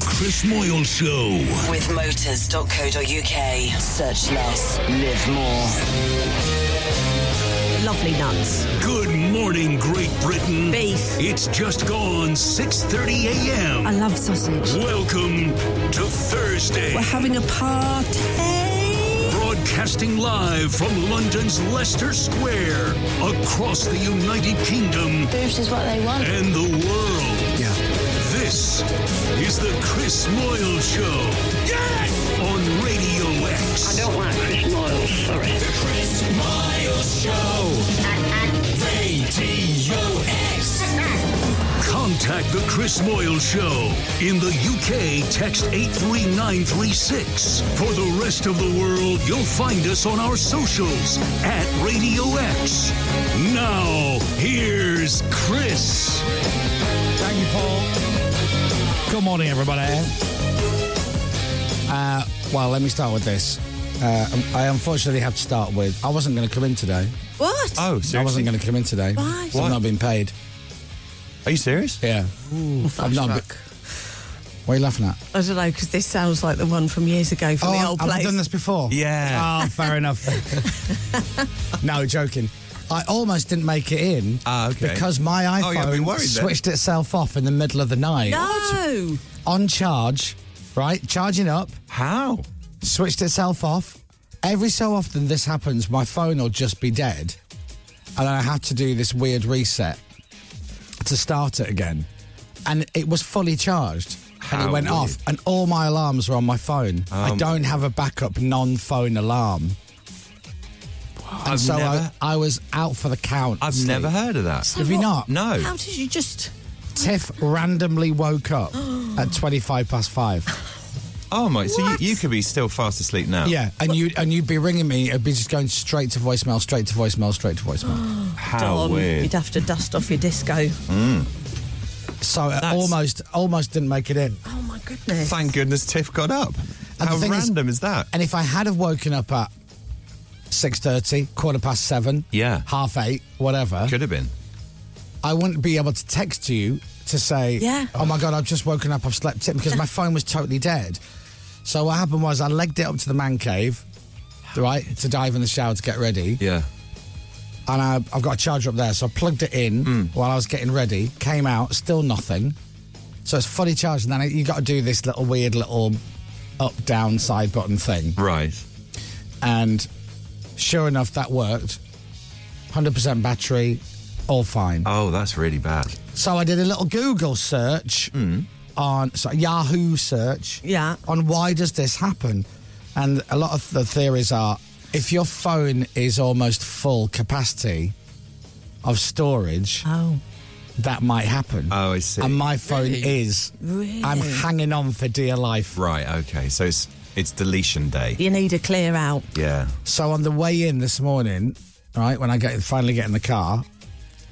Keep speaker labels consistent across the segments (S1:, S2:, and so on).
S1: Chris Moyle Show.
S2: With motors.co.uk. Search less, live more.
S3: Lovely nuts.
S1: Good morning, Great Britain.
S3: Beef.
S1: It's just gone 6.30 a.m.
S3: I love sausage.
S1: Welcome to Thursday.
S3: We're having a party
S1: broadcasting live from London's Leicester Square, across the United Kingdom.
S4: Boost is what they want.
S1: And the world.
S5: Yeah.
S1: This is the Chris Moyle Show. Yes! On Radio
S6: X. I don't like Chris Moyle, sorry.
S1: The Chris Moyle Show. Radio X. Contact The Chris Moyle Show. In the UK, text 83936. For the rest of the world, you'll find us on our socials at Radio X. Now, here's Chris.
S7: Thank you, Paul. Good morning, everybody.
S5: Uh, well, let me start with this. Uh, I unfortunately have to start with I wasn't going to come in today.
S3: What?
S7: Oh, seriously? I
S5: wasn't going to come in today.
S3: Why?
S5: So I've not been paid.
S7: Are you serious?
S5: Yeah.
S3: Ooh, I'm not. Be-
S5: what are you laughing at?
S3: I don't know because this sounds like the one from years ago from
S5: oh,
S3: the old
S5: have
S3: place.
S5: I've done this before.
S7: Yeah.
S5: Oh, fair enough. no, joking. I almost didn't make it in
S7: Ah, okay.
S5: because my
S7: Oh, yeah, I'd be
S5: iPhone
S7: worried then.
S5: switched itself off in the middle of the night.
S3: No.
S5: On charge, right? Charging up,
S7: How?
S5: switched itself off. Every so often this happens, my phone will just be dead. And I have to do this weird reset to start it again. And it was fully charged. and
S7: How
S5: it went
S7: weird.
S5: off. And all my alarms were on my phone. I
S7: Um,
S5: don't have a backup non phone alarm. And
S7: I've
S5: so
S7: never-
S5: I, I was out for the count.
S7: I've
S5: Steve.
S7: never heard of that.
S3: So
S5: Have you
S3: what-
S5: not?
S7: No.
S3: How did you just?
S5: Tiff randomly woke up at 25 past five.
S7: Oh my! So you,
S3: What?
S7: you could be still fast asleep now.
S5: Yeah, and you and you'd be ringing me. It'd be just going straight to voicemail, straight to voicemail, straight to voicemail.
S7: How
S3: Don,
S7: weird.
S3: You'd have to dust off your disco.
S7: Mm.
S5: so I
S7: That's-
S5: almost almost didn't make it in.
S3: Oh my goodness.
S7: Thank goodness Tiff got up.
S5: And
S7: How
S5: the thing is-
S7: random is, that?
S5: And if I had have woken up at six thirty, quarter past seven,
S7: Yeah.
S5: half eight, whatever,
S7: Could have been.
S5: I wouldn't be able to text you to say,
S3: Yeah.
S5: oh my god, I've just woken up, I've slept in because my phone was totally dead. So what happened was I legged it up to the man cave, right, to dive in the shower to get ready.
S7: Yeah.
S5: and I, I've got a charger up there, so I plugged it in
S7: Hmm.
S5: while I was getting ready. Came out, still nothing. So it's fully charged, and then you got to do this little weird little up down side button thing.
S7: Right.
S5: And sure enough, that worked. Hundred percent battery, all fine.
S7: Oh, that's really bad.
S5: So I did a little Google search
S7: Hmm.
S5: on so Yahoo search.
S3: Yeah.
S5: On why does this happen? And a lot of the theories are if your phone is almost full capacity of storage,
S3: Oh.
S5: that might happen.
S7: Oh, I see.
S5: And my phone is.
S3: Really?
S5: I'm hanging on for dear life.
S7: Right. Okay. So it's it's deletion day.
S3: You need a clear out.
S7: Yeah.
S5: So on the way in this morning, right, when I get finally get in the car,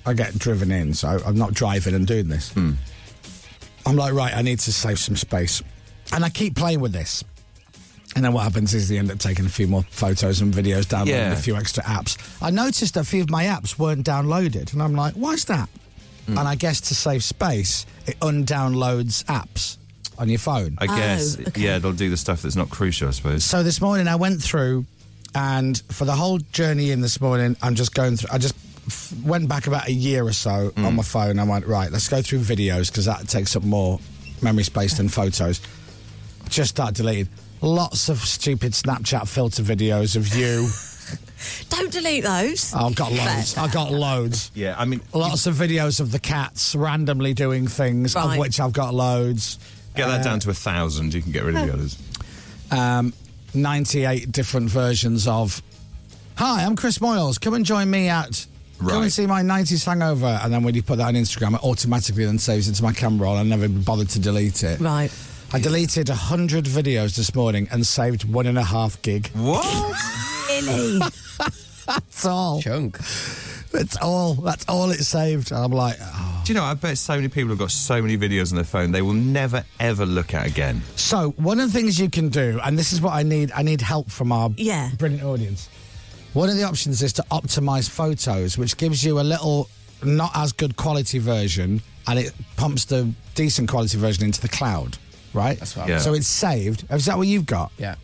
S5: I get driven in. So I'm not driving and doing this.
S7: Hmm.
S5: I'm like, right, I need to save some space. And I keep playing with this. And then what happens is you end up taking a few more photos and videos, downloading
S7: Yeah.
S5: a few extra apps. I noticed a few of my apps weren't downloaded. And I'm like, why's that?
S7: Hmm.
S5: And I guess to save space, it undownloads apps on your phone.
S7: I
S3: Oh,
S7: guess.
S3: okay.
S7: Yeah. They'll do the stuff that's not crucial. I suppose.
S5: So this morning I went through, and for the whole journey in this morning, I'm just going through. I just f- went back about a year or so
S7: Mm.
S5: on my phone. I went right. Let's go through videos because that takes up more memory space than photos. Just start deleting lots of stupid Snapchat filter videos of you.
S3: Don't delete those.
S5: I got loads. I got loads.
S7: Yeah. I mean,
S5: Lots of videos of the cats randomly doing things,
S3: Right.
S5: of which I've got loads.
S7: get
S5: Uh,
S7: that down to a thousand. You can get rid of the others.
S5: um, 98 different versions of Hi, I'm Chris Moyles. Come and join me at. Come
S7: Right.
S5: and see my 90s hangover. And then when you put that on Instagram, it automatically then saves into my camera roll. I never bothered to delete it.
S3: Right.
S5: I deleted 100 videos this morning and saved one and a half gig.
S7: What?
S3: Really?
S5: That's all.
S8: Chunk.
S5: That's all. That's all it saved. And I'm like, oh.
S7: Do you know? I bet so many people have got so many videos on their phone they will never ever look at again.
S5: So, one of the things you can do, and this is what I need, I need help from our
S3: Yeah.
S5: brilliant audience. One of the options is to optimize photos, which gives you a little not as good quality version and it pumps the decent quality version into the cloud. right?
S4: That's what
S7: Yeah.
S5: So it's saved. Is that what you've got?
S4: Yeah.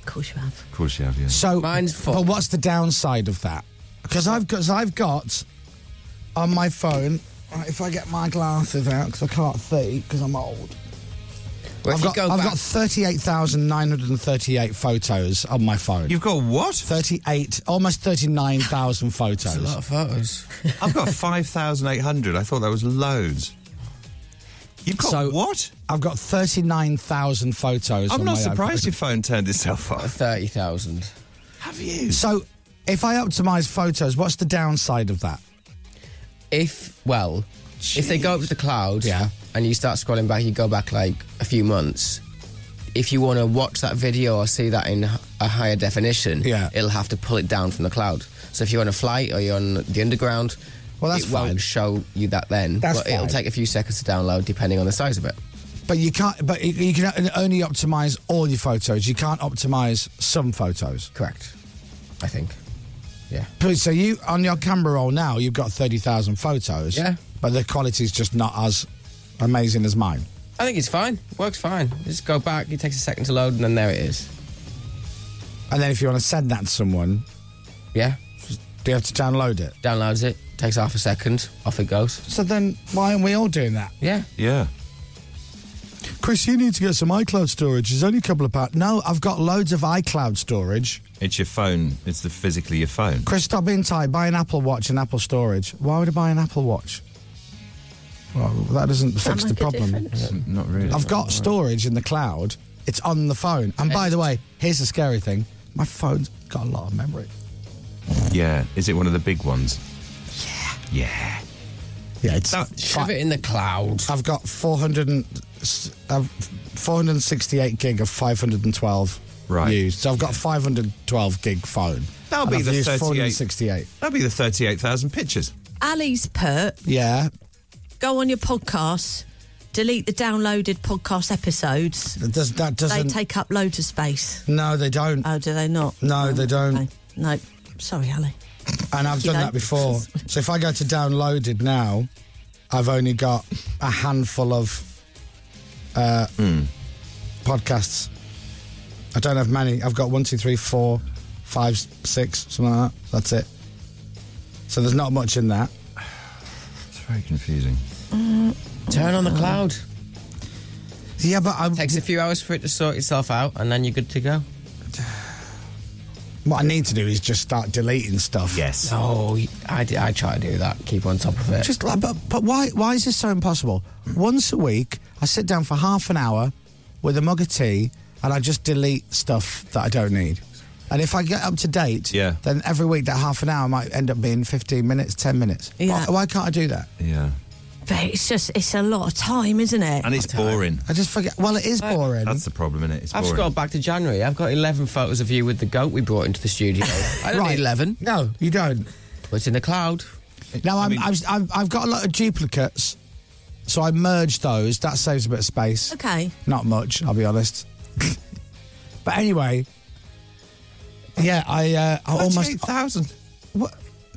S3: Of course you have.
S7: Of course you have, yeah.
S5: So
S4: Mine's full.
S5: But what's the downside of that? Because I've got, 'cause I've got on my phone. Right, if I get my glasses out, because I can't see, because I'm old.
S4: Well,
S5: I've
S4: if you
S5: got,
S4: go
S5: I've
S4: back-
S5: got 38,938 photos on my phone.
S7: You've got what?
S5: 38, almost 39,000 photos.
S4: a lot of photos.
S7: I've got 5,800. I thought that was loads. You've got
S5: So-
S7: what?
S5: I've got 39,000 photos.
S7: I'm
S5: on
S7: not
S5: my
S7: surprised
S5: iPhone.
S7: your phone turned itself off.
S4: Thirty thousand.
S7: Have you?
S5: So, if I optimize photos, what's the downside of that?
S4: If well, if they go up to the cloud,
S5: Yeah.
S4: and you start scrolling back, you go back like a few months. If you want to watch that video or see that in h- a higher definition,
S5: Yeah.
S4: it'll have to pull it down from the cloud. So if you're on a flight or you're on the underground,
S5: Well, that's
S4: it
S5: fine.
S4: won't show you that then.
S5: That's
S4: but it'll
S5: fine.
S4: take a few seconds to download, depending on the size of it.
S5: But you can't. But you- you can only optimize all your photos. You can't optimize some photos.
S4: Correct, I think. Yeah.
S5: But So you on your camera roll now, you've got thirty thousand photos.
S4: Yeah.
S5: But the quality's just not as amazing as mine.
S4: I think it's fine. Works fine. Just go back. It takes a second to load, and then there it is.
S5: And then if you want to send that to someone,
S4: Yeah.
S5: do you have to download it?
S4: Downloads it. Takes half a second. Off it goes.
S5: So then, why aren't we all doing that?
S4: Yeah.
S7: yeah.
S5: Chris, you need to get some iCloud storage. There's only a couple of pounds. No, I've got loads of iCloud storage.
S7: It's your phone. It's the physically your phone.
S5: Chris, stop being tight. Buy an Apple Watch and Apple Storage. Why would I buy an Apple Watch? Well, that doesn't fix
S3: make
S5: the
S3: a
S5: problem.
S3: difference.
S7: Not really.
S5: I've got storage in the cloud. It's on the phone. And by the way, here's the scary thing: my phone's got a lot of memory.
S7: Yeah. Is it one of the big ones? Yeah. Yeah.
S5: Yeah, it's.
S7: That-
S4: Shove it in the cloud.
S5: I've got 400 and, s- uh, I've 468 gig of 512
S7: Right.
S5: used. So I've got 512 gig phone.
S7: That'll
S5: And
S7: be
S5: I've
S7: the
S5: used
S7: 38.
S5: 468.
S7: That'd be the 38,000 pictures.
S3: Ali's pert.
S5: Yeah,
S3: Go on your podcasts. Delete the downloaded podcast episodes.
S5: that, does, that
S3: They
S5: doesn't.
S3: take up loads of space.
S5: no, they don't.
S3: Oh, do they not?
S5: No, they don't.
S3: Okay. No. Sorry, Ali.
S5: and I've
S3: you
S5: done
S3: know.
S5: that before. so if I go to downloaded now, I've only got a handful of uh, podcasts. I don't have many. I've got one, two, three, four, five, six, something like that. That's it. So there's not much in that.
S7: It's very confusing.
S4: Turn on the cloud.
S5: Yeah, but I,
S4: Takes a few hours for it to sort itself out, and then you're good to go.
S5: what I need to do is just start deleting stuff.
S7: Yes.
S4: Oh, I, d- I try to do that. Keep on top of it.
S5: Just like, but, but why why is this so impossible? Once a week, I sit down for half an hour with a mug of tea and I just delete stuff that I don't need. And if I get up to date,
S7: Yeah.
S5: then every week that half an hour might end up being 15 minutes, 10 minutes.
S3: Yeah.
S5: Why, why can't I do that?
S7: Yeah.
S3: But it's just, it's a lot of time, isn't it?
S7: And it's boring.
S5: I just forget. Well, it is boring.
S7: That's the problem, isn't it? It's
S4: I've
S7: boring.
S4: scrolled back to January. I've got 11 photos of you with the goat we brought into the studio. I don't need 11.
S5: No, you don't.
S4: But it's in the cloud.
S5: Now, I'm,
S7: mean-
S5: I've, I've, I've got a lot of duplicates, so I merged those. That saves a bit of space.
S3: Okay.
S5: Not much, I'll be honest. but anyway, yeah, I, uh, I almost.
S7: 38,000.
S5: What?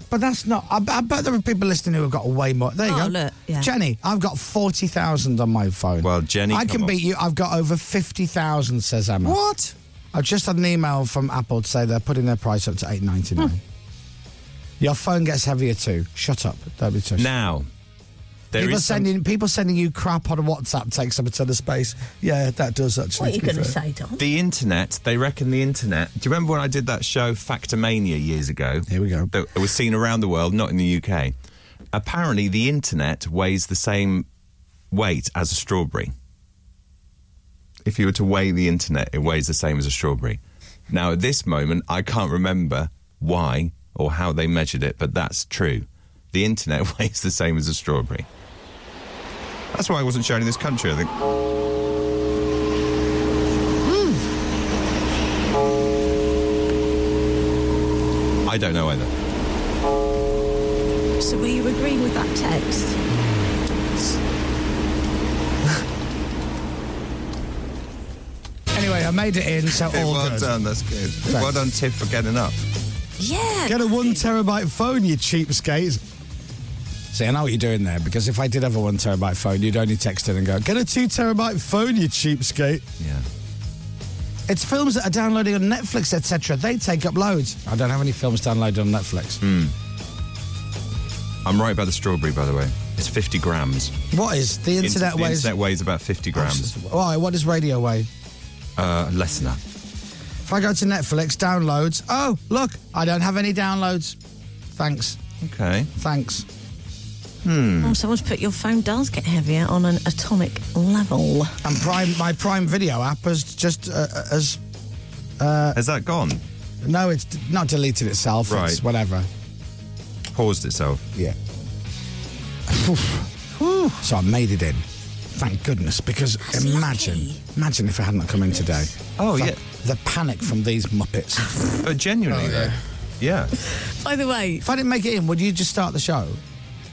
S5: But that's not. I, I bet there are people listening who have got way more. There you
S3: Oh,
S5: go.
S3: look, yeah.
S5: Jenny, I've got 40,000 on my phone.
S7: Well, Jenny,
S5: I
S7: come
S5: can
S7: on.
S5: beat you. I've got over 50,000, says Emma.
S7: What?
S5: I've just had an email from Apple to say they're putting their price up to eight ninety nine. Your phone gets heavier too. Shut up. Don't be too.
S7: Now, there
S5: people
S7: is some-
S5: sending people sending you crap on WhatsApp takes up a ton of space. Yeah, that does actually.
S3: What are you
S5: be
S3: going to
S5: fair.
S3: say, Don?
S7: the internet. They reckon the internet. Do you remember when I did that show Factomania years ago?
S5: Here we go.
S7: That it was seen around the world, not in the UK. Apparently, the internet weighs the same weight as a strawberry. If you were to weigh the internet, it weighs the same as a strawberry. Now, at this moment, I can't remember why or how they measured it, but that's true. The internet weighs the same as a strawberry. That's why I wasn't shown in this country, I think. I don't know either.
S3: So were you agreeing with that text?
S5: Anyway, I made it in, so all
S7: well
S5: good.
S7: done, that's good. Well done, Tiff, for getting up.
S3: Yeah.
S5: Get a one terabyte phone, you cheapskates. See, I know what you're doing there because if I did have a one terabyte phone, you'd only text in and go, "Get a two terabyte phone, you cheapskate."
S7: Yeah.
S5: It's films that are downloading on Netflix, etc. They take up loads. I don't have any films downloaded on Netflix.
S7: I'm right about the strawberry, by the way. It's 50 grams.
S5: What is the
S7: Inter-
S5: internet
S7: the
S5: weighs?
S7: internet weighs about 50 grams.
S5: Why? What does radio weigh?
S7: Uh, less than that.
S5: If I go to Netflix, downloads. Oh, look, I don't have any downloads. Thanks.
S7: Okay. Hmm.
S5: Thanks.
S3: Oh, someone's put your phone does get heavier on an atomic level.
S5: Oh, And Prime, my Prime Video app has just uh, as
S7: Has that gone?
S5: no, it's d- not deleted itself.
S7: Right.
S5: It's whatever.
S7: Paused itself.
S5: Yeah. so I made it in. Thank goodness, because imagine,
S3: lucky.
S5: imagine if it hadn't come in today.
S7: Oh,
S5: Fa-
S7: yeah.
S5: The panic from these muppets. Oh, if
S7: But genuinely, though. Yeah.
S3: By the way,
S5: I didn't make it in, would you just start the show?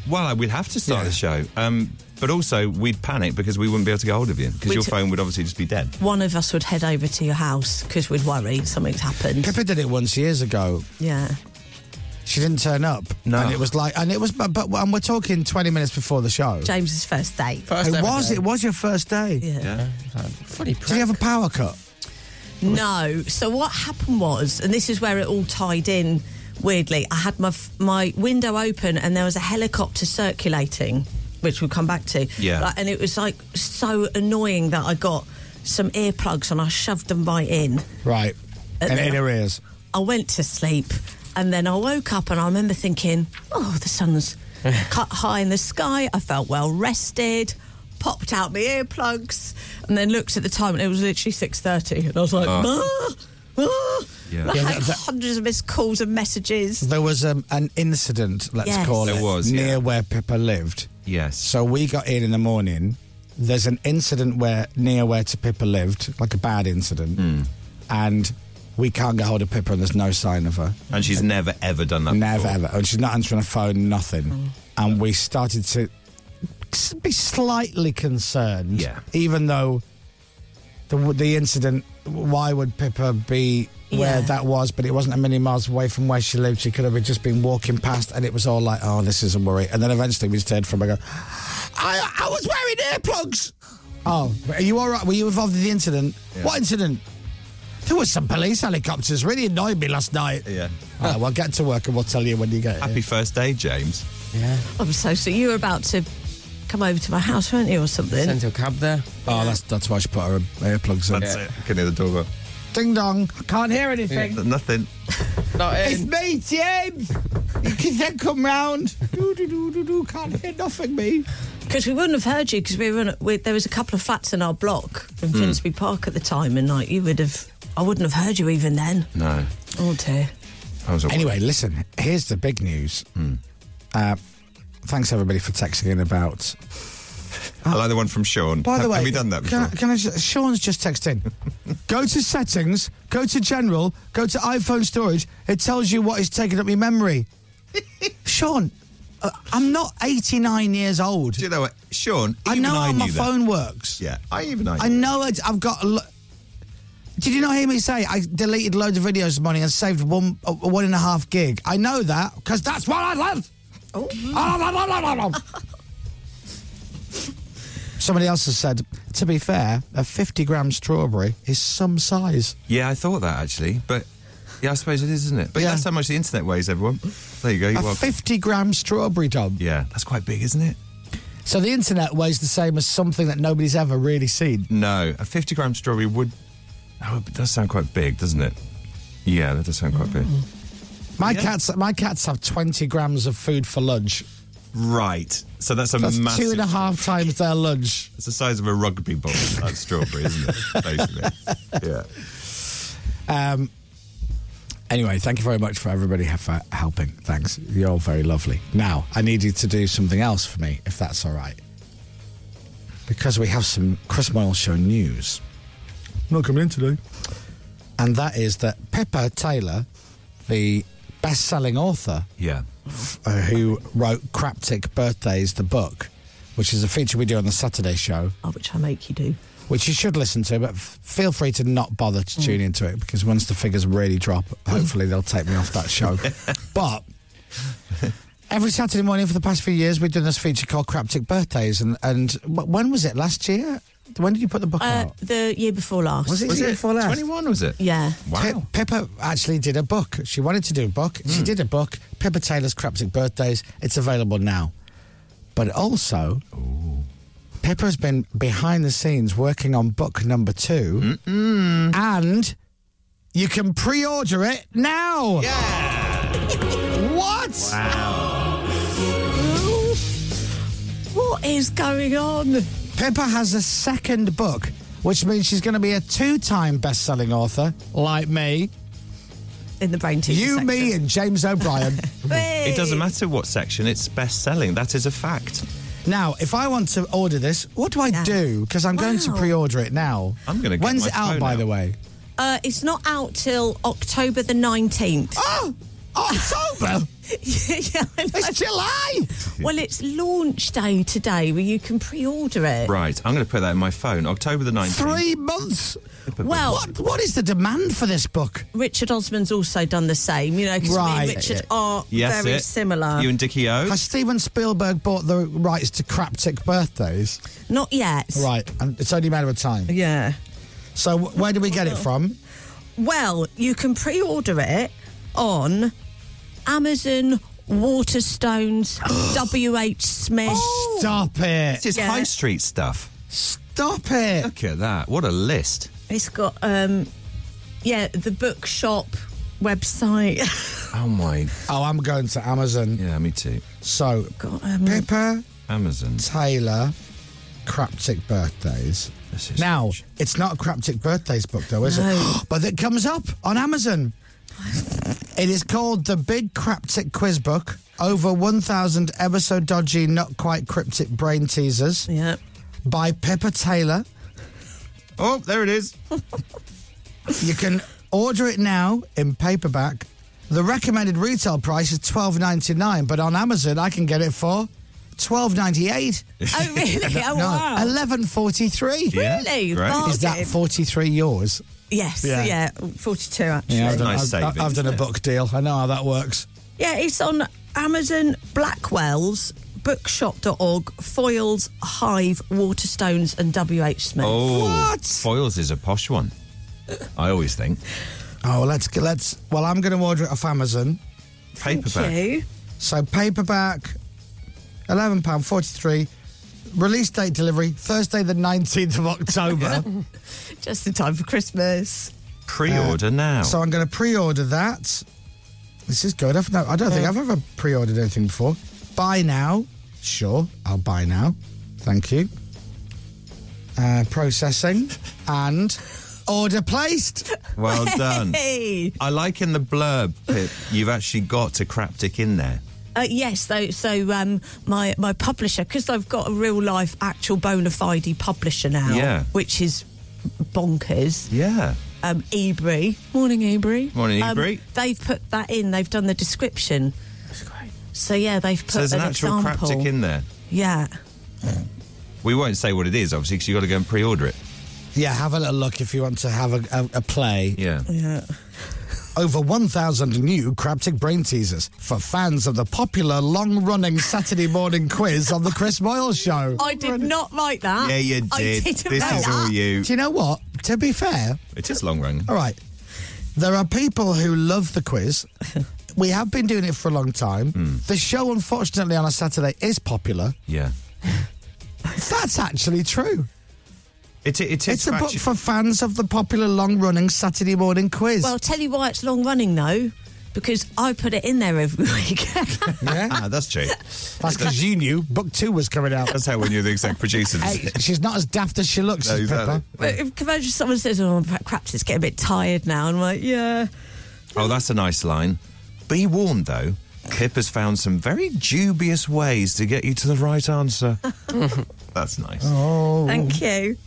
S7: Well, I- we'd have to start
S5: Yeah.
S7: the show. Um, but also, we'd panic because we wouldn't be able to get hold of you because
S3: We'd
S7: your
S3: t-
S7: phone would obviously just be dead.
S3: one of us would head over to your house because we'd worry something's happened.
S5: Pippa did it once years ago.
S3: Yeah.
S5: She didn't turn up.
S7: No.
S5: And it was like, and it was, but, but and we're talking 20 minutes before the show.
S3: James's first date.
S4: First
S5: It
S4: ever
S5: was,
S4: day.
S5: it was your first day.
S3: Yeah.
S4: Funny
S5: Did you have a power cut?
S3: No. So what happened was, and this is where it all tied in weirdly. I had my f- my window open, and there was a helicopter circulating, which we'll come back to.
S7: Yeah.
S3: Like, and it was like so annoying that I got some earplugs and I shoved them right in.
S5: Right.
S3: And
S5: And
S3: then-
S5: in her ears.
S3: I went to sleep, and then I woke up, and I remember thinking, "Oh, the sun's cut high in the sky." I felt well rested. Popped out my earplugs, and then looked at the time, and it was literally six thirty, and I was like, "Ah, ah."
S7: Oh, Yeah.
S3: Like,
S7: Yeah,
S5: that- that-
S3: hundreds of missed calls and messages.
S5: There was um, an incident, let's
S3: Yes.
S5: call it,
S7: There was,
S5: near
S7: yeah.
S5: where Pippa lived.
S7: Yes.
S5: So we got in in the morning. There's an incident where near where to Pippa lived, like a bad incident,
S7: Hmm.
S5: and we can't get hold of Pippa, and there's no sign of her.
S7: and she's never, ever done that
S5: Never
S7: before.
S5: ever, and she's not answering her phone, nothing. And we started to s- be slightly concerned,
S7: Yeah.
S5: Even though the the incident, why would Pippa be where
S3: Yeah.
S5: that was? But it wasn't a million miles away from where she lived. She could have just been walking past, and it was all like, "Oh, this is a worry." And then eventually, we just heard from her go, "I I was wearing earplugs." Oh, are you all right? Were you involved in the incident?
S7: Yeah.
S5: What incident? There was some police helicopters. Really annoyed me last night.
S7: Yeah.
S5: All right, well, get to work and we'll tell you when you get
S7: Happy
S5: here.
S7: first day, James.
S3: I'm so so. You were about to come over to my house, weren't you, or something?
S4: Sent to a cab there.
S5: Oh, that's that's why she put her earplugs in.
S7: That's it. I can hear the doorbell.
S5: Ding dong. I can't hear anything.
S7: Nothing.
S4: Not
S5: It's
S4: in.
S5: me, James. You can then come round. Do do do do do. Can't hear nothing, me.
S3: Because we wouldn't have heard you because we were in, a- we, there was a couple of flats in our block in
S7: Hmm.
S3: Finsbury Park at the time, and like you would have, I wouldn't have heard you even then.
S7: No.
S3: Oh dear.
S7: I was all-
S5: Anyway, listen. Here's the big news. Uh, thanks everybody for texting in about.
S7: I like the one from Sean.
S5: By the
S7: have,
S5: way,
S7: have we done that
S5: Can
S7: before?
S5: I, can I just, Sean's just texted in. go to settings. Go to general. Go to iPhone storage. It tells you what is taking up your memory. Sean, uh, I'm not 89 years old.
S7: Do you know what, Sean?
S5: I
S7: even
S5: know how my
S7: knew that.
S5: phone works.
S7: Yeah, I even I.
S5: I know it, I've got. A lo- Did you not hear me say I deleted loads of videos this morning and saved one uh, one and a half gig? I know that because that's what I love. Somebody else has said. To be fair, a fifty gram strawberry is some size.
S7: Yeah, I thought that actually, but yeah, I suppose it is, isn't it? But
S5: Yeah.
S7: that's how much the internet weighs, everyone. There you go. You're
S5: a
S7: welcome.
S5: fifty gram strawberry, Tom.
S7: yeah, that's quite big, isn't it?
S5: So the internet weighs the same as something that nobody's ever really seen.
S7: No, a 50 gram strawberry would. Oh, it does sound quite big, doesn't it? Yeah, that does sound quite big.
S5: My
S7: Yeah.
S5: cats, my cats have twenty grams of food for lunch.
S7: Right. So that's a
S5: That's
S7: massive.
S5: two and a half times their lunch.
S7: It's the size of a rugby ball. That strawberry, isn't it? Basically. Yeah.
S5: Um, anyway, thank you very much for everybody he- for helping. Thanks. You're all very lovely. Now, I need you to do something else for me, if that's all right. Because we have some Chris Moyle Show news. Not coming in today. And that is that Pippa Taylor, the best selling author
S7: Yeah.
S5: uh, who wrote Craptic Birthdays, the book, which is a feature we do on the Saturday show,
S3: Oh, which I make you do.
S5: which you should listen to, but f- feel free to not bother
S3: Mm.
S5: to tune into it because once the figures really drop, hopefully they'll take me off that show. but Every Saturday morning for the past few years, we've done this feature called Craptic Birthdays, and and wh- when was it? Last year? When did you put the book
S3: Uh,
S5: out?
S3: the year before last.
S5: Was it-
S7: Was
S5: Is
S7: it
S5: before last?
S7: 21, was it?
S3: Yeah.
S5: Pe-
S7: Wow.
S5: Pippa actually did a book. She wanted to do a book. She did a book. Pippa Taylor's Craptic Birthdays. It's available now. But also, Pippa's been behind the scenes working on book number 2 and you can pre-order it now. Yeah. what?
S3: What is going on?
S5: Pippa has a second book, which means she's going to be a two-time best-selling author, like me.
S3: In the brain teaser
S5: You,
S3: section.
S5: me, and James O'Brien.
S3: Hey!
S7: It doesn't matter what section, it's best selling. That is a fact.
S5: Now, if I want to order this, what do I
S3: Yeah.
S5: do? Because I'm going to
S3: Wow.
S5: pre-order it now.
S7: I'm gonna get
S5: When's
S7: my
S5: it out,
S7: phone
S5: by
S7: out.
S5: the way?
S3: Uh, it's not out till October the 19th.
S5: Oh, October.
S3: yeah, I know.
S5: it's July.
S3: Well, it's launch day today where you can pre order it.
S7: Right, I'm going to put that in my phone. October the 19th.
S5: Three months.
S3: Well-
S5: what what is the demand for this book?
S3: Richard Osman's also done the same, you know, because
S5: Right.
S3: me and Richard are
S7: Yes,
S3: very
S7: it.
S3: similar.
S7: You and Dickie O.
S5: Has Steven Spielberg bought the rights to Craptic Birthdays?
S3: Not yet.
S5: Right, and it's only a matter of time.
S3: Yeah.
S5: So, wh- where do we get it from?
S3: Well, you can pre order it on Amazon, Waterstones, WH Smith.
S5: Stop it!
S7: This is
S3: Yeah.
S7: high street stuff.
S5: Stop it!
S7: Look at that. What a list.
S3: It's got, um, yeah, the bookshop website.
S7: Oh my.
S5: Oh, I'm going to Amazon.
S7: Yeah, me too.
S5: So,
S3: Got, um,
S5: Pippa
S7: Amazon.
S5: Taylor Craptic Birthdays.
S7: This is
S5: Now,
S7: strange.
S5: it's not a Craptic Birthdays book, though, is
S3: No.
S5: it? But it comes up on Amazon. it is called The Big Craptic Quiz Book. Over 1,000 ever so dodgy, not quite cryptic brain teasers
S3: yeah.
S5: by Pepper Taylor.
S7: Oh, there it is.
S5: You can order it now in paperback. The recommended retail price is twelve ninety nine, but on Amazon I can get it for twelve ninety eight.
S3: Oh, really? Oh,
S5: No,
S3: wow.
S5: eleven forty three.
S7: Yeah,
S3: Really?
S7: great.
S3: Bargain.
S5: Is that forty three yours?
S3: Yes,
S5: Yeah.
S3: yeah. 42 actually.
S5: Yeah,
S3: Yeah.
S5: I've done,
S7: Nice
S5: I've-
S7: saving,
S5: I've, done a
S7: isn't it?
S5: book deal. I know how that works.
S3: it's on Amazon, Blackwell's, bookshop.org, Foils, Hive, Waterstones, and WH Smith.
S7: Oh,
S5: What?
S7: Foils is a posh one. I always think.
S5: Oh, let's get let's. Well, I'm going to order it off Amazon.
S7: Paperback.
S3: Thank you.
S5: So paperback, eleven pound forty three. Release date delivery Thursday the nineteenth of October.
S3: Just in time for Christmas.
S7: Pre-order now.
S5: Uh, So I'm going to pre-order that. This is good. I've no, I don't think I've ever pre-ordered anything before. Buy now. Sure, I'll buy now. Thank you. Uh, processing and order placed.
S7: well done.
S3: Hey!
S7: I like in the blurb, Pip, you've actually got a craptic in there.
S3: Uh, yes, though. So um, my my publisher, because I've got a real life, actual bona fide publisher now,
S7: Yeah.
S3: which is bonkers.
S7: Yeah.
S3: Um, Ebury, morning Ebury,
S7: Morning,
S3: Um,
S7: Ebury.
S3: they've put that in. They've done the description. So yeah, they've put
S7: So there's an, actual
S3: example.
S7: craptic in there.
S3: Yeah.
S7: We won't say what it is, obviously, because you've got to go and pre-order it.
S5: Yeah, have a little look if you want to have a, a, a play.
S7: Yeah.
S3: Yeah.
S5: Over 1,000 new Craptic brain teasers for fans of the popular long-running Saturday morning quiz on the Chris Moyle Show.
S3: Oh, I did not write that.
S7: Yeah, you did.
S3: I
S7: This
S3: didn't
S7: is
S3: write that.
S7: all you.
S5: Do you know what? To be fair,
S7: It is long run.
S5: All right. There are people who love the quiz. We have been doing it for a long time.
S7: Hmm.
S5: The show, unfortunately, on a Saturday is popular.
S7: Yeah.
S5: That's actually true.
S7: It, it,
S5: It's, a book
S7: actu-
S5: for fans of the popular long running Saturday morning quiz.
S3: Well, I'll tell you why it's long running though, because I put it in there every week.
S5: yeah.
S7: Ah, that's true.
S5: That's because you knew book two was coming out.
S7: That's how we knew the exec producers.
S5: hey, she's not as daft as she looks,
S7: No,
S5: is
S7: exactly.
S5: Pippa.
S3: but if can I just- someone says, "Oh, crap, it's getting a bit tired now," and I'm like, "Yeah."
S7: Oh, that's a nice line. Be warned, though. Pip has found some very dubious ways to get you to the right answer. that's nice.
S5: Oh.
S3: Thank you.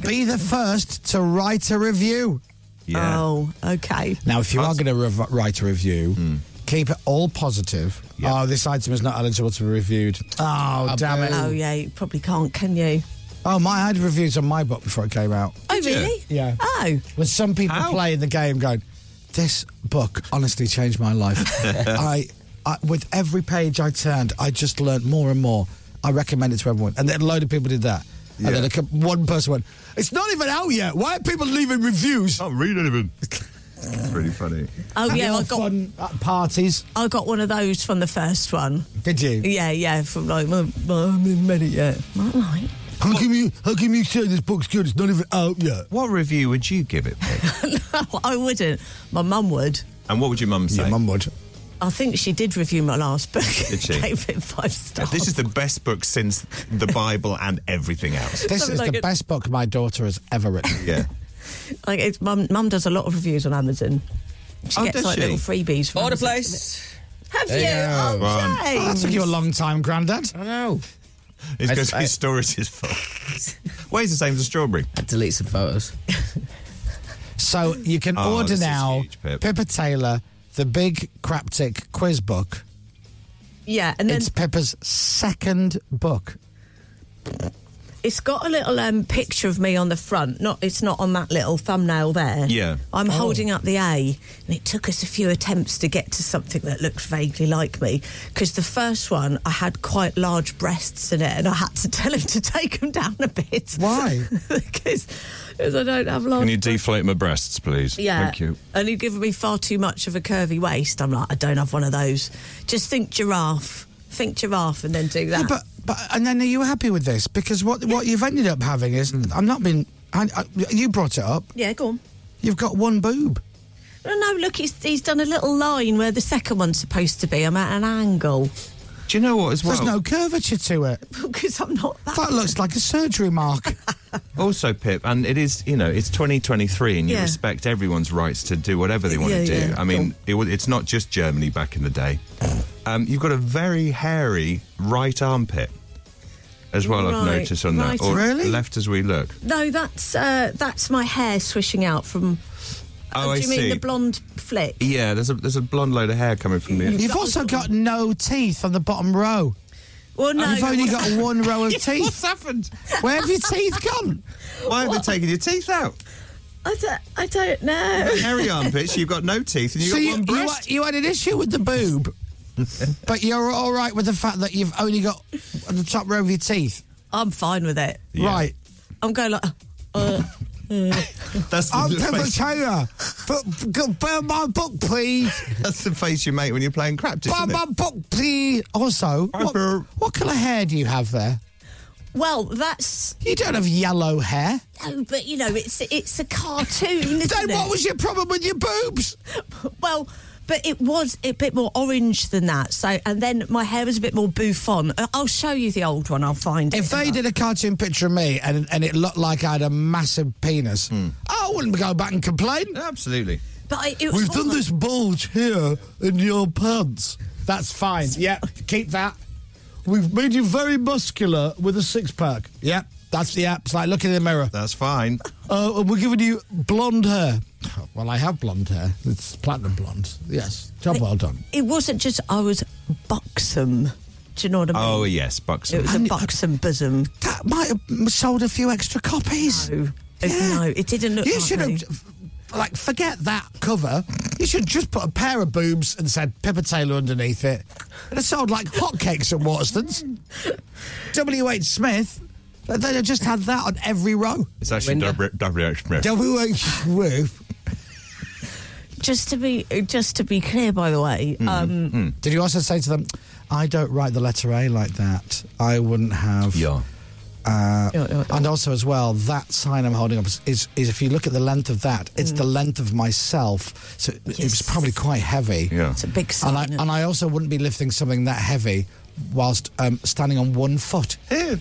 S5: Be the first to write a review.
S7: Yeah.
S3: Oh, okay.
S5: Now, if you are going to rev- write a review, keep it all positive.
S7: Hmm. Yeah.
S5: Oh, this item is not eligible to be reviewed. Oh, damn it.
S3: Oh, yeah, you probably can't, can you?
S5: Oh, my, I had reviews on my book before it came out.
S3: Oh, really?
S5: Yeah.
S3: Oh,
S5: With some people
S7: How?
S5: playing the game going, this book honestly changed my life. I I, with every page I turned, I just learned more and more. I recommend it to everyone, and then a load of people did that. And then a couple, one person went, "It's not even out yet. Why are people leaving reviews?"
S7: Can't read anything. It's pretty funny.
S3: Oh yeah, I
S5: Have
S3: got
S5: fun at parties.
S3: I got one of those from the first one.
S5: Did you?
S3: Yeah, yeah, from like my, my, I haven't read it yet. Right, right.
S5: How can you? How can you say this book's good? It's not even out yet.
S7: What review would you give it, Vic?
S3: I wouldn't. My mum would.
S7: and what would your mum say?
S5: Your mum would.
S3: I think she did review my last book.
S7: Did she?
S3: Gave it five stars.
S7: This is the best book since the Bible and everything else.
S5: This
S3: Something
S5: is
S3: like
S5: the
S3: it-
S5: best book my daughter has ever written.
S7: Yeah.
S3: like it's, mum, mum does a lot of reviews on Amazon. She
S7: Oh,
S3: gets
S7: does
S3: like
S7: she?
S3: little freebies. From
S4: Order
S3: Amazon.
S4: place.
S3: Have you?
S4: Yeah.
S3: Oh,
S7: Right.
S3: James.
S5: That took you a long time, Grandad.
S4: I know.
S7: It's
S4: I-
S7: because
S4: I-
S7: his storage is full. Weighs the same as a strawberry.
S4: I delete some photos.
S5: So you can
S7: Oh,
S5: order
S7: this is
S5: now
S7: huge, Pip.
S5: Pippa Taylor, the big craptic quiz book.
S3: Yeah, and then
S5: it's Pippa's second book.
S3: It's got a little um, picture of me on the front. Not, it's not on that little thumbnail there.
S7: Yeah.
S5: Oh.
S3: I'm holding up the A, and it took us a few attempts to get to something that looked vaguely like me. Because the first one, I had quite large breasts in it, and I had to tell him to take them down a bit.
S5: Why?
S3: Because 'cause I don't have large.
S7: Can you deflate my breasts, please?
S3: Yeah.
S7: Thank you.
S3: And he'd given me far too much of a curvy waist. I'm like, I don't have one of those. Just think giraffe. Think giraffe, and then do that.
S5: Yeah, but but and then are you happy with this? Because what what you've ended up having is
S7: Hmm.
S5: I'm not being. I, I, you brought it up.
S3: yeah, go on.
S5: You've got one boob.
S3: No, no, look, he's, he's done a little line where the second one's supposed to be. I'm at an angle
S7: Do you know what as well?
S5: There's no curvature to it.
S3: because I'm not that.
S5: That looks like a surgery mark.
S7: Also, Pip, and it is, you know, it's 2023 and you
S3: Yeah.
S7: respect everyone's rights to do whatever they want
S3: Yeah,
S7: to do.
S3: yeah.
S7: I mean, it, wa- it's not just Germany back in the day. Um, you've got a very hairy right armpit as well, I've
S3: Right,
S7: noticed on
S3: right.
S7: that. Or
S5: Really?
S7: left as we look.
S3: No, that's uh, that's my hair swishing out from.
S7: Oh,
S3: do
S7: I
S3: you mean
S7: see.
S3: the blonde flick?
S7: Yeah, there's a there's a blonde load of hair coming from the.
S5: You've also got no teeth on the bottom row.
S3: Well, no.
S5: You've only got one row of teeth.
S7: happened?
S5: Where have your teeth gone?
S7: Why have they taken your teeth out?
S3: I don't, I don't know.
S7: Hairy armpits, you've got no teeth and you've
S5: So
S7: got
S5: you,
S7: one
S5: you,
S7: breast.
S5: you had an issue with the boob, but you're all right with the fact that you've only got the top row of your teeth.
S3: I'm fine with it.
S7: Yeah.
S5: Right.
S3: I'm going like. Uh,
S7: That's
S5: I'm
S7: the,
S5: Pippa
S7: face,
S5: Taylor. But, but burn my book, please.
S7: that's the face you make when you're playing crap, isn't
S5: Burn
S7: it?
S5: my book, please. Also, what,
S7: Pepper.
S5: what colour hair do you have there?
S3: well, that's
S5: You don't have yellow hair.
S3: no, but you know, it's it's a cartoon. Isn't
S5: Then
S3: it?
S5: what was your problem with your boobs?
S3: Well, but it was a bit more orange than that. So, and then my hair was a bit more bouffant. I- I'll show you the old one. I'll find it.
S5: If they did a cartoon picture of me and, and it looked like I had a massive penis,
S7: Hmm.
S5: I wouldn't go back and complain.
S7: Absolutely.
S3: But I, it was all like-
S5: bulge here in your pants. That's fine. Yeah, keep that. We've made you very muscular with a six pack. Yeah, that's yeah. It's like looking in the mirror.
S7: That's fine.
S5: Uh, and we're giving you blonde hair. Well, I have blonde hair. It's platinum blonde. Yes, job well done.
S3: It wasn't just I was buxom. Do you know what I mean?
S7: Oh yes, buxom.
S3: It was a buxom bosom.
S5: uh, That might have sold a few extra copies.
S3: No, It- no, it didn't look.
S5: You
S3: like
S5: should
S3: me.
S5: have, like, forget that cover. You should just put a pair of boobs and said Pippa Taylor underneath it. And it sold like hotcakes at Waterstones. W.H. Smith, they they just had that on every row.
S7: It's actually
S4: Window.
S7: W- WH Smith.
S5: W.H. Smith.
S3: Just to be, just to be clear, by the way,
S7: Mm-hmm.
S5: Hmm.
S3: um,
S7: Mm.
S5: Did you also say to them, I don't write the letter A like that? I wouldn't have.
S7: Yeah.
S5: Uh,
S3: Yeah, yeah, yeah.
S5: and also as well, that sign I'm holding up is, is, is if you look at the length of that, it's the length of myself. So it- it was
S3: Mm. Yes.
S5: probably quite heavy.
S7: Yeah.
S3: it's a big
S5: and
S3: sign.
S5: I and I also wouldn't be lifting something that heavy whilst um, standing on one foot.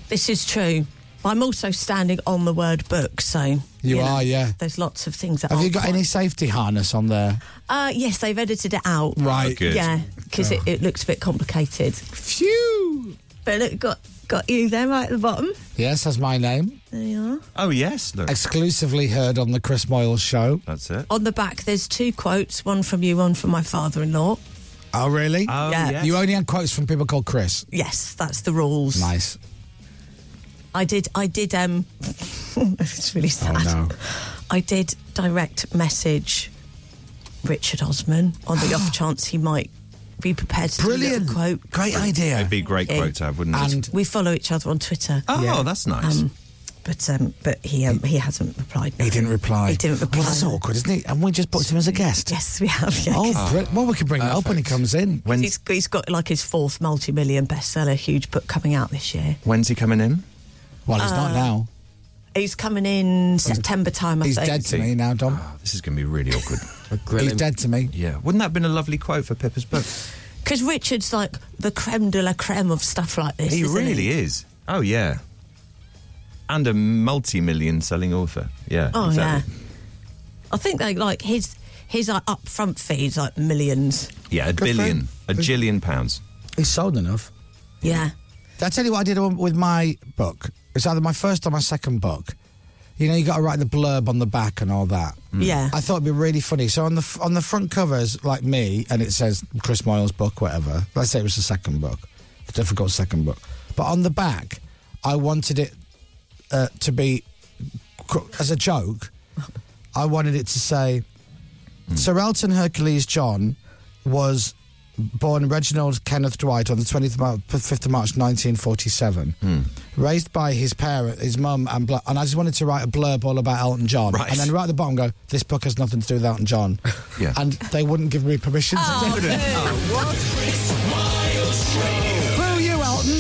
S3: this is true. I'm also standing on the word book, so you,
S5: are, yeah.
S3: There's lots of things that.
S5: Have you
S3: aren't
S5: got any safety harness on there?
S3: quite- Uh, yes, they've edited it out.
S5: Right.
S7: good.
S3: Yeah, because it, it looks a bit complicated.
S5: Phew.
S3: But look, got got you there right at the bottom.
S5: Yes, that's my name.
S3: There you are.
S7: Oh yes, look.
S5: Exclusively heard on the Chris Moyle show.
S7: That's it.
S3: On the back, there's two quotes: one from you, one from my father-in-law.
S5: Oh, really?
S7: Oh
S3: Yeah.
S7: yes.
S5: you only had quotes from people called Chris.
S3: Yes, that's the rules.
S5: Nice.
S3: I did. I did. Um, it's really sad.
S5: Oh, no.
S3: I did direct message Richard Osman on the off chance he might be prepared to
S5: Brilliant
S3: do a little quote.
S5: Great idea.
S7: It'd be a great
S3: Okay.
S7: quote to have, wouldn't it?
S5: And
S3: We follow each other on Twitter.
S7: oh, that's nice.
S3: Um, but um, but he um, he hasn't replied.
S5: he didn't reply.
S3: He didn't reply.
S5: Well, that's awkward, isn't it? And we just booked him as a guest.
S3: Yes, we have. Yeah,
S5: Oh,
S3: 'cause
S5: bri- well, we can bring it up when he comes in.
S7: when,
S3: he's, he's got like his fourth multi-million bestseller, huge book coming out this year.
S7: when's he coming in? Uh,
S5: Well, he's not now.
S3: Uh, He's coming in September time. I
S5: He's
S3: think.
S5: dead to me now, Dom.
S7: Oh, this is going to be really awkward.
S5: He's dead to me.
S7: yeah. Wouldn't that have been a lovely quote for Pippa's book?
S3: Because Richard's like the creme de la creme of stuff like this.
S7: He
S3: isn't
S7: really is. Oh, yeah. And a multi million selling author. Yeah.
S3: Oh
S7: exactly.
S3: yeah. I think they like his his like, upfront fee is like millions.
S7: yeah. a
S5: Good
S7: billion. A
S5: friend.
S7: jillion pounds.
S5: He's sold enough.
S3: Yeah.
S5: I tell you what I did with my book. It's either my first or my second book. You know, you got to write the blurb on the back and all that.
S3: Mm. Yeah.
S5: I thought it'd be really funny. So on the f- on the front covers, like me, and it says Chris Moyle's book, whatever. Let's say it was the second book, the difficult second book. But on the back, I wanted it uh, to be qu- as a joke. I wanted it to say,
S3: Mm.
S5: Sir Elton Hercules John was born Reginald Kenneth Dwight on the 25th of Mar- 5th of March 1947. Raised by his parent, his mum, and bla- and I just wanted to write a blurb all about Elton John.
S7: Right.
S5: And then right at the bottom go, this book has nothing to do with Elton John.
S7: Yeah.
S5: And they wouldn't give me permission
S3: Oh,
S5: to do it. Boo you, Elton!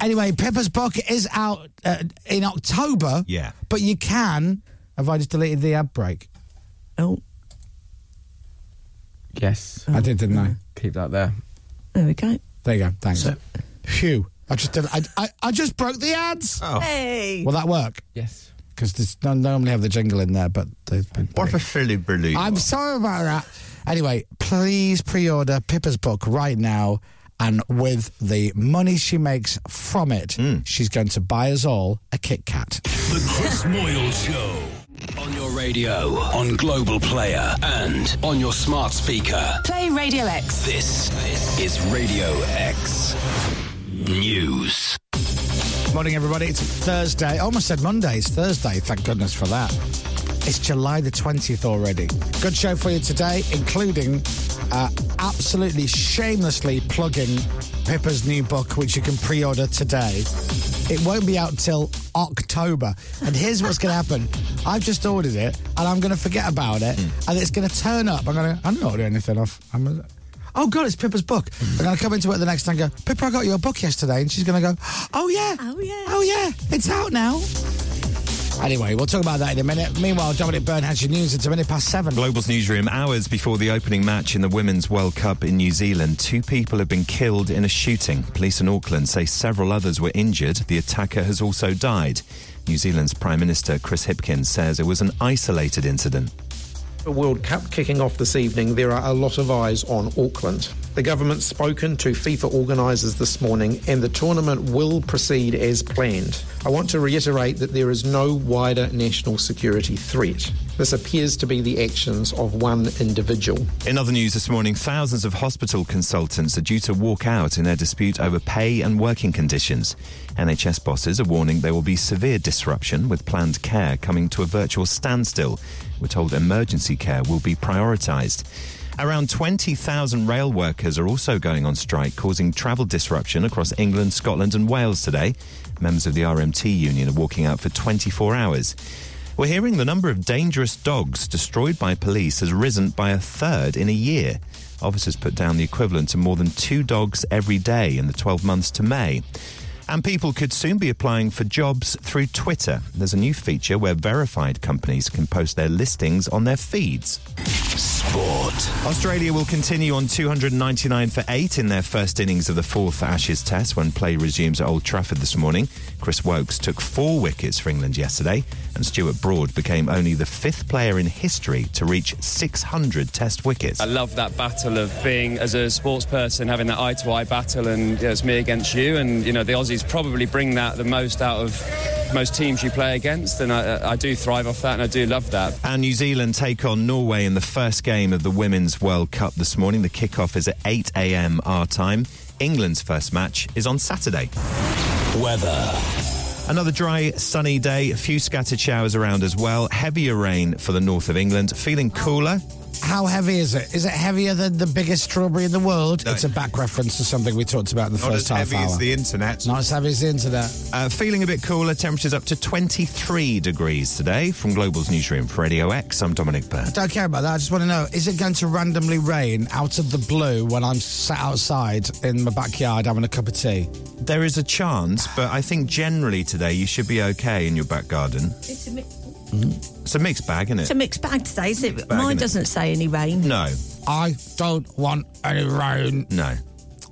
S5: Anyway, Pippa's book is out uh, in October.
S7: Yeah.
S5: But you can... Have I just deleted the ad break?
S3: Oh,
S4: Yes.
S5: I did, didn't I?
S4: Keep that there.
S3: there we go.
S5: There you go. Thanks. Phew. I just did, I, I, I just broke the ads.
S7: Oh.
S3: Hey.
S5: Will that work?
S4: Yes.
S5: Because they don't normally have the jingle in there, but they've been.
S7: What a silly balloon.
S5: I'm sorry about that. Anyway, please pre-order Pippa's book right now, and with the money she makes from it, she's going to buy us all a Kit Kat.
S1: The Chris Moyle Show.
S8: On your radio, on Global Player, and on your smart speaker.
S2: Play Radio X.
S8: This is Radio X News.
S5: Morning, everybody. It's Thursday. I almost said Monday. It's Thursday. Thank goodness for that. It's July the 20th already. Good show for you today, including uh, absolutely shamelessly plugging Pippa's new book, which you can pre order today. It won't be out till October. And here's what's going to happen I've just ordered it and I'm going to forget about it and it's going to turn up. I'm going to, I'm not ordering anything off. I'm gonna, Oh God, it's Pippa's book. I'm going to come into it the next time and go, Pippa, I got you a book yesterday. And she's going to go, oh yeah.
S3: Oh, yeah.
S5: Oh yeah. It's out now. Anyway, we'll talk about that in a minute. Meanwhile, Dominic Byrne has your news. It's a minute past seven.
S7: Global's newsroom, hours before the opening match in the Women's World Cup in New Zealand, two people have been killed in a shooting. Police in Auckland say several others were injured. The attacker has also died. New Zealand's Prime Minister Chris Hipkins says it was an isolated incident.
S9: The World Cup kicking off this evening, there are a lot of eyes on Auckland. The government's spoken to FIFA organisers this morning, and the tournament will proceed as planned. I want to reiterate that there is no wider national security threat. This appears to be the actions of one individual.
S7: In other news this morning, thousands of hospital consultants are due to walk out in their dispute over pay and working conditions. NHS bosses are warning there will be severe disruption with planned care coming to a virtual standstill. We're told emergency care will be prioritised. Around 20,000 rail workers are also going on strike, causing travel disruption across England, Scotland, and Wales today. Members of the RMT union are walking out for 24 hours. We're hearing the number of dangerous dogs destroyed by police has risen by a third in a year. Officers put down the equivalent to more than two dogs every day in the 12 months to May. And people could soon be applying for jobs through Twitter. There's a new feature where verified companies can post their listings on their feeds.
S8: Sport.
S7: Australia will continue on 299 for 8 in their first innings of the fourth Ashes Test when play resumes at Old Trafford this morning. Chris Wokes took four wickets for England yesterday, and Stuart Broad became only the fifth player in history to reach 600 Test wickets.
S10: I love that battle of being, as a sports person, having that eye to eye battle and you know, it's me against you. And, you know, the Aussies probably bring that the most out of most teams you play against. And I, I do thrive off that and I do love that.
S7: And New Zealand take on Norway in the first game of the Women's World Cup this morning. The kickoff is at 8 a.m. our time. England's first match is on Saturday.
S8: Weather.
S7: Another dry, sunny day, a few scattered showers around as well. Heavier rain for the north of England, feeling cooler.
S5: How heavy is it? Is it heavier than the biggest strawberry in the world? It's a back reference to something we talked about in the
S7: Not
S5: first
S7: as
S5: half
S7: heavy
S5: hour.
S7: as the internet.
S5: Not as heavy as the internet.
S7: Uh, feeling a bit cooler, temperatures up to 23 degrees today. From Global's newsroom for Radio X, I'm Dominic Byrne.
S5: I don't care about that. I just want to know: is it going to randomly rain out of the blue when I'm sat outside in my backyard having a cup of tea?
S7: There is a chance, but I think generally today you should be okay in your back garden.
S3: It's a, mi-
S7: It's a mixed bag, isn't it?
S3: it's a mixed bag today, isn't it?
S7: bag,
S3: Mine
S7: innit?
S3: doesn't say any rain.
S7: no,
S5: I don't want any rain.
S7: no.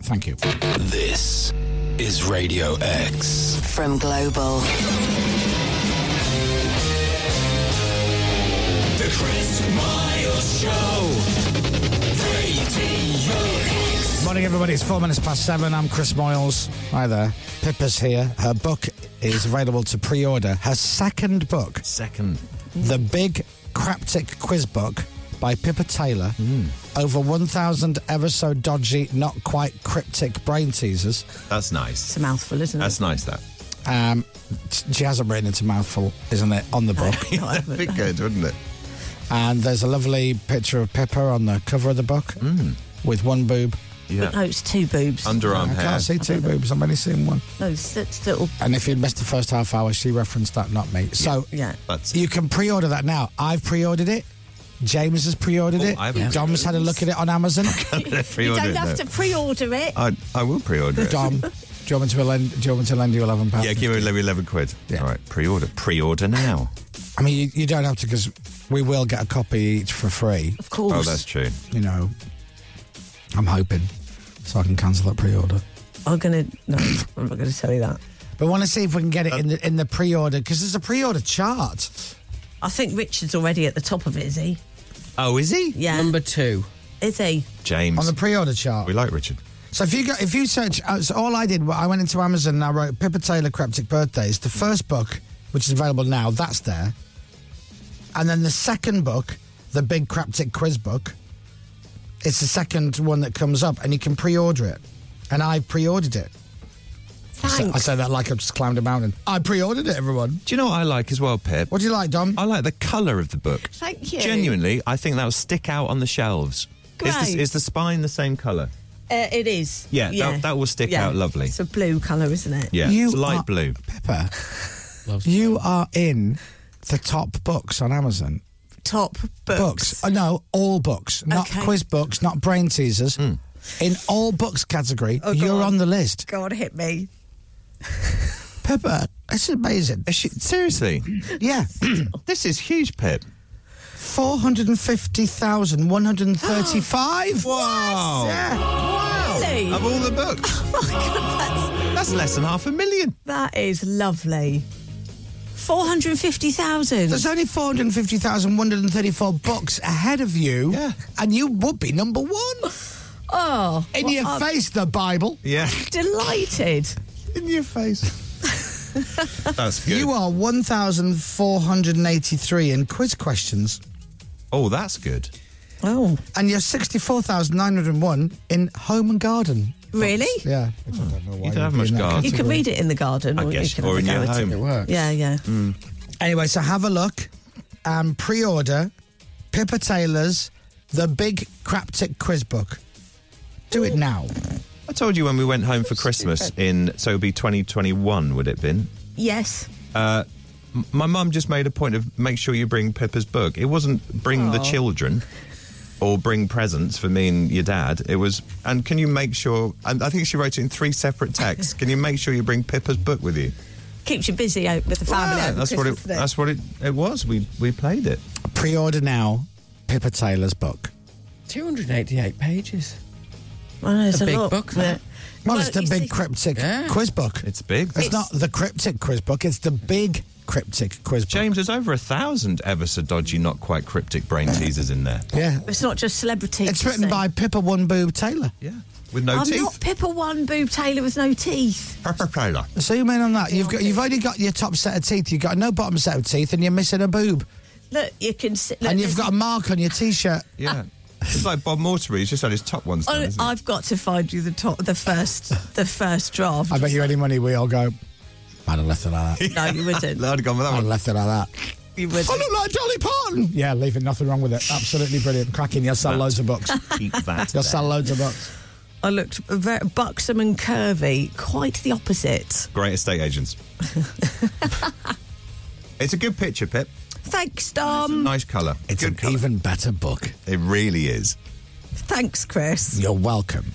S5: Thank you.
S8: This is Radio X.
S2: From Global.
S8: The Chris Miles Show.
S5: Morning, everybody. It's four minutes past seven. I'm Chris Moyles. Hi there. Pippa's here. Her book is available to pre order. Her second book,
S7: Second.
S5: The Big Craptic Quiz Book by Pippa Taylor.
S7: Hmm.
S5: Over 1,000 ever so dodgy, not quite cryptic brain teasers.
S7: That's nice.
S3: It's a mouthful, isn't it?
S7: That's nice, that.
S5: Um, she hasn't written into mouthful, isn't it, on the book?
S7: That'd be good, wouldn't it?
S5: and there's a lovely picture of Pippa on the cover of the book with one boob.
S3: No, it's two boobs.
S7: Mm. Underarm
S5: I
S7: hair.
S5: can't see two boobs. I'm only seeing one.
S3: no, it's, it's little.
S5: And if you missed the first half hour, she referenced that, not me. So
S3: Yeah.
S7: That's
S5: you can pre-order that now. I've pre-ordered it. James has pre-ordered
S7: Oh,
S5: it.
S7: I haven't
S5: Dom's had a look at it on Amazon.
S3: You
S7: pre-order
S3: don't
S7: it,
S3: have
S7: though.
S3: to pre-order it.
S7: I, I will pre-order it.
S5: Dom, do you want me to lend? Do you want me to lend you eleven pounds?
S7: Yeah, give me 11, 11 quid.
S5: Yeah.
S7: All right, pre-order. Pre-order now.
S5: I mean, you, you don't have to because we will get a copy each for free.
S3: of course.
S7: Oh, that's true.
S5: You know, I'm hoping so I can cancel that pre-order.
S3: I'm gonna. No, I'm not gonna tell you that.
S5: But want to see if we can get it
S7: Uh,
S5: in the in the pre-order because there's a pre-order chart.
S3: I think Richard's already at the top of it, is he?
S7: Oh, is he?
S3: Yeah.
S4: Number two.
S3: Is he?
S7: James.
S5: On the pre-order chart,
S7: we like Richard.
S5: So if you go, if you search, uh, so all I did, well, I went into Amazon and I wrote Pippa Taylor Cryptic Birthdays. The first book, which is available now, that's there, and then the second book, the Big Cryptic Quiz Book. It's the second one that comes up, and you can pre-order it, and I pre-ordered it. I say- I
S3: Thanks.
S5: say that like I've just climbed a mountain. I pre-ordered it, everyone.
S7: Do you know what I like as well, Pip?
S5: What do you like, Dom?
S7: I like the colour of the book.
S3: Thank you.
S7: Genuinely, I think that'll stick out on the shelves. Is,
S3: Great.
S7: the, is the spine the same colour?
S3: Uh, it is.
S7: Yeah, that- that will stick out lovely.
S3: It's a blue colour, isn't it?
S7: Yeah,
S5: You
S7: it's light
S5: are-
S7: blue.
S5: Pippa, you are in the top books on Amazon.
S3: Top books.
S5: books. Uh, no, all books, not
S3: Okay.
S5: quiz books, not brain teasers.
S7: Hmm.
S5: In all books category,
S3: Oh, go
S5: you're on.
S3: on.
S5: the list.
S3: God hit me.
S5: Pepper, it's amazing.
S7: Is she- seriously,
S5: Yeah,
S7: this is huge, Pip.
S5: four hundred and fifty thousand one hundred and thirty-five.
S7: Wow.
S5: Yeah.
S3: Really?
S7: Of all the books,
S3: That's,
S7: that's less than half a million.
S3: that is lovely. Four hundred fifty thousand.
S5: There's only 450,134 books ahead of you,
S7: Yeah.
S5: and you would be number one.
S3: Oh,
S5: In
S3: well,
S5: your
S3: I'm
S5: face, the Bible.
S7: Yeah,
S3: Delighted.
S5: In your face.
S7: that's good.
S5: You are 1,483 in quiz questions.
S7: oh, that's good.
S3: Oh,
S5: and you're 64,901 in home and garden.
S3: really?
S5: Yeah. Which I don't know why
S7: You don't have
S5: you'd be
S7: much
S5: in that
S7: garden.
S3: You can read it in the garden,
S7: I
S3: or
S7: guess,
S3: you can
S7: or
S3: have
S7: in
S3: a go
S7: your
S3: at it.
S7: home.
S4: It works.
S3: Yeah, yeah.
S5: Mm. Anyway, so have a look and pre order Pippa Taylor's The Big Craptic Quiz Book. Do it now.
S7: I told you when we went home for Christmas in so it'd be 2021, would it been? Uh,
S3: Yes.
S7: M- My mum just made a point of make sure you bring Pippa's book. It wasn't bring the
S3: Aw.
S7: children or bring presents for me and your dad. It was and can you make sure? And I think she wrote it in three separate texts. can you make sure you bring Pippa's book with you?
S3: Keeps you busy out with the family.
S7: Yeah,
S3: over
S7: that's what it.
S3: Christmas, doesn't
S7: That's what it. It was. We we played it.
S5: Pre order now Pippa Taylor's book.
S4: 288 pages.
S3: Well, there's
S4: a
S3: a,
S4: big
S3: lot,
S4: book,
S3: but-
S4: that.
S5: Well, it's the
S3: you
S5: Big
S3: see-
S5: Cryptic
S4: Yeah.
S5: Quiz Book. It's,
S7: It's big.
S5: not the Cryptic Quiz Book, it's the Big Cryptic Quiz Book.
S7: James, there's over a thousand ever so dodgy, not quite cryptic brain teasers in there.
S5: Yeah.
S3: It's not just celebrities.
S5: It's
S3: you
S5: written
S3: see.
S5: by Pippa One Boob Taylor.
S7: Yeah, with no
S3: I'm not
S7: teeth.
S3: Pippa One Boob Taylor with no teeth.
S7: Pepper Taylor.
S5: Zoom in on that. You've got you've only got your top set of teeth. You've got no bottom set of teeth, and you're missing a boob,
S3: Look, you can see. Look,
S5: and you've
S3: there's-
S5: got a mark on your t-shirt.
S7: Yeah. It's like Bob Mortimer. He's just had his top ones done.
S3: Oh,
S7: isn't he?
S3: I've got to find you the top, the first, the first draft.
S5: I bet you any money we all go. I'd have left it like that.
S3: No, you wouldn't.
S7: I'd have gone with that
S5: I'd have
S7: one.
S5: left it like that.
S3: You would.
S5: I look like Dolly Parton. Yeah, leaving nothing wrong with it. Absolutely brilliant. Cracking. You'll sell loads of books.
S7: Keep that.
S5: You'll
S7: there.
S5: sell loads of books.
S3: I looked very buxom and curvy, quite the opposite.
S7: Great estate agents. it's a good picture, Pip.
S3: Thanks, Dom.
S7: Nice colour.
S5: Mm. It's
S7: good
S5: an even better book.
S7: It really is.
S3: Thanks, Chris.
S5: You're welcome.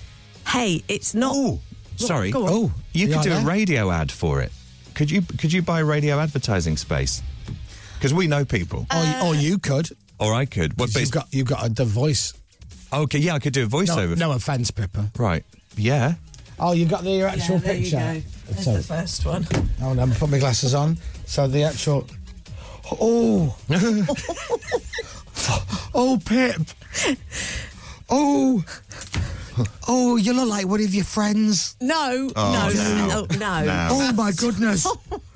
S3: Hey, it's not.
S7: Oh, sorry.
S3: go on.
S5: Oh,
S7: you
S5: you
S7: could
S5: are
S7: do a
S5: there?
S7: radio ad for it. Could you? Could you buy radio advertising space? Because we know people,
S5: or, or you could.
S7: or I could. Well, but
S5: You've
S7: it's-
S5: got you've got a, the voice.
S7: okay, yeah, I could do a
S5: No,
S7: voiceover.
S5: no offense, Pippa.
S7: Right. Yeah.
S5: Oh, you got the your actual
S3: Yeah, there you
S5: picture.
S3: go. That's
S5: So-
S3: the first one.
S5: Hold on, put my glasses on. So the actual. Oh. oh, Pip. Oh. Oh, you look like one of your friends.
S3: No,
S7: Oh,
S3: no,
S7: no.
S3: no,
S7: No.
S5: Oh my goodness.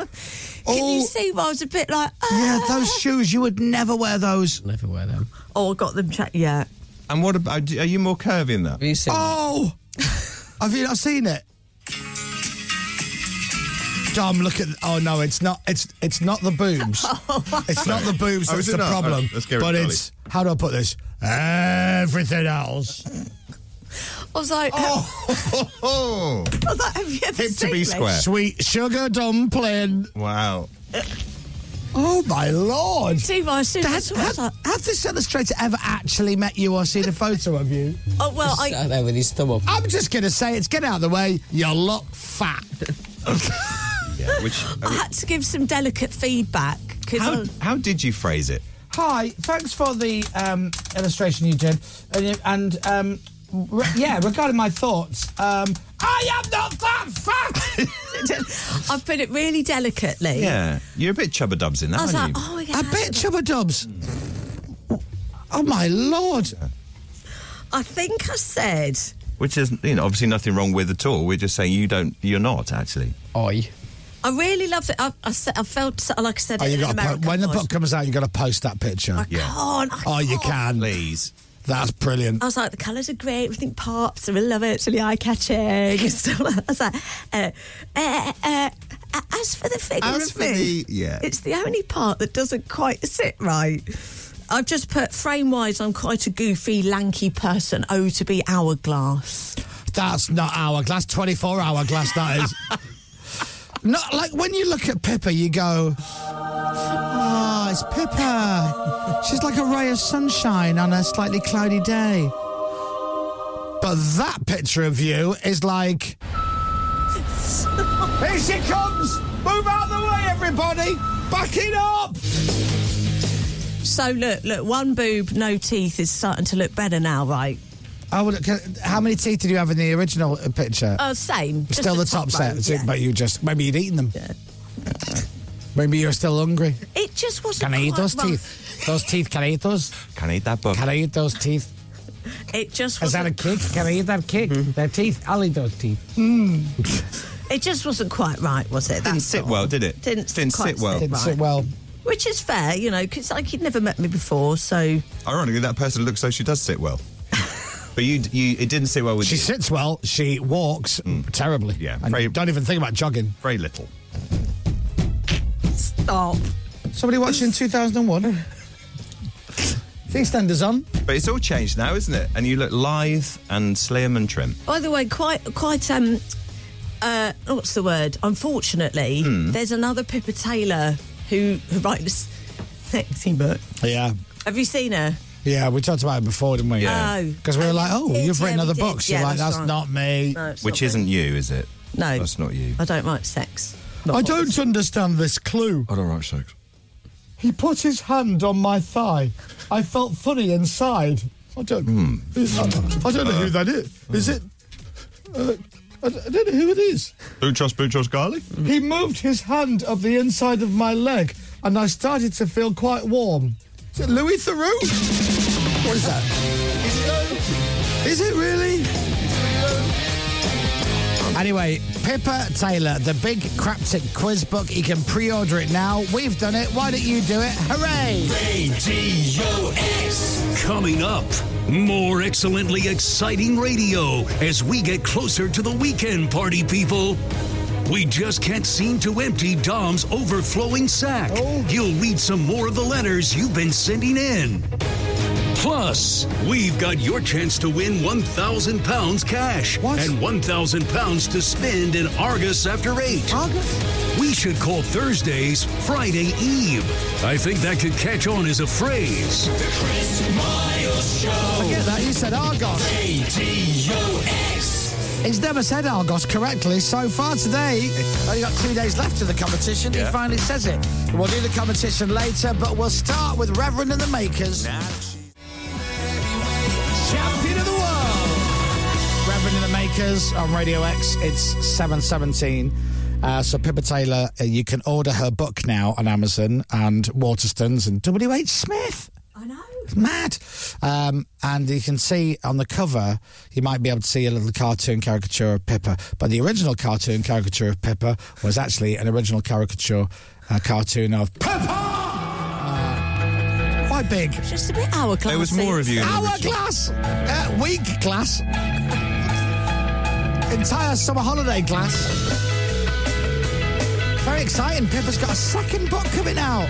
S3: Can you
S5: Oh.
S3: see? why I was a bit like, oh,
S5: Yeah, those shoes. You would never wear those.
S4: Never wear them.
S3: oh I got them checked. Yeah,
S7: And what about? Are you more curvy than that?
S4: Have you seen?
S5: Oh. Have you not seen it? Dom, look at. Oh no, it's not. It's it's not the boobs.
S3: Oh,
S5: It's not the boobs.
S7: Oh,
S5: That's
S7: is it
S5: the
S7: not?
S5: problem.
S7: Alright, let's get rid
S5: but
S7: of
S5: it's how do I put this? Everything else.
S3: I was like,
S7: Oh,
S3: I was like, have you ever
S7: Hip to
S3: seen
S7: be
S3: this?
S7: square.
S5: Sweet sugar dumpling.
S7: wow.
S5: Oh my lord.
S3: See, why I was
S5: Dad,
S3: I was
S5: have,
S3: like,
S5: have this illustrator ever actually met you or seen a photo of you?
S3: oh well, I,
S4: Sat there with his thumb up.
S5: I'm just going to say it's get out of the way. You look fat.
S7: Yeah. Which? uh,
S3: I had to give some delicate feedback
S7: how,
S3: because
S7: how did you phrase it?
S5: Hi, thanks for the um, illustration you did. And, and um, re- yeah, regarding my thoughts, um, I am not that fat.
S3: I put it really delicately.
S7: Yeah. You're a bit chubba dubs in that,
S3: I was like,
S7: aren't you?
S3: oh yeah,
S5: I bet Chubba Dubs. Oh my lord.
S3: I think I said,
S7: Which is, you know, obviously nothing wrong with at all. We're just saying you don't. You're not actually.
S4: Oi.
S3: I really loved it. I, I, said, I felt so- like I said,
S5: Oh,
S3: it
S5: you
S3: in
S5: got to
S3: American
S5: po- when the
S3: voice.
S5: book comes out, you got to post that picture.
S3: I
S7: Yeah.
S3: can't. I
S5: Oh, you
S3: can't.
S5: can.
S7: Please.
S5: That's brilliant.
S3: I was like, the colours are great, everything pops, I really love it, it's really eye catching. I was like, uh, uh, uh, uh, as for the figure
S7: As
S3: of
S7: for
S3: me,
S7: the- yeah.
S3: it's the only part that doesn't quite sit right. I've just put frame wise, I'm quite a goofy, lanky person. Oh, to be hourglass.
S5: That's not hourglass. Twenty-four hourglass. That is. Not like when you look at Pippa, you go, "Oh, it's Pippa. She's like a ray of sunshine on a slightly cloudy day." But that picture of you is like, "Here she comes! Move out of the way, everybody! Back it up!"
S3: So, look, look, one boob, no teeth is starting to look better now, right?
S5: I would. Can, how many teeth did you have in the original uh, picture?
S3: Oh, same. just
S5: still the top,
S3: row,
S5: set,
S3: yeah.
S5: but you just maybe you'd eaten them.
S3: Yeah.
S5: Maybe you're still hungry.
S3: It just wasn't
S5: Can I eat
S3: quite
S5: those
S3: right.
S5: teeth? Those teeth, can I eat those?
S7: Can I eat that book?
S5: Can I eat those teeth?
S3: It just
S5: Is that
S3: wasn't
S5: a cake? Can I eat that cake? Their teeth? I'll eat those teeth.
S3: It just wasn't quite right, was it?
S7: didn't
S3: That's
S7: sit
S3: all.
S7: well, did it?
S3: Didn't quite
S7: sit well.
S3: sit.
S5: Didn't
S3: Right.
S5: sit well.
S3: Which is fair, you know, because like he'd never met me before, so
S7: Ironically, that person looks like she does sit well. but you, you, it didn't sit well with
S5: She
S7: you. Hmm.
S5: sits well. She walks terribly.
S7: Yeah,
S5: And
S7: very-
S5: don't even think about jogging.
S7: Very little.
S3: stop.
S5: Somebody watching 2001. the extender's on.
S7: But it's all changed now, isn't it? And you look lithe and slim and trim.
S3: By the way, quite quite um uh what's the word? Unfortunately,
S7: Hmm.
S3: there's another Pippa Taylor who who writes this sexy book.
S5: Yeah.
S3: Have you seen her?
S5: Yeah, we talked about it before, didn't we?
S7: Yeah.
S3: Oh.
S5: Because we were like, oh,
S3: Yeah,
S5: you've
S3: yeah,
S5: written
S3: we
S5: other
S3: did.
S5: books.
S3: Yeah,
S5: You're like, that's,
S3: right.
S5: not me.
S3: No, it's
S7: Which
S3: not
S7: isn't you, is it?
S3: No.
S7: That's not you.
S3: me. I don't write sex.
S5: I don't understand this clue.
S7: I don't write sex.
S5: He put his hand on my thigh. I felt funny inside. I don't.
S7: Hmm.
S5: I, I don't know who that is. Is it? Uh, I d- I don't know who it is.
S7: Bootros, bootros, garlic?
S5: He moved his hand up the inside of my leg, and I started to feel quite warm. Is it Louis Theroux? What is that? Is it really? Anyway, Pippa Taylor, the big Craptic quiz book. You can pre-order it now. We've done it. Why don't you do it? Hooray!
S1: Coming up, more excellently exciting radio as we get closer to the weekend party, people. We just can't seem to empty Dom's overflowing sack. He'll read some more of the letters you've been sending in. Plus, we've got your chance to win £1,000 cash and £1,000 to spend in Argus after 8. Argus? We should call Thursdays Friday Eve. I think that could catch on as a phrase.
S5: I get that. You said Argos. He's never said Argos correctly so far today. Only got two days left of the competition. He finally says it. We'll do the competition later, but we'll start with Reverend and the Makers. Champion of the world. Reverend and the Makers on Radio X. It's 717. Uh, so Pippa Taylor, uh, you can order her book now on Amazon and Waterstones and W.H. Smith.
S3: I know.
S5: It's mad. Um, and you can see on the cover, you might be able to see a little cartoon caricature of Pippa. But the original cartoon caricature of Pippa was actually an original caricature uh, cartoon of Pippa! Uh, quite big.
S3: Just a bit hourglass. eh?
S7: There was more of you in the original.
S5: Hourglass! Uh, week glass. Entire summer holiday glass. Very exciting. Pippa's got a second book coming out.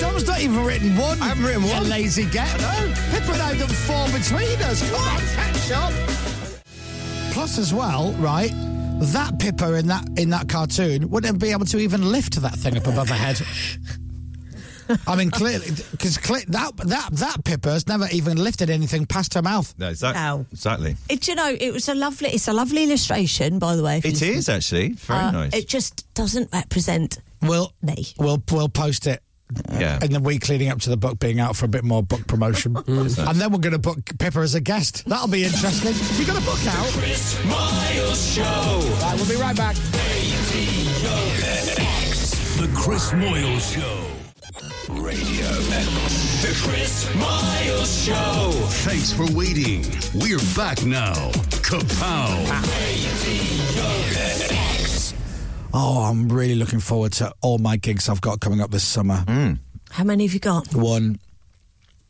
S5: Dom's not even written one. I haven't written one. lazy get. No. Pippa and I have done four between us. Come on, catch up. Plus, as well, right? That Pippa in that in that cartoon wouldn't be able to even lift that thing up above her head. I mean, clearly, because that that that Pippa's never even lifted anything past her mouth.
S7: No, exac-
S3: Ow.
S7: exactly.
S3: It, you know, it was a lovely. It's a lovely illustration, by the way. if
S7: It
S3: you-
S7: is actually very
S3: Uh,
S7: nice.
S3: It just doesn't represent
S5: We'll
S3: me.
S5: we'll we'll post it
S7: yeah.
S5: in the week leading up to the book being out for a bit more book promotion. and then we're going to book Pippa as a guest. That'll be interesting. You got a book out?
S8: Chris Miles Show.
S5: Right, we'll be right back.
S1: The Chris Moyle Show.
S8: Radio X. The Chris Miles Show.
S1: Thanks for waiting. We're back now. Kapow.
S5: Oh, I'm really looking forward to all my gigs I've got coming up this summer.
S7: Mm.
S3: How many have you got?
S5: One,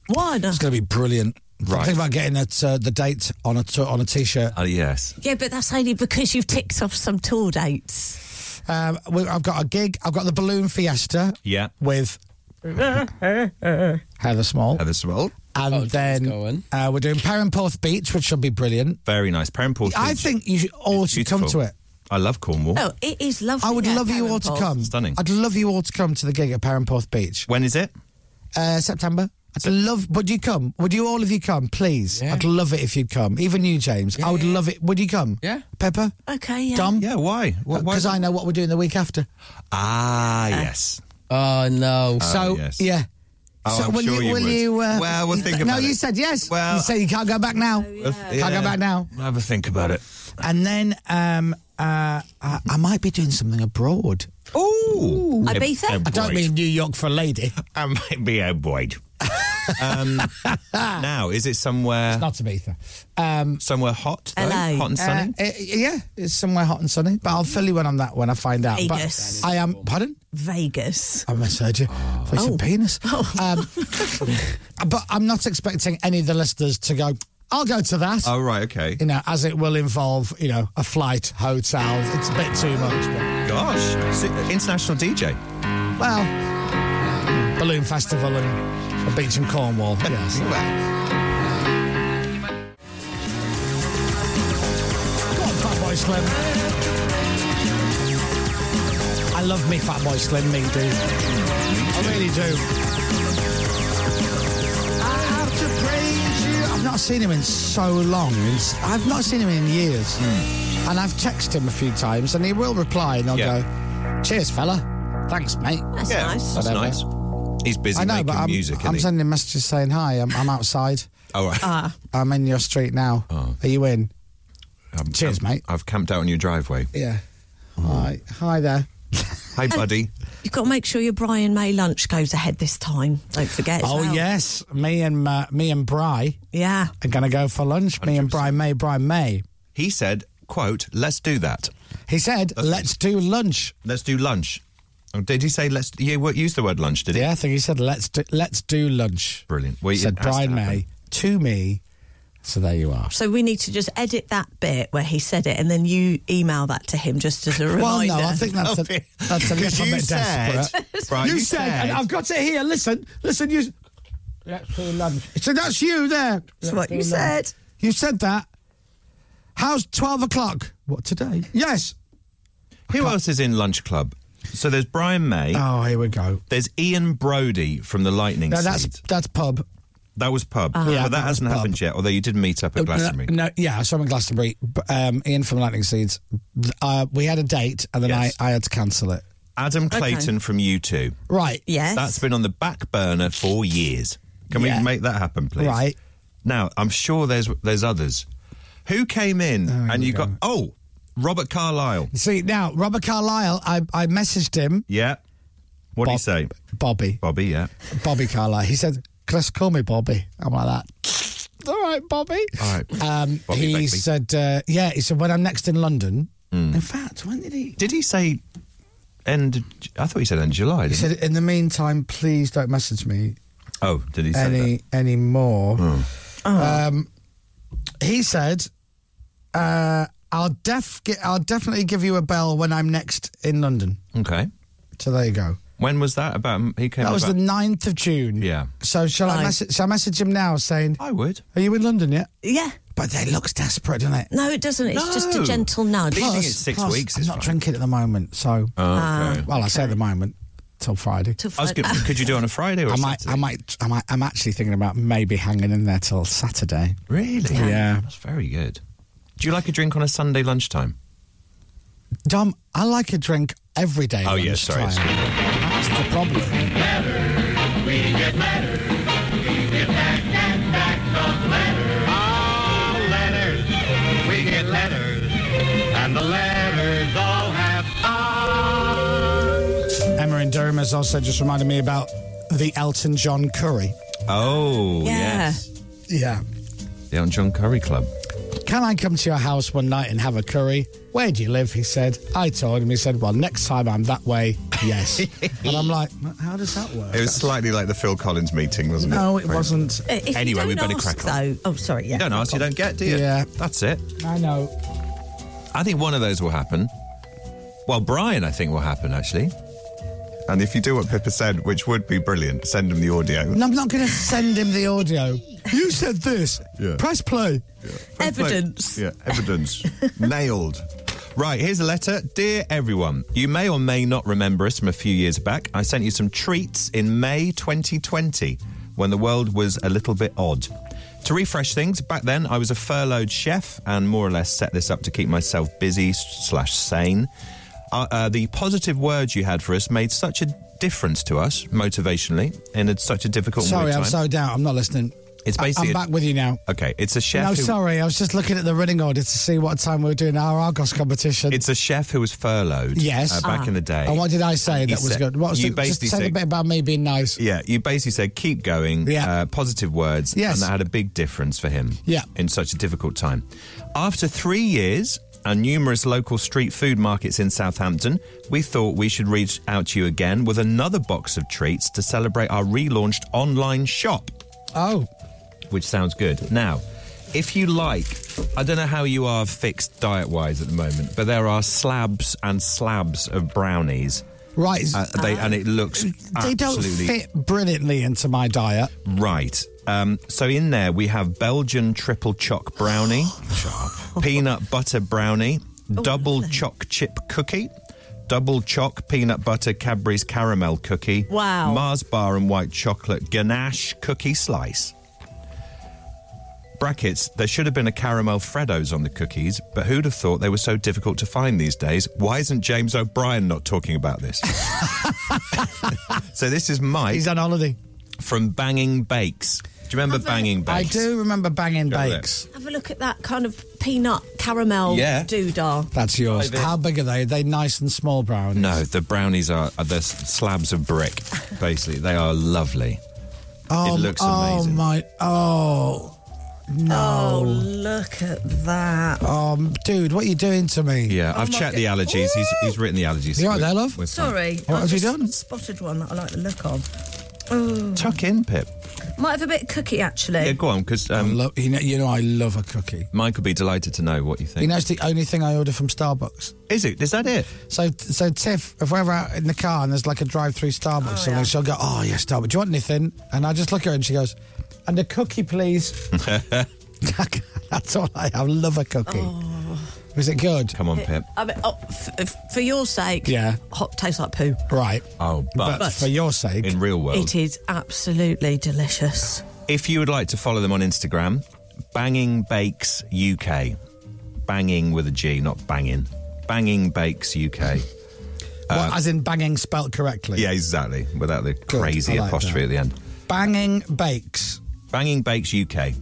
S3: One.
S5: it's going to be brilliant.
S7: Right.
S5: Think about getting it, uh, the date on a t- on a t-shirt.
S7: Oh yes.
S3: Yeah, but that's only because you've ticked off some tour dates.
S5: Um, we- I've got a gig. I've got the Balloon Fiesta.
S7: Yeah.
S5: With Heather Small,
S7: Heather Swell.
S5: and
S4: Oh, she's
S5: then
S4: going.
S5: uh, we're doing Perranporth Beach, which will be brilliant.
S7: Very nice. Parent Portage.
S5: I think you should, all
S7: It's
S5: should come to
S7: beautiful.
S5: it.
S7: I love Cornwall.
S3: Oh, it is lovely.
S5: I would
S3: there,
S5: love you all to
S3: Perranporth.
S5: come.
S7: Stunning.
S5: I'd love you all to come to the gig at Perranporth Beach.
S7: When is it?
S5: Uh, September. I'd love. Would you come? Would you all of you come, please? I'd love it if you'd come. Even you, James. I would love it. Would you come?
S4: Yeah.
S5: Pepper.
S3: Okay. Yeah.
S5: Dom.
S7: Yeah. Why? Why- why-
S5: Because I know what we're doing the week after.
S7: Ah yes. Ah,
S4: Oh no!
S5: so
S7: yes.
S5: yeah.
S7: Oh,
S5: so
S7: I'm
S5: will
S7: sure
S5: you?
S7: you
S5: will
S7: would.
S5: you? Uh,
S7: Well, we'll
S5: you
S7: think
S5: th-
S7: about
S5: No, you
S7: it.
S5: said yes.
S7: Well,
S5: you say you can't go back now. Can't go back now.
S7: Have a think about it.
S5: And then um, uh, I, I might be doing something abroad.
S7: Ooh.
S3: Ibiza?
S7: A- a
S5: I don't
S7: boy.
S5: mean New York for a lady.
S7: I might be a boy. um, now, is it somewhere
S5: Not Ibiza. Um,
S7: somewhere hot? Though?
S3: LA.
S7: Hot and sunny.
S5: Uh, it- yeah, it's somewhere hot and sunny. But I'll fill you in on that when I find out.
S3: Vegas.
S5: But I am. Pardon?
S3: Vegas. Oh.
S5: I misheard you.
S7: Oh.
S5: I said penis. Um, but I'm not expecting any of the listeners to go. I'll go to that.
S7: oh right. Okay.
S5: You know, as it will involve, you know, a flight, hotel. It's a bit too much. But,
S7: Gosh. So, international DJ.
S5: well, balloon festival and a beach in Cornwall. Yes. Go on, Fat Boy Slim. I love me Fat Boy Slim, me do. I really do. I have to praise you. I've not seen him in so long. It's- I've not seen him in years. And I've texted him a few times and he will reply and I'll
S7: Yeah.
S5: go, cheers, fella. Thanks, mate.
S3: That's
S7: Yeah,
S3: nice.
S7: that's
S5: Whatever.
S7: nice. He's busy
S5: I know,
S7: making
S5: but I'm,
S7: music.
S5: I'm
S7: isn't he?
S5: sending him messages saying, hi, I'm, I'm outside.
S7: All right.
S3: Ah.
S7: Oh.
S5: I'm in your street now. Are you in?
S7: I'm-
S5: cheers,
S7: I'm-
S5: mate.
S7: Um, I've camped out on your driveway.
S5: Yeah. Hi. Hi there.
S7: Hey, buddy.
S3: You've got to make sure your Brian May lunch goes ahead this time. Don't forget. as
S5: Oh
S3: well.
S5: yes, me and uh, me and Bry
S3: Yeah.
S5: are going to go for lunch. Me and Bry May, Bry May.
S7: He said, "quote Let's do that.
S5: He said, "Let's do lunch."
S7: Let's do lunch." Oh, did he say let's? You wo- used the word lunch, did he?
S5: Yeah, I think he said, "Let's do let's do lunch."
S7: Brilliant. Well, it
S5: said
S7: has to
S5: Bry May
S7: happen.
S5: to me, So there you are.
S3: So we need to just edit that bit where he said it, and then you email that to him just as a reminder.
S5: Well, no, I think that's a, that's a
S7: Because
S5: little
S7: you
S5: bit
S7: said-
S5: desperate.
S7: Right,
S5: you,
S7: you
S5: said,
S7: said-
S5: and I've got it here. Listen, listen, you. Let's do lunch. So that's you there. That's
S3: what you said.
S5: You said that. How's 12 o'clock? What, today? Yes.
S7: Who else is in Lunch Club? So there's Brian May.
S5: Oh, here we go.
S7: There's Ian Brody from the Lightning
S5: No, that's
S7: Seed.
S5: that's pub.
S7: That was pub.
S5: Ah. Yeah,
S7: but that
S5: that
S7: hasn't
S5: was pub. Uh,
S7: happened yet, although you did meet up at Glastonbury.
S5: No, no, yeah, so I'm in Glastonbury. B- Um, Ian from Lightning Seeds. Th- Uh, we had a date, and then
S7: Yes.
S5: I, I had to cancel it.
S7: Adam Clayton from U2.
S5: Right.
S7: That's been on the back burner for years. Can
S5: Yeah.
S7: we make that happen, please?
S5: Right.
S7: Now, I'm sure there's there's others. Who came in and you got oh, Robert Carlyle.
S5: See, now, Robert Carlyle, I, I messaged him,
S7: Yeah. What did he
S5: Bob-
S7: say?
S5: Bobby.
S7: Bobby, yeah.
S5: Bobby Carlyle. He said, "Can I just call me Bobby?" I'm like that. All right, Bobby.
S7: All right.
S5: Um,
S7: Bobby
S5: he
S7: Bagley.
S5: said, uh, "Yeah." He said, "When I'm next in London." In fact, when did he?
S7: Did he say Mm. end I thought he said end July,
S5: He
S7: didn't he?
S5: said, "In the meantime, please don't message me
S7: oh, did he say that? Oh.
S5: any any more." Um, he said, uh, "I'll def ge- I'll definitely give you a bell when I'm next in London."
S7: Oh, Okay.
S5: So there you go.
S7: When was that? About he came
S5: That was the
S7: about,
S5: 9th of June.
S7: Yeah.
S5: So shall I
S3: Right.
S5: message? Shall I message him now saying,
S7: I would.
S5: "Are you in London yet?"
S3: Yeah.
S5: But that looks desperate, doesn't it?
S3: No, it doesn't. It's just a
S7: No.
S3: gentle nudge.
S7: Leaving it six
S5: Plus,
S7: weeks
S5: I'm
S7: is
S5: not
S7: fine.
S5: drinking at the moment, so
S7: Oh,
S3: Ah,
S7: okay.
S5: well, I say at the moment till Friday.
S3: To
S7: I was
S3: find-
S7: gonna, could you do it on a Friday or
S5: I
S7: a
S5: might, I
S7: Saturday?
S5: might, I might, I'm actually thinking about maybe hanging in there till Saturday.
S7: Really?
S5: Yeah.
S7: That's very good. Do you like a drink on a Sunday lunchtime?
S5: Dom, I like a drink every day. at
S7: Oh, yeah, sorry,
S5: lunchtime. That's the problem.
S11: letters. We get letters. And the letters all have
S5: Emma in Durham has also just reminded me about the Elton John curry.
S7: Oh,
S3: Yeah.
S7: yes.
S5: Yeah.
S7: The Aunt John Curry Club.
S5: Can I come to your house one night and have a curry? Where do you live? He said. I told him. He said, Well, next time I'm that way, yes. and I'm like, How does that work?
S7: It was slightly like the Phil Collins meeting, wasn't
S5: no,
S7: it?
S5: it wasn't.
S3: Uh, if you
S7: Anyway, we
S3: don't
S7: better
S3: ask,
S7: crack on.
S3: Though, oh, sorry. Yeah.
S7: You don't ask, you don't get, do you?
S5: Yeah.
S7: That's it.
S5: I know.
S7: I think one of those will happen. Well, Brian, I think will happen, actually. And if you do what Pippa said, which would be brilliant, send him the audio.
S5: No, I'm not going to send him the audio. You said this.
S7: Yeah.
S5: Press play.
S3: Evidence.
S7: Yeah, evidence. Nailed. Right, here's a letter. Dear everyone, you may or may not remember us from a few years back. I sent you some treats in May 2020 when the world was a little bit odd. To refresh things, back then I was a furloughed chef and more or less set this up to keep myself busy slash sane. Uh, uh, the positive words you had for us made such a difference to us motivationally in a- such a difficult and
S5: Sorry,
S7: weird
S5: I'm
S7: time.
S5: so down. I'm not listening.
S7: It's
S5: I-
S7: basically
S5: I'm back with you now.
S7: Okay, it's a chef.
S5: No,
S7: who-
S5: sorry. I was just looking at the running order to see what time we were doing our Argos competition.
S7: It's a chef who was furloughed.
S5: Yes. Ah.
S7: uh, back in the day.
S5: and what did I say
S7: He
S5: that was
S7: said-
S5: good? What was
S7: you
S5: the, just
S7: basically
S5: say a
S7: said-
S5: bit about me being nice.
S7: Yeah, you basically said keep going.
S5: Yeah.
S7: Uh, positive words.
S5: Yes.
S7: And that had a big difference for him.
S5: Yeah.
S7: In such a difficult time. After three years and numerous local street food markets in Southampton, we thought we should reach out to you again with another box of treats to celebrate our relaunched online shop
S5: Oh,
S7: which sounds good. Now, if you like, I don't know how you are fixed diet wise at the moment, but there are slabs and slabs of brownies.
S5: right.
S7: Uh, they, and it looks
S5: they don't
S7: absolutely
S5: fit brilliantly into my diet.
S7: right. Um, so in there we have Belgian triple choc brownie, peanut butter brownie, double choc chip cookie, double choc peanut butter Cadbury's caramel cookie,
S3: Wow.
S7: Mars bar and white chocolate ganache cookie slice. Brackets, there should have been a caramel Freddo's on the cookies, but who'd have thought they were so difficult to find these days? Why isn't James O'Brien not talking about this? so this is Mike
S5: He's on holiday.
S7: from Banging Bakes. Do you remember
S3: Have a-
S7: Banging
S5: I
S7: Bakes?
S5: do remember banging
S7: Go with
S5: bakes.
S3: Have a look at that kind of peanut caramel
S7: Yeah.
S3: doodah.
S5: That's yours.
S7: Dive in.
S5: How big are they? Are they nice and small brownies?
S7: No, the brownies are, are the s- slabs of brick. Basically, they are lovely.
S5: Oh,
S7: It looks
S5: oh
S7: amazing.
S5: my! Oh
S3: Oh,
S5: no!
S3: look at that.
S5: Um, dude, what are you doing to me?
S7: Yeah,
S3: Oh
S7: I've
S3: my
S7: checked
S3: go-
S7: the allergies. He's,
S3: Ooh!
S7: he's written the allergies.
S5: You all right
S7: We're-
S5: there, love?
S7: we're fine.
S3: Sorry.
S5: What
S3: I
S5: have you
S3: just
S5: done?
S3: Spotted one that I like the look of. Ooh.
S7: Tuck in, Pip.
S3: Might have a bit of cookie actually.
S7: Yeah, go on, because um,
S5: you, know, I love a cookie.
S7: Mike would be delighted to know what you think.
S5: You know, it's the only thing I order from Starbucks.
S7: Is it? Is that it?
S5: So, so Tiff, if we're out in the car and there's like a drive-through Starbucks, or something, she'll go, "Oh yeah, Starbucks. Do you want anything?" And I just look at her and she goes, "And a cookie, please." That's all I. I love a cookie. Is it good?
S7: Oh. Come on, Pip.
S3: I mean, oh, f- f- for your sake,
S5: Yeah.
S3: hot tastes like poo.
S5: Right.
S7: Oh, but,
S3: But for
S5: your sake,
S7: in real world,
S3: It is absolutely delicious.
S7: If you would like to follow them on Instagram, Banging Bakes UK. Banging with a G, not banging. Banging Bakes UK.
S5: Well, as in banging spelt correctly.
S7: Yeah, exactly. Without the crazy
S5: I like
S7: apostrophe
S5: that.
S7: at the end.
S5: Banging bakes.
S7: Banging Bakes UK.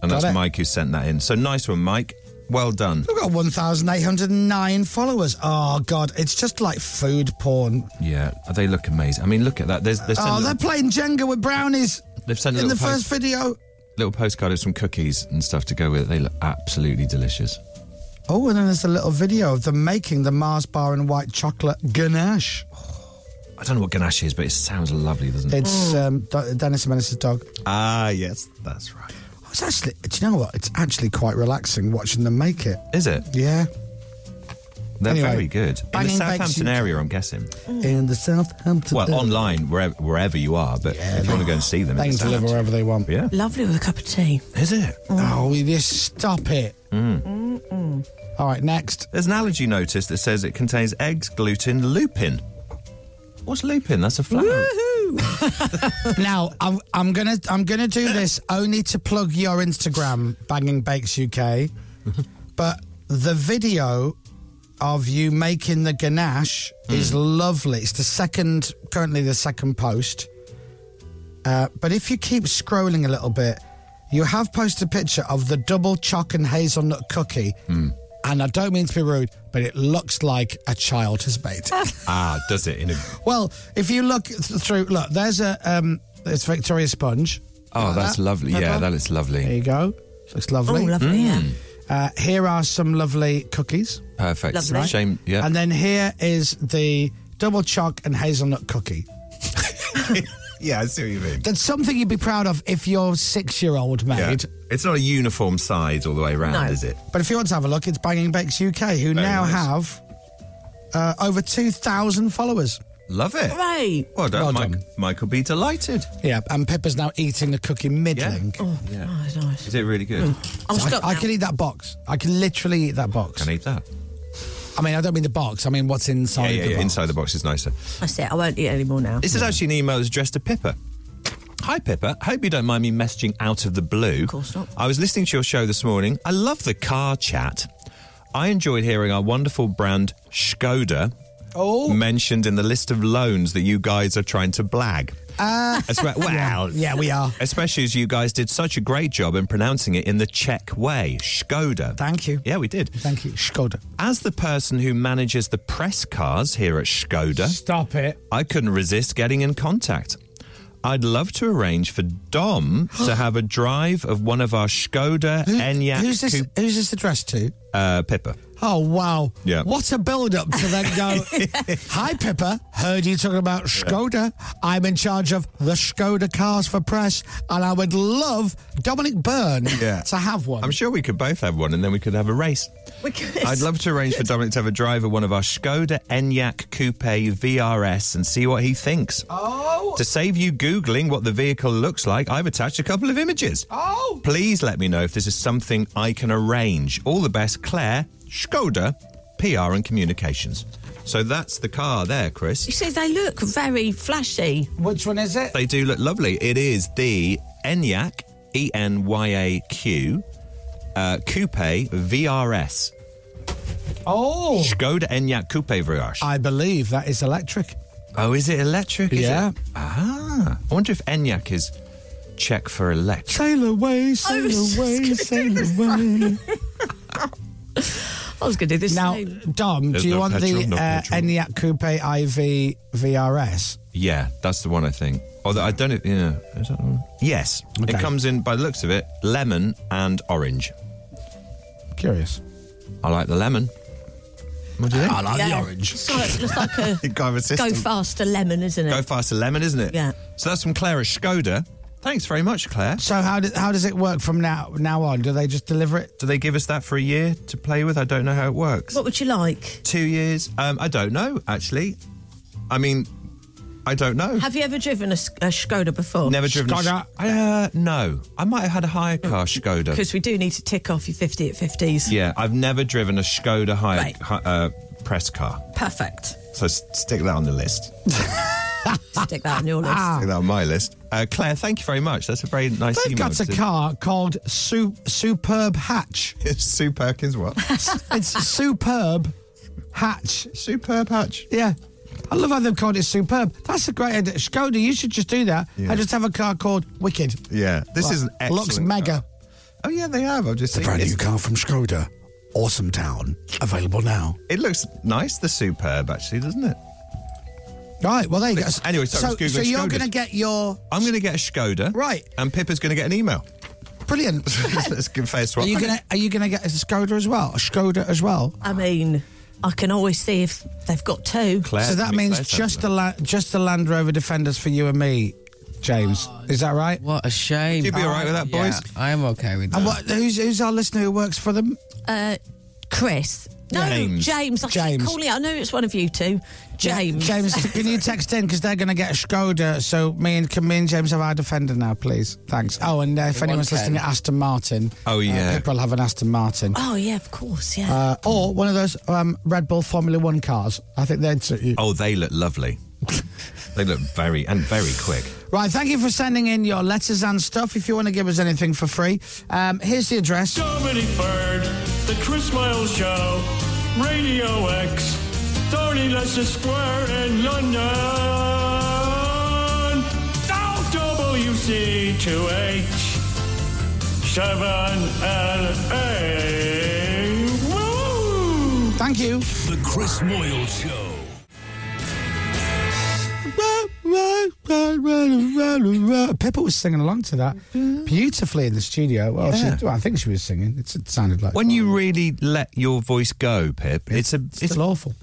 S7: And that's
S5: Got it.
S7: Mike who sent that in. So nice one, Mike. Well done.
S5: We've got 1,809 followers. Oh, God. It's just like food porn.
S7: Yeah, they look amazing. I mean, look at that. There's, there's
S5: oh, they're playing Jenga with brownies
S7: They've sent a
S5: in the
S7: uh, little post-
S5: first video.
S7: little postcard of some cookies and stuff to go with it. They look absolutely delicious.
S5: Oh, and then there's a little video of them making the Mars bar and white chocolate ganache.
S7: I don't know what ganache is, but it sounds lovely, doesn't it?
S5: It's um, D- Dennis Menace's dog. Oh,
S7: Ah, yes, that's right.
S5: It's actually, do you know what? It's actually quite relaxing watching them make it.
S7: Is it?
S5: Yeah.
S7: They're
S5: Anyway,
S7: very good. In the
S5: Banging Bakes
S7: Southampton
S5: UK.
S7: area, I'm guessing.
S5: In the Southampton.
S7: Mm. Well, online, wherever, wherever you are, but if you want to go and see them,
S5: They
S7: it's
S5: can deliver
S7: Southampton.
S5: wherever they want.
S7: Yeah.
S3: Lovely with a cup of tea.
S7: Is it?
S5: Oh, just stop it. All right, next.
S7: Mm. There's an allergy notice that says it contains eggs, gluten, lupin. What's lupin? That's a flower.
S5: now I'm, I'm gonna I'm gonna do this only to plug your Instagram, Banging Bakes UK. But the video of you making the ganache is lovely. It's the second currently the second post. Uh, but if you keep scrolling a little bit, you have posted a picture of the double choc and hazelnut cookie.
S7: Hmm.
S5: And I don't mean to be rude, but it looks like a child has made it.
S7: ah, does it? In a...
S5: Well, if you look th- through, look, there's a um, there's Victoria Sponge.
S7: Oh,
S5: Like
S7: that's
S5: that.
S7: lovely. Yeah,
S5: Pepper.
S7: that looks
S5: There
S7: lovely. Mm.
S5: you go. Looks lovely.
S3: Oh, lovely, yeah.
S5: Uh, here are some lovely cookies.
S7: Perfect.
S3: Lovely.
S7: Shame. Yeah.
S5: And then here is the double choc and hazelnut cookie.
S7: yeah, I see what you mean.
S5: That's something you'd be proud of if your six year old made.
S7: Yeah. It's not a uniform size all the way around,
S3: No.
S7: is it?
S5: But if you want to have a look, it's Banging Bakes UK, who now
S7: nice.
S5: have uh, over 2,000 followers.
S7: Love it.
S3: Right.
S7: Well done,
S5: Well
S7: Mike.
S5: done.
S7: Michael be delighted.
S5: Yeah, and Pippa's now eating the cookie middling.
S3: Oh,
S7: Yeah.
S3: nice, nice. Hmm.
S7: Is it really good?
S3: I'm
S5: I,
S3: stuck
S5: I
S3: now.
S5: can eat that box. I can literally eat that box.
S7: Can I eat that?
S5: I mean, I don't mean the box. I mean what's
S7: yeah,
S5: inside
S7: yeah,
S5: the
S7: yeah.
S5: box.
S7: Inside the box is nicer.
S3: That's it. I won't eat anymore now.
S7: This is actually an email that's addressed to Pippa. Hi, Pippa. Hope you don't mind me messaging out of the blue. Of
S3: course not.
S7: I was listening to your show this morning. I love the car chat. I enjoyed hearing our wonderful brand Skoda
S5: Oh.
S7: mentioned in the list of loans that you guys are trying to blag.
S5: Uh,
S7: That's right. Well,
S5: yeah, we are.
S7: Especially as you guys did such a great job in pronouncing it in the Czech way, Skoda.
S5: Thank you.
S7: Yeah, we did.
S5: Thank you, Skoda.
S7: As the person who manages the press cars here at Skoda,
S5: Stop it.
S7: I couldn't resist getting in contact. I'd love to arrange for Dom to have a drive of one of our Skoda Enyaq
S5: who's this?
S7: coupe-
S5: Who's this addressed to?
S7: uh, Pippa.
S5: Oh wow!
S7: Yeah.
S5: What a build-up to then go. Hi, Pippa. Heard you talking about Skoda. I'm in charge of the Skoda cars for press, and I would love Dominic Byrne
S7: Yeah.
S5: to have one.
S7: I'm sure we could both have one, and then we could have a race.
S3: We could-
S7: I'd love to arrange for Dominic to have a drive of one of our Skoda Enyaq Coupe VRS and see what he thinks.
S5: Oh.
S7: To save you Googling what the vehicle looks like, I've attached a couple of images.
S5: Oh.
S7: Please let me know if this is something I can arrange. All the best, Claire, Skoda, PR and Communications. So that's the car there,
S3: You
S7: Chris.
S3: see, they look very flashy.
S5: Which one is it?
S7: They do look lovely. It is the Enyaq, E N Y A Q, uh, Coupe VRS.
S5: Oh.
S7: Skoda Enyaq Coupe VRS.
S5: I believe that is electric.
S7: Oh, is it electric? Is
S5: Yeah.
S7: It? Ah. I wonder if Enyaq is Czech for electric.
S5: Sail away,
S3: I
S5: sail
S3: was just
S5: away,
S3: gonna
S5: sail
S3: do this
S5: away.
S3: I was going to do this.
S5: Now,
S3: same.
S5: Dom,
S7: There's
S5: do you
S7: no
S5: want
S7: petrol,
S5: the
S7: no
S5: uh,
S7: petrol.
S5: Enyaq Coupe IV VRS?
S7: Yeah, that's the one I think. Although I don't. Yeah, is that the one? Yes,
S5: Okay.
S7: it comes in by the looks of it, lemon and orange.
S5: Curious.
S7: I like the lemon. What do you think?
S5: I like
S3: Yeah.
S5: the orange.
S3: It's like, it's like a
S7: You've got to have a system.
S3: go faster lemon, isn't it?
S7: Go faster lemon, isn't it?
S3: Yeah.
S7: So that's from Claire at Skoda. Thanks very much, Claire.
S5: So how do, how does it work from now now on? Do they just deliver it?
S7: Do they give us that for a year to play with? I don't know how it works.
S3: What would you like?
S7: Two years? Um, I don't know, actually. I mean, I don't know.
S3: Have you ever driven a, S- a Skoda
S5: Oh,
S3: before?
S7: Never driven
S3: Skoda.
S7: a Skoda. Uh, no. I might have had a hire
S5: Oh,
S7: car
S3: Because
S7: Skoda.
S3: we do need to tick off your 50 at 50s.
S7: Yeah, I've never driven a Skoda hire
S3: Right.
S7: hi- uh, press car.
S3: Perfect.
S7: So s- stick that on the list.
S3: Stick that on your list.
S7: Stick that on my list. Uh, Claire, thank you very much. That's a very nice
S5: Ah. They've
S7: email
S5: got a
S7: to-
S5: car called Su- Superb Hatch.
S7: Sue Perkins, what?
S5: it's Superb Hatch.
S7: Superb Hatch.
S5: Yeah. I love how they've called it Superb. That's a great idea. Skoda, you should just do that.
S7: Yeah.
S5: I just have a car called Wicked.
S7: Yeah, this
S5: Like,
S7: is an excellent
S5: Looks
S7: car.
S5: mega.
S7: Oh yeah, they have. I've just
S5: It's a
S7: seen
S5: brand
S7: it.
S5: new car from Skoda. Awesome town. Available now.
S7: It looks nice, the superb actually, doesn't it?
S5: Right, well, there you go.
S7: Anyway, sorry, I
S5: so,
S7: was Googling
S5: so you're
S7: Skodas.
S5: going to get your.
S7: I'm going to get a Skoda,
S5: Right.
S7: And Pippa's going to get an email.
S5: Brilliant.
S7: Let's give fair swap.
S5: Are you gonna Are you gonna get a Skoda as well? A Skoda as well?
S3: I mean, I can always see if they've got two.
S7: Claire,
S5: so that
S7: me-
S5: means
S7: Claire's
S5: just
S7: having
S5: the la- just the Land Rover Defenders for you and me, James. Is that right?
S4: What a shame. Oh,
S7: You'd be all right with that,
S4: Yeah,
S7: boys?
S4: I am okay with that.
S5: And what, who's who's our listener who works for them?
S3: Uh, Chris. No,
S7: James.
S3: James. I
S5: James.
S3: keep calling it. I know it's one of you two. James.
S5: Yeah, James, can you text in because they're going to get a Skoda? So me and can me and James have our Defender now, please? Thanks. Oh, and uh, if
S4: The
S5: anyone's
S4: 110.
S5: listening, to Aston Martin.
S7: Oh, yeah.
S5: uh, people will have an Aston Martin.
S3: Oh, yeah, of course, yeah.
S5: Uh, or one of those um, Red Bull Formula One cars. I think they'd suit you.
S7: a- Oh, they look lovely. they look very and very quick.
S5: Right, thank you for sending in your letters and stuff. If you want to give us anything for free, um, here's the address.
S12: Dominic Bird, The Chris Miles Show, Radio X, 30 Leicester Square in London. WC2H, 7LA. Woo!
S5: Thank you.
S1: The Chris Moyle Show.
S5: Pippa was singing along to that beautifully in the studio. Well,
S7: Yeah.
S5: she, well I think she was singing. It's, it sounded like
S7: When you really let your voice go, Pip, it's, a it's
S5: still awful.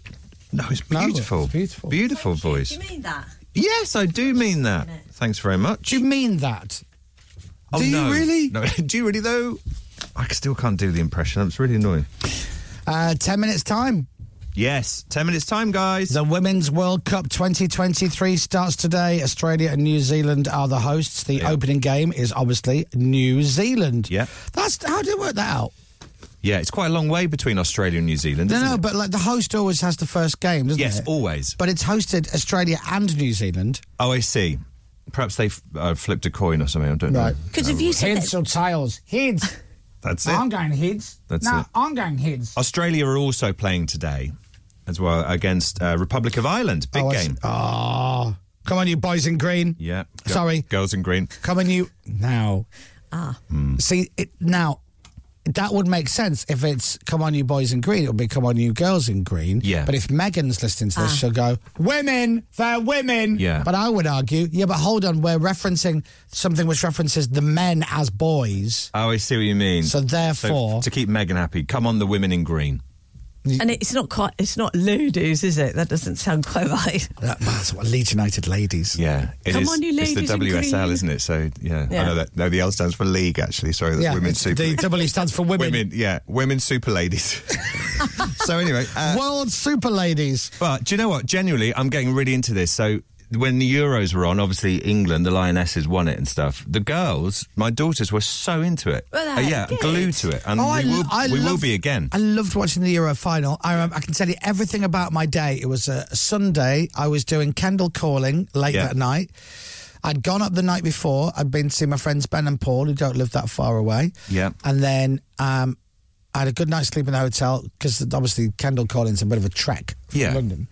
S7: no, it's
S5: No, it's
S7: beautiful,
S5: beautiful.
S7: beautiful
S3: Do
S7: voice.
S3: you mean that?
S7: Yes, I do mean that. Thanks very much.
S5: Do you mean that?
S7: Oh,
S5: do you
S7: no.
S5: really?
S7: No, do you really though? I still can't do the impression. That's really annoying.
S5: Uh, Ten minutes time.
S7: Yes, ten minutes time, guys.
S5: The Women's World Cup 2023 starts today. Australia and New Zealand are the hosts. The
S7: Yeah.
S5: opening game is obviously New Zealand.
S7: Yeah.
S5: That's how do you work that out?
S7: Yeah, it's quite a long way between Australia and New Zealand.
S5: No,
S7: isn't
S5: no,
S7: it?
S5: but like the host always has the first game, doesn't
S7: yes,
S5: it?
S7: always.
S5: But it's hosted Australia and New Zealand.
S7: Oh, I see. Perhaps they f- uh, flipped a coin or something. I don't
S5: Right.
S7: know.
S3: Because if you said
S5: Heads
S3: that,
S5: or tails? Heads.
S7: That's it.
S5: I'm going heads.
S7: That's
S5: no,
S7: it.
S5: I'm going heads.
S7: Australia are also playing today as well against uh, Republic of Ireland. Big
S5: Oh, I see.
S7: game.
S5: Oh, come on, you boys in green.
S7: Yeah. Go-
S5: Sorry.
S7: Girls in green.
S5: Come on, you. Now. Ah.
S7: Hmm.
S5: See, it, now, that would make sense if it's come on, you boys in green. It would be come on, you girls in green.
S7: Yeah.
S5: But if Megan's listening to this, she'll go, women, they're women.
S7: Yeah.
S5: But I would argue, yeah, but hold on, we're referencing something which references the men as boys.
S7: Oh, I see what you mean.
S5: So therefore-
S7: to keep Megan happy, come on the women in green.
S3: and it's not quite, it's not ladies, is it? That doesn't sound quite right.
S5: That- That's what legionated ladies.
S7: Yeah, it
S3: Come
S7: is-
S3: on, you
S7: It's
S3: ladies
S7: the
S3: in
S7: WSL,
S3: green.
S7: isn't it? So yeah. I
S3: Yeah.
S7: know that. No, the L stands for league. Actually, sorry, that's
S5: Yeah,
S7: women's
S5: it's-
S7: super.
S5: the
S7: League.
S5: W stands for women.
S7: Women, yeah, women super ladies. so anyway, uh,
S5: World Super Ladies.
S7: But do you know what? Genuinely, I'm getting really into this. So when the Euros were on, obviously England, the Lionesses won it and stuff. The girls, my daughters, were so into it.
S3: Were they?
S7: Uh, yeah,
S3: Good.
S7: glued to it, and
S5: Oh, I
S7: we will,
S5: lo- I
S7: we will
S5: loved-
S7: be again.
S5: I loved watching the Euro final. I, rem- I can tell you everything about my day. It was a Sunday. I was doing candle calling late
S7: Yeah.
S5: that night. I'd gone up the night before. I'd been to see my friends Ben and Paul, who don't live that far away.
S7: Yeah.
S5: And then um, I had a good night's sleep in the hotel because obviously candle calling's a bit of a trek from
S7: Yeah.
S5: London.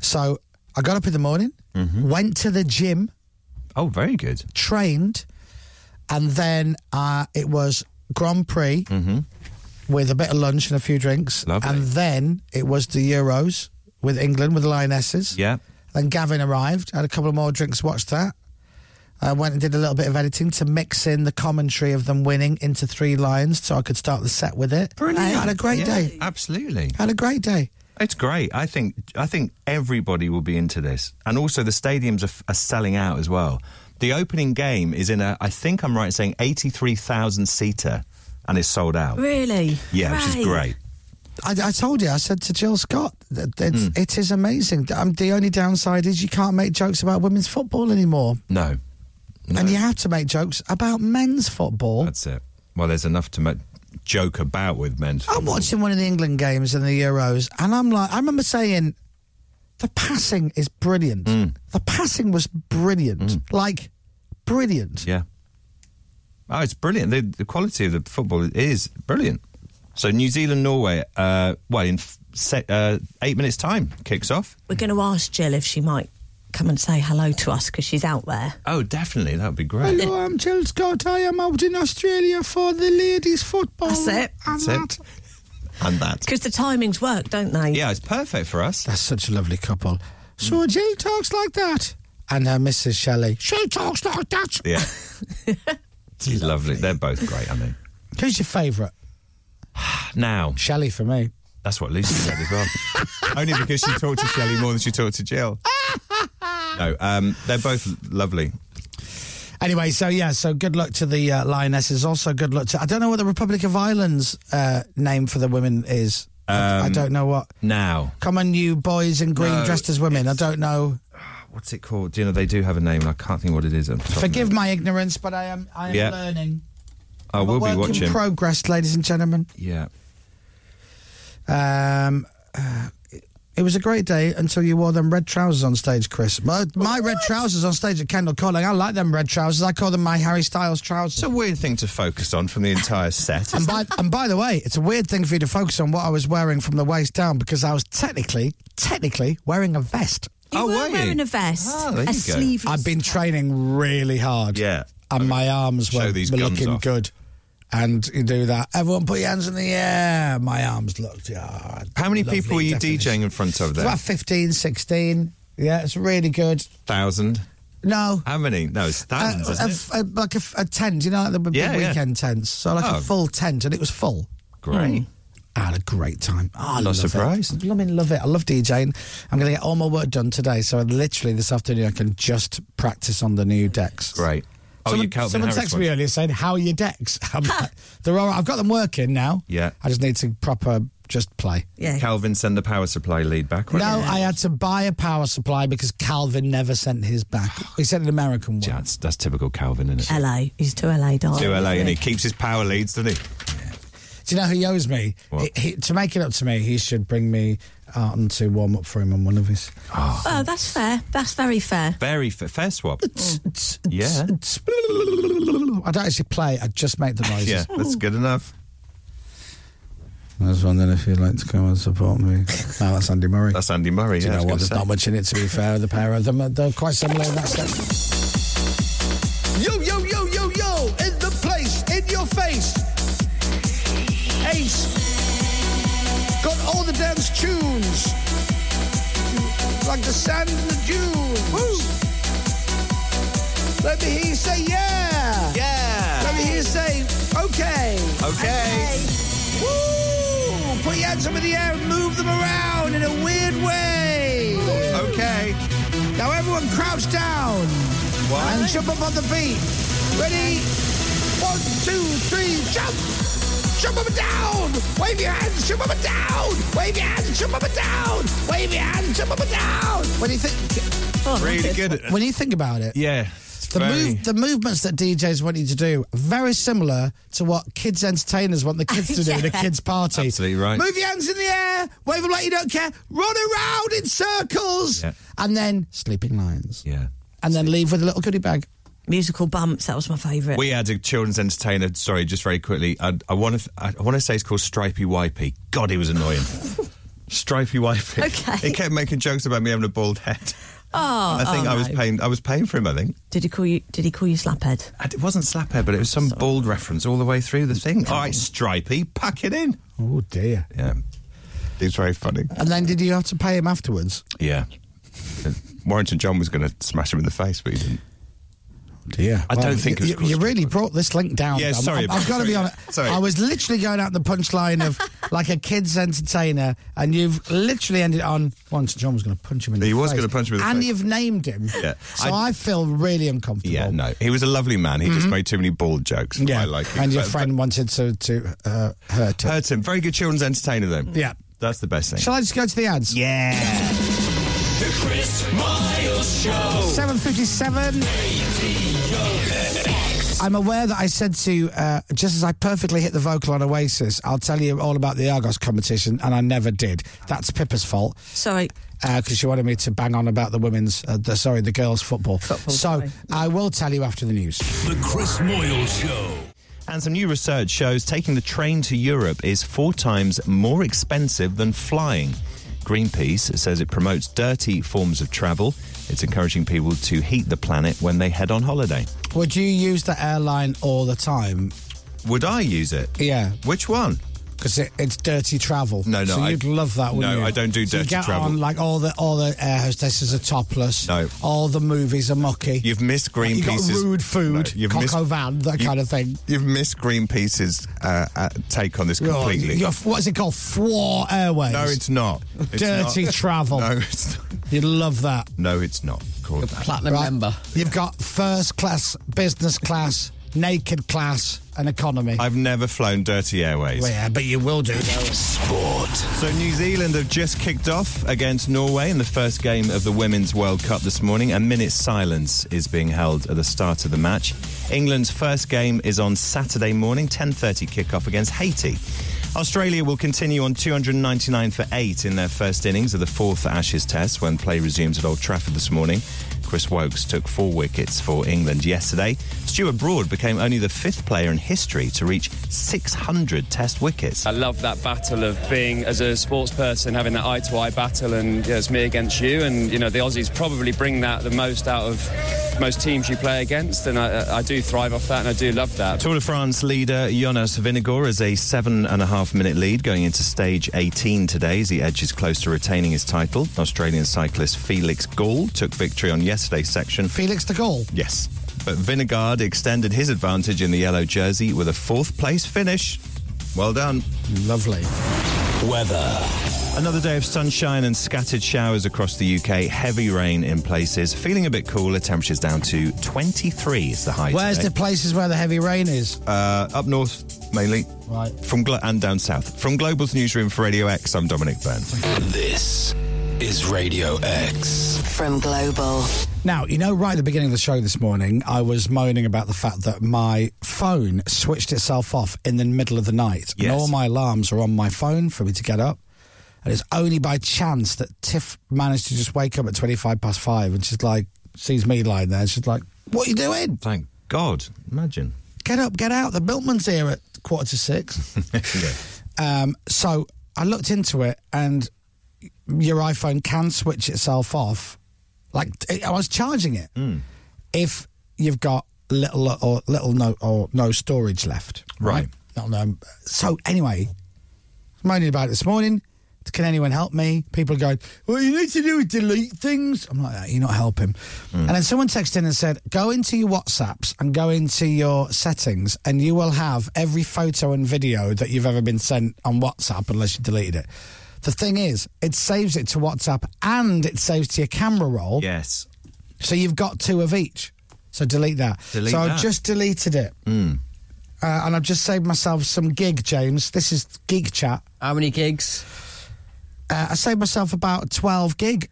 S5: So I got up in the morning, went to the gym
S7: Mm-hmm. Oh, very good.
S5: trained, and then uh, it was Grand Prix
S7: Mm-hmm.
S5: with a bit of lunch and a few drinks,
S7: Lovely.
S5: and then it was the Euros with England with the Lionesses.
S7: Yeah.
S5: Then Gavin arrived, had a couple of more drinks, watched that. I went and did a little bit of editing to mix in the commentary of them winning into three lions, so I could start the set with it. I had a great
S7: Yeah,
S5: day.
S7: Absolutely.
S5: Had a great day.
S7: It's great. I think I think everybody will be into this, and also the stadiums are, f- are selling out as well. The opening game is in a, I think I'm right in saying, eighty-three thousand seater, and it's sold out.
S3: Really?
S7: Yeah, which is great.
S5: I, I told you, I said to Jill Scott, that it's,
S7: Hmm.
S5: it is amazing. Um, the only downside is you can't make jokes about women's football anymore.
S7: No,
S5: And you have to make jokes about men's football.
S7: that's it. Well, there's enough to ma- joke about with men's.
S5: I'm
S7: football.
S5: watching one of the England games and the Euros, and I'm like, I remember saying, the passing is brilliant.
S7: Mm.
S5: The passing was brilliant. Like, brilliant.
S7: Yeah. Oh, it's brilliant. The, the quality of the football is brilliant. So New Zealand Norway, uh, well, in f- se- uh, eight minutes time kicks off.
S3: We're going to ask Jill if she might come and say hello to us because she's out there.
S7: Oh, definitely, that would be great.
S5: Hello, I'm Jill Scott. I am out in Australia for the ladies' football. That's
S3: it.
S5: And
S7: That's it. And that.
S3: Because the timings work, don't they?
S7: Yeah, it's perfect for us.
S5: That's such a lovely couple. So Jill talks like that. And her Mrs. Shelley, she talks like that.
S7: Yeah. She's lovely. They're both great, I mean.
S5: Who's your favourite?
S7: Now.
S5: Shelley for me.
S7: That's what Lucy said as well. Only because she talked to Shelley more than she talked to Jill. No, um, they're both lovely.
S5: Anyway, so yeah, so good luck to the uh, Lionesses. Also, good luck to. I don't know what the Republic of Ireland's uh, name for the women is. I- I
S7: Um,
S5: don't know what.
S7: Now.
S5: Come on, you boys in green
S7: No,
S5: dressed as women. I don't know.
S7: What's it called? Do you know they do have a name and I can't think what it is. off the top of my
S5: Forgive my ignorance, but I am I am
S7: Yeah.
S5: learning.
S7: I will
S5: But
S7: be
S5: work
S7: watching.
S5: in progress, ladies and gentlemen.
S7: yeah.
S5: Um, uh, it was a great day until you wore them red trousers on stage, Chris. My, my red trousers on stage at Kendall College. I like them red trousers. I call them my Harry Styles trousers.
S7: It's a weird thing to focus on from the entire set.
S5: And by, and by the way, it's a weird thing for you to focus on what I was wearing from the waist down because I was technically, technically wearing a vest.
S3: You
S7: Oh,
S3: were
S7: were you?
S3: wearing a vest,
S7: Ah, there
S3: a
S7: you go.
S3: sleeveless.
S5: I've been training really hard.
S7: Yeah.
S5: And my arms
S7: Show
S5: were,
S7: these
S5: were
S7: guns
S5: looking
S7: off.
S5: good. And you do that. Everyone put your hands in the air. My arms looked. Yeah,
S7: How many
S5: Ah, lovely
S7: people were you
S5: definition.
S7: DJing in front of there?
S5: About 15, 16. Yeah, it's really good.
S7: Thousand.
S5: No.
S7: How many? No, it's
S5: A,
S7: thousands.
S5: a-
S7: isn't it?
S5: a- like a, f- a tent, you know, like the big
S7: Yeah, yeah.
S5: weekend tents. So like
S7: Oh.
S5: a full tent, and it was full.
S7: Great.
S5: I had a great time. Oh, I
S7: Not
S5: love
S7: surprised.
S5: It. I blooming love it. I love DJing. I'm going to get all my work done today. So literally this afternoon, I can just practice on the new decks.
S7: Great. Oh,
S5: someone
S7: you Calvin
S5: someone
S7: Harris
S5: texted
S7: one.
S5: me earlier saying, "How are your decks?" I'm like, they're all right. I've got them working now.
S7: Yeah.
S5: I just need to proper just play.
S3: yeah.
S7: Calvin send the power supply lead back.
S5: No,
S7: wasn't it?
S5: I had to buy a power supply because Calvin never sent his back. He sent an American one.
S7: Yeah, that's, that's typical Calvin, isn't it?
S3: LA. He's to LA, darling.
S7: To LA, and he
S3: isn't
S7: keeps his power leads, doesn't he?
S5: Do you know who he owes me?
S7: What?
S5: He- he- to make it up to me, he should bring me out and to warm up for him on one of his.
S7: Ah.
S3: Oh, that's fair. That's very fair.
S7: Very fa- fair swap. Yeah.
S5: I don't actually play. I just make the noises.
S7: Yeah,
S3: Oh.
S7: that's good enough.
S5: I was wondering if you'd like to come and support me. no, that's Andy Murray.
S7: That's Andy Murray.
S5: Do you
S7: yeah, I
S5: know
S7: was
S5: what?
S7: gonna say.
S5: There's not much in it, to be fair. The pair of them, are- they're quite similar in that sense.
S13: Yo, yo, yo, yo, yo, in the place, in your face. Ace. Got all the dance tunes. Like the sand and the dunes. Woo. Let me hear you say yeah.
S7: Yeah.
S13: Let me hear you say okay.
S7: Okay.
S13: Woo. Put your hands up in the air and move them around in a weird way.
S7: Okay.
S13: Now everyone crouch down and jump up on the feet. Ready? One, two, three, jump! Jump up and down! Wave your hands, jump up and down! Wave your hands, jump up and down! Wave your hands, jump up and down!
S5: What do you think?
S12: Oh,
S7: Really good. at-
S5: When you think about it,
S7: Yeah.
S5: the, move, the movements that DJs want you to do are very similar to what kids entertainers want the kids to do in a
S3: Yeah.
S5: kids party.
S7: Absolutely right.
S13: Move your hands in the air, wave them like you don't care, run around in circles!
S7: Yeah.
S5: And then sleeping lions.
S7: Yeah.
S5: And then leave with a little goodie bag.
S3: Musical bumps. That was my favourite.
S7: We had a children's entertainer. Sorry, just very quickly. I, I want to. I want to say it's called Stripey Wipey. God, he was annoying. Stripey Wipey.
S3: Okay.
S7: He kept making jokes about me having a bald head.
S3: Oh,
S7: I think
S3: oh,
S7: I was
S3: no.
S7: paying. I was paying for him. I think.
S3: Did he call you? Did he call you slaphead?
S7: And it wasn't slaphead, but it was some bald reference all the way through the thing. All right, Stripey, pack it in.
S5: Oh, dear.
S7: Yeah. It's very funny.
S5: And then did you have to pay him afterwards?
S7: Yeah. Warrington John was going to smash him in the face, but he didn't.
S5: Dear.
S7: I don't think it was
S5: you,
S7: caused
S5: you
S7: to-
S5: really brought this link down.
S7: Yeah,
S5: Dom.
S7: sorry
S5: I'm- I've
S7: about
S5: got to
S7: that.
S5: be honest.
S7: Sorry.
S5: I was literally going out the punchline of like a kid's entertainer, and you've literally ended on once. John was going to punch him in the
S7: He
S5: face.
S7: was gonna punch me in the
S5: and
S7: face.
S5: you've named him.
S7: Yeah.
S5: So I,
S7: I-
S5: feel really uncomfortable.
S7: Yeah, no. He was a lovely man. He just
S5: Mhm.
S7: made too many bald jokes.
S5: Yeah.
S7: I like him.
S5: and your
S7: But-
S5: friend wanted to to uh, hurt him.
S7: Hurt him. Very good children's entertainer, though.
S5: Yeah.
S7: That's the best thing.
S5: Shall I just go to the ads?
S7: Yeah.
S8: The Chris Miles Show.
S5: Oh. Seven fifty-seven. I'm aware that I said to uh, just as I perfectly hit the vocal on Oasis, I'll tell you all about the Argos competition, and I never did. That's Pippa's fault.
S3: Sorry.
S5: Because she wanted me to bang on about the women's, uh, the, sorry, the girls' football. so I will tell you after the news.
S1: The Chris Moyle Show.
S7: And some new research shows taking the train to Europe is four times more expensive than flying. Greenpeace says it promotes dirty forms of travel. It's encouraging people to heat the planet when they head on holiday.
S5: Would you use the airline all the time?
S7: Would I use it?
S5: Yeah.
S7: Which one?
S5: Because it, it's dirty travel.
S7: No, no,
S5: So
S7: I-
S5: you'd love that, wouldn't
S7: no,
S5: you?
S7: I don't do
S5: So you
S7: dirty
S5: get
S7: travel.
S5: On, like all the all the air hostesses are topless. No. All the movies are mucky.
S7: You've missed
S5: you got
S7: Greenpeace's
S5: rude
S7: No,
S5: food,
S7: you've
S5: cock
S7: missed-
S5: au van, that
S7: you-
S5: kind of thing.
S7: You've missed Greenpeace's uh, uh, take on this
S5: Oh,
S7: completely.
S5: you're- what's it called? Four Airways.
S7: No, it's not. It's
S5: Dirty
S7: not.
S5: travel.
S7: No, it's not.
S5: You'd love that.
S7: No, it's not. Called that.
S5: Right. You've got first class, business class, naked class, and economy.
S7: I've never flown Dirty Airways.
S5: Well, yeah, but you will do. Sport.
S7: So New Zealand have just kicked off against Norway in the first game of the Women's World Cup this morning. A minute's silence is being held at the start of the match. England's first game is on Saturday morning, 10:30 kickoff against Haiti. Australia will continue on 299 for 8 in their first innings of the fourth Ashes Test when play resumes at Old Trafford this morning. Chris Wokes took four wickets for England yesterday. Stuart Broad became only the fifth player in history to reach 600 Test wickets.
S10: I love that battle of being as a sports person having that eye to eye battle and you know, it's me against you and you know the Aussies probably bring that the most out of most teams you play against and I, I do thrive off that and I do love that.
S7: Tour de France leader Jonas Vingegaard is a seven and a half minute lead going into stage 18 today as he edges close to retaining his title. Australian cyclist Felix Gall took victory on yesterday's section.
S5: Felix the Gall?
S7: Yes. But Vingegaard extended his advantage in the yellow jersey with a fourth place finish. Well done.
S5: Lovely.
S7: Weather. Another day of sunshine and scattered showers across the UK. Heavy rain in places. Feeling a bit cooler. Temperatures down to 23 is the high.
S5: Where's
S7: today
S5: the places where the heavy rain is?
S7: uh, up north mainly. Right. From Glo- and down south. From Global's newsroom for Radio X, I'm Dominic Burns.
S8: This is Radio X.
S2: From Global.
S5: Now, you know, right at the beginning of the show this morning, I was moaning about the fact that my phone switched itself off in the middle of the night. And
S13: Yes.
S5: all my alarms are on my phone for me to get up. And it's only by chance that Tiff managed to just wake up at 25 past five and she's like, sees me lying there. And she's like, What are you doing?
S7: Thank God. Imagine.
S5: Get up, get out. The milkman's here at quarter to six. Um, so I looked into it, and your iPhone can switch itself off. Like I was charging it if you've got little or little no or no storage left.
S7: Right.
S5: Not no. So anyway, I'm moaning about it this morning. Can anyone help me? People are going, What you need to do is delete things. I'm like, "Ah, You're not helping.
S7: Mm.
S5: And then someone texted in and said, Go into your WhatsApps and go into your settings, and you will have every photo and video that you've ever been sent on WhatsApp unless you deleted it. The thing is, it saves it to WhatsApp and it saves to your camera roll.
S7: Yes.
S5: So you've got two of each. So delete that.
S7: Delete
S5: so I
S7: that.
S5: just deleted it.
S7: Mm.
S5: Uh, and I've just saved myself some gig, James. This is gig chat.
S4: How many gigs?
S5: Uh, I saved myself about 12 gig.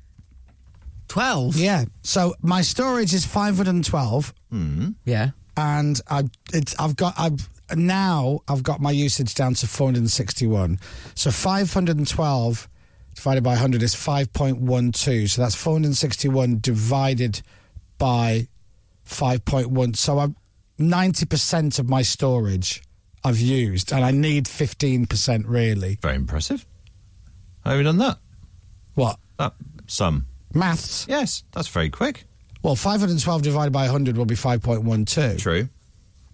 S4: 12?
S5: Yeah. So my storage is 512.
S4: Mm. Yeah.
S5: And I, it's, I've got, I've, now I've got my usage down to 461. So 512 divided by 100 is 5.12. So that's 461 divided by 5.1. So I'm 90% of my storage I've used, and I need 15% really.
S7: Very impressive. Have you done that?
S5: What?
S7: That sum.
S5: Maths?
S7: Yes, that's very quick.
S5: Well, 512 divided by 100 will be 5.12.
S7: True.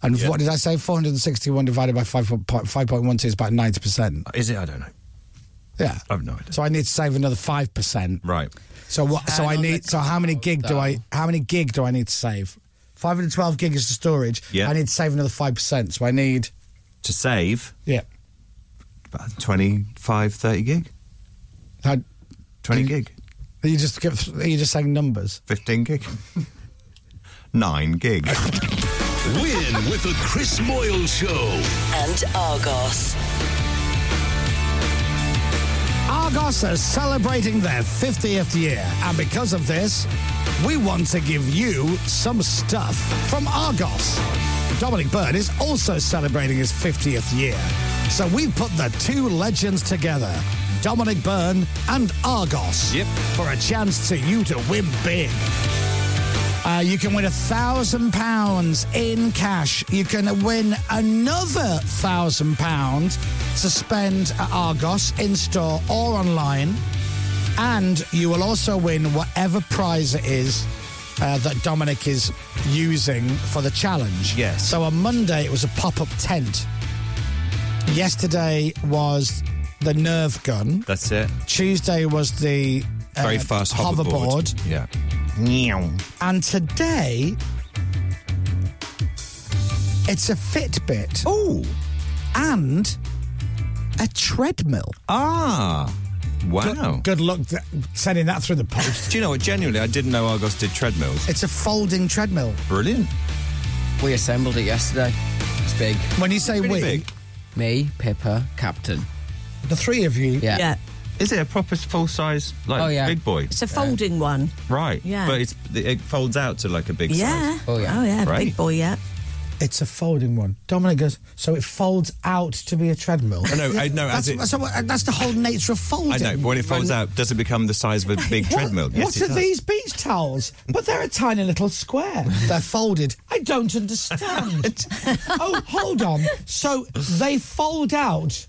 S5: And
S7: Yeah.
S5: what did I say? 461 divided by 5, 5.12 is about 90%.
S7: Is it? I don't know.
S5: Yeah.
S7: I've no idea.
S5: So I need to save another 5%.
S7: Right.
S5: So what? So I need. So how many gig do I? How many gig do I need to save? 512 gig is the storage.
S7: Yeah.
S5: I need to save another 5%. So I need.
S7: To save
S5: Yeah.
S7: about 25, 30 gig. 20 gig.
S5: Are you just are you just saying numbers?
S7: 15 gig. 9 gig.
S1: Win with the Chris Moyle Show.
S2: And Argos.
S5: Argos are celebrating their 50th year, and because of this, we want to give you some stuff from Argos. Dominic Byrne is also celebrating his 50th year, so we put the two legends together, Dominic Byrne and Argos, yep. for a chance to you to win big. Uh, you can win a thousand pounds in cash. You can win another thousand pounds to spend at Argos in store or online. And you will also win whatever prize it is uh, that Dominic is using for the challenge. Yes. So on Monday, it was a pop up tent. Yesterday was the nerve gun.
S7: That's it.
S5: Tuesday was the uh,
S7: Very fast hoverboard. Yeah.
S5: And today, it's a Fitbit.
S7: Oh.
S5: And a treadmill.
S7: Ah. Wow.
S5: Good, good luck th- sending that through the post.
S7: Do you know what? Genuinely, I didn't know Argos did treadmills.
S5: It's a folding treadmill.
S7: Brilliant.
S4: We assembled it yesterday. It's big.
S5: When you say we,
S4: me, Pippa, Captain.
S5: The three of you.
S4: Yeah.
S7: Is it a proper full size, like
S4: Oh, yeah.
S7: big boy?
S3: It's a folding one.
S7: Right.
S3: Yeah.
S7: But it's it folds out to like a big
S3: Yeah.
S7: size.
S3: Oh, yeah. Oh, yeah, big boy, yeah.
S5: It's a folding one. Dominic goes, so it folds out to be a treadmill.
S7: I know, Oh, I know, as
S5: That's,
S7: it-
S5: that's what- that's the whole nature of folding.
S7: I know. but When it folds out, does it become the size of a big treadmill?
S5: What,
S7: Yes,
S5: what
S7: it
S5: are
S7: does.
S5: these beach towels? But they're a tiny little square. they're folded. I don't understand. oh, hold on. So they fold out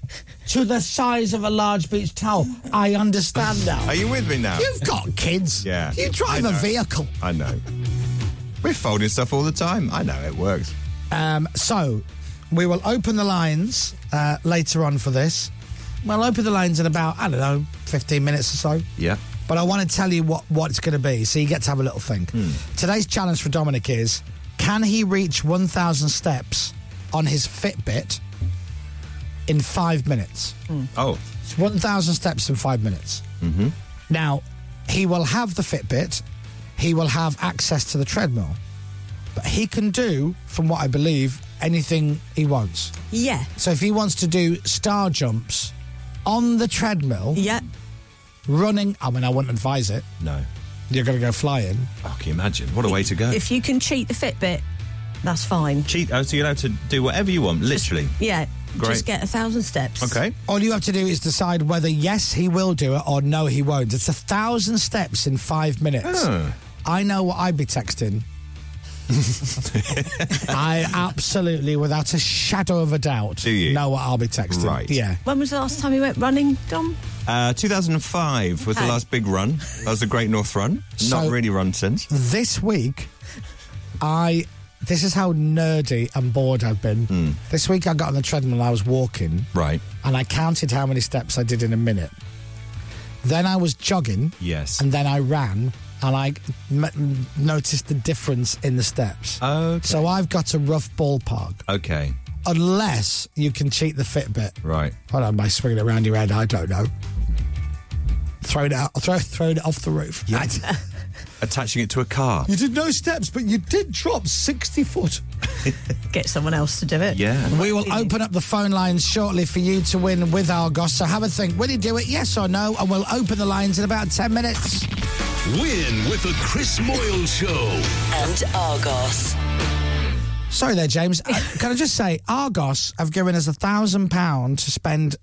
S5: to the size of a large beach towel. I understand now.
S7: Are you with me now?
S5: You've got kids.
S7: Yeah.
S5: You
S7: I
S5: drive a
S7: know.
S5: vehicle.
S7: I know. We're folding stuff all the time. I know it works.
S5: Um, so we will open the lines uh, later on for this. We'll open the lines in about, I don't know, 15 minutes or so.
S7: Yeah.
S5: But I want to tell you what, what it's going to be, so you get to have a little think.
S7: Hmm.
S5: Today's challenge for Dominic is can he reach 1,000 steps on his Fitbit in five minutes?
S3: Hmm.
S7: Oh.
S5: It's 1,000 steps in five minutes.
S7: Mm-hmm.
S5: Now, he will have the Fitbit, he will have access to the treadmill, but he can do, from what I believe, anything he wants.
S3: Yeah.
S5: So if he wants to do star jumps on the treadmill,
S3: yeah,
S5: running, I mean, I wouldn't advise it.
S7: No.
S5: You're going to go flying.
S7: Oh, can you imagine? What a way to go.
S3: If you can cheat the Fitbit, that's fine.
S7: Cheat. Oh, so you're allowed to do whatever you want, literally.
S3: Yeah.
S7: Great.
S3: Just get a thousand steps.
S7: Okay.
S5: All you have to do is decide whether yes, he will do it or no, he won't. It's a thousand steps in five minutes.
S7: Oh.
S5: I know what I'd be texting. I absolutely, without a shadow of a doubt,
S7: Do you?
S5: know what I'll be texting.
S7: Right.
S5: Yeah.
S3: When was the last time you went running, Dom?
S7: Uh, 2005 was the
S3: Okay.
S7: last big run. That was the Great North Run.
S5: So-
S7: Not really run since.
S5: This week, I. This is how nerdy and bored I've been.
S7: Hmm.
S5: This week, I got on the treadmill and I was walking.
S7: Right.
S5: and I counted how many steps I did in a minute. Then I was jogging.
S7: Yes.
S5: And then I ran and I m- m- noticed the difference in the steps.
S7: Okay.
S5: So I've got a rough ballpark.
S7: Okay.
S5: Unless you can cheat the Fitbit.
S7: Right.
S5: Hold on, by swinging it around your head, I don't know. Thrown it out, throw, thrown it off the roof.
S7: Attaching it to a car.
S5: you did no steps, but you did drop 60 foot.
S3: Get someone else to do it.
S7: Yeah.
S5: We will open up the phone lines shortly for you to win with Argos. So have a think. Will you do it? Yes or no? And we'll open the lines in about 10 minutes.
S1: Win with the Chris Moyle Show.
S2: And Argos.
S5: Sorry there, James. Uh, Can I just say, Argos have given us a thousand pound to spend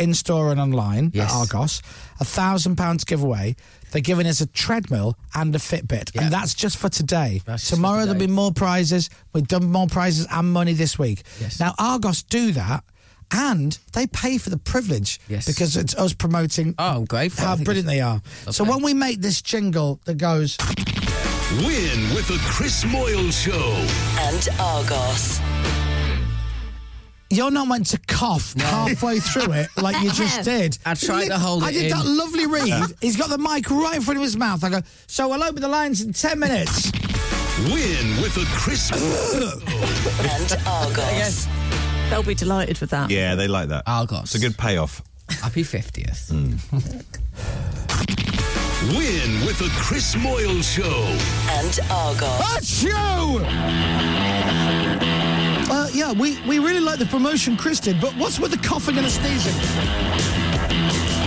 S5: in store and online
S4: Yes.
S5: at Argos. A thousand pounds giveaway. They're giving us a treadmill and a Fitbit, and that's just for today. Tomorrow there'll be more prizes. We've done more prizes and money this week. Now Argos do that, and they pay for the privilege
S4: Yes.
S5: because it's us promoting. Oh, I'm
S4: grateful. I
S5: How
S4: think
S5: brilliant they are! So when we make this jingle that goes.
S1: Win with the Chris Moyle Show.
S2: And Argos.
S5: You're not meant to cough halfway through it like you just did.
S4: I tried to hold
S5: I
S4: it
S5: did
S4: in.
S5: that lovely read. He's got the mic right in front of his mouth. I go, so I'll open the lines in 10 minutes.
S1: Win with the Chris.
S2: And Argos.
S3: They'll be delighted with that.
S7: Yeah, they like that. Argos. It's a good payoff.
S4: Happy 50th.
S7: Hmm.
S1: Win with the Chris Moyle Show.
S2: And Argos.
S13: That's you! Uh, yeah, we, we really like the promotion Chris did, but what's with the coughing and sneezing?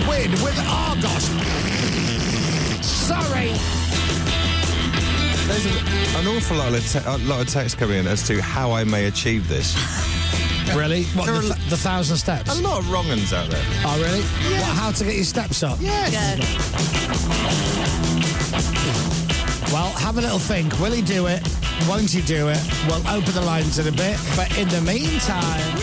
S13: Win with Argos. Sorry.
S7: There's an, an awful lot of, te- a lot of text coming in as to how I may achieve this.
S5: Really? What,
S7: There
S5: the,
S7: are
S5: th- the thousand steps?
S7: A lot of wrong uns out there.
S5: Oh, really? What, how to get your steps up? Well, have a little think. Will he do it? Won't he do it? We'll open the lines in a bit. But in the meantime,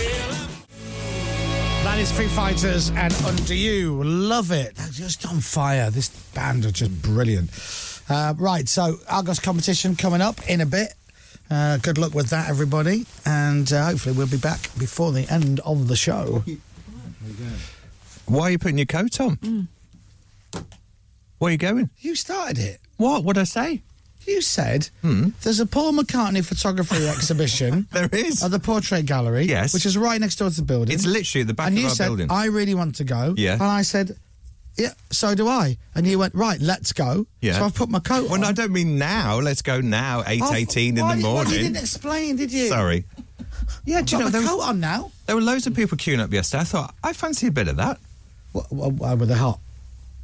S5: that is Foo Fighters and Under You. Love it. They're just on fire. This band are just brilliant. Uh, right, so Argos competition coming up in a bit. Uh, good luck with that, everybody. And uh, hopefully, we'll be back before the end of the show.
S7: Why are you putting your coat on?
S5: Mm.
S7: Where are you going?
S5: You started it.
S7: What? What'd I say? Hmm?
S5: You said there's a Paul McCartney photography exhibition.
S7: there is.
S5: At the Portrait Gallery.
S7: Yes.
S5: Which is right next door to the building.
S7: It's literally at the back
S5: and
S7: of
S5: you
S7: our
S5: said,
S7: building.
S5: I really want to go.
S7: Yeah.
S5: And I said, yeah, so do I. And you went, right, let's go.
S7: Yeah.
S5: So I've put my coat
S7: Well,
S5: on.
S7: no, I don't mean now. Let's go now, eight
S5: I've-
S7: eighteen in
S5: Why
S7: the
S5: did- well,
S7: morning.
S5: you didn't explain, did you?
S7: Sorry.
S5: Yeah, do
S7: you know,
S5: my
S7: there was-
S5: coat on now?
S7: There were loads of people queuing up yesterday. I thought, I fancy a bit of that.
S5: What, what, why were they hot?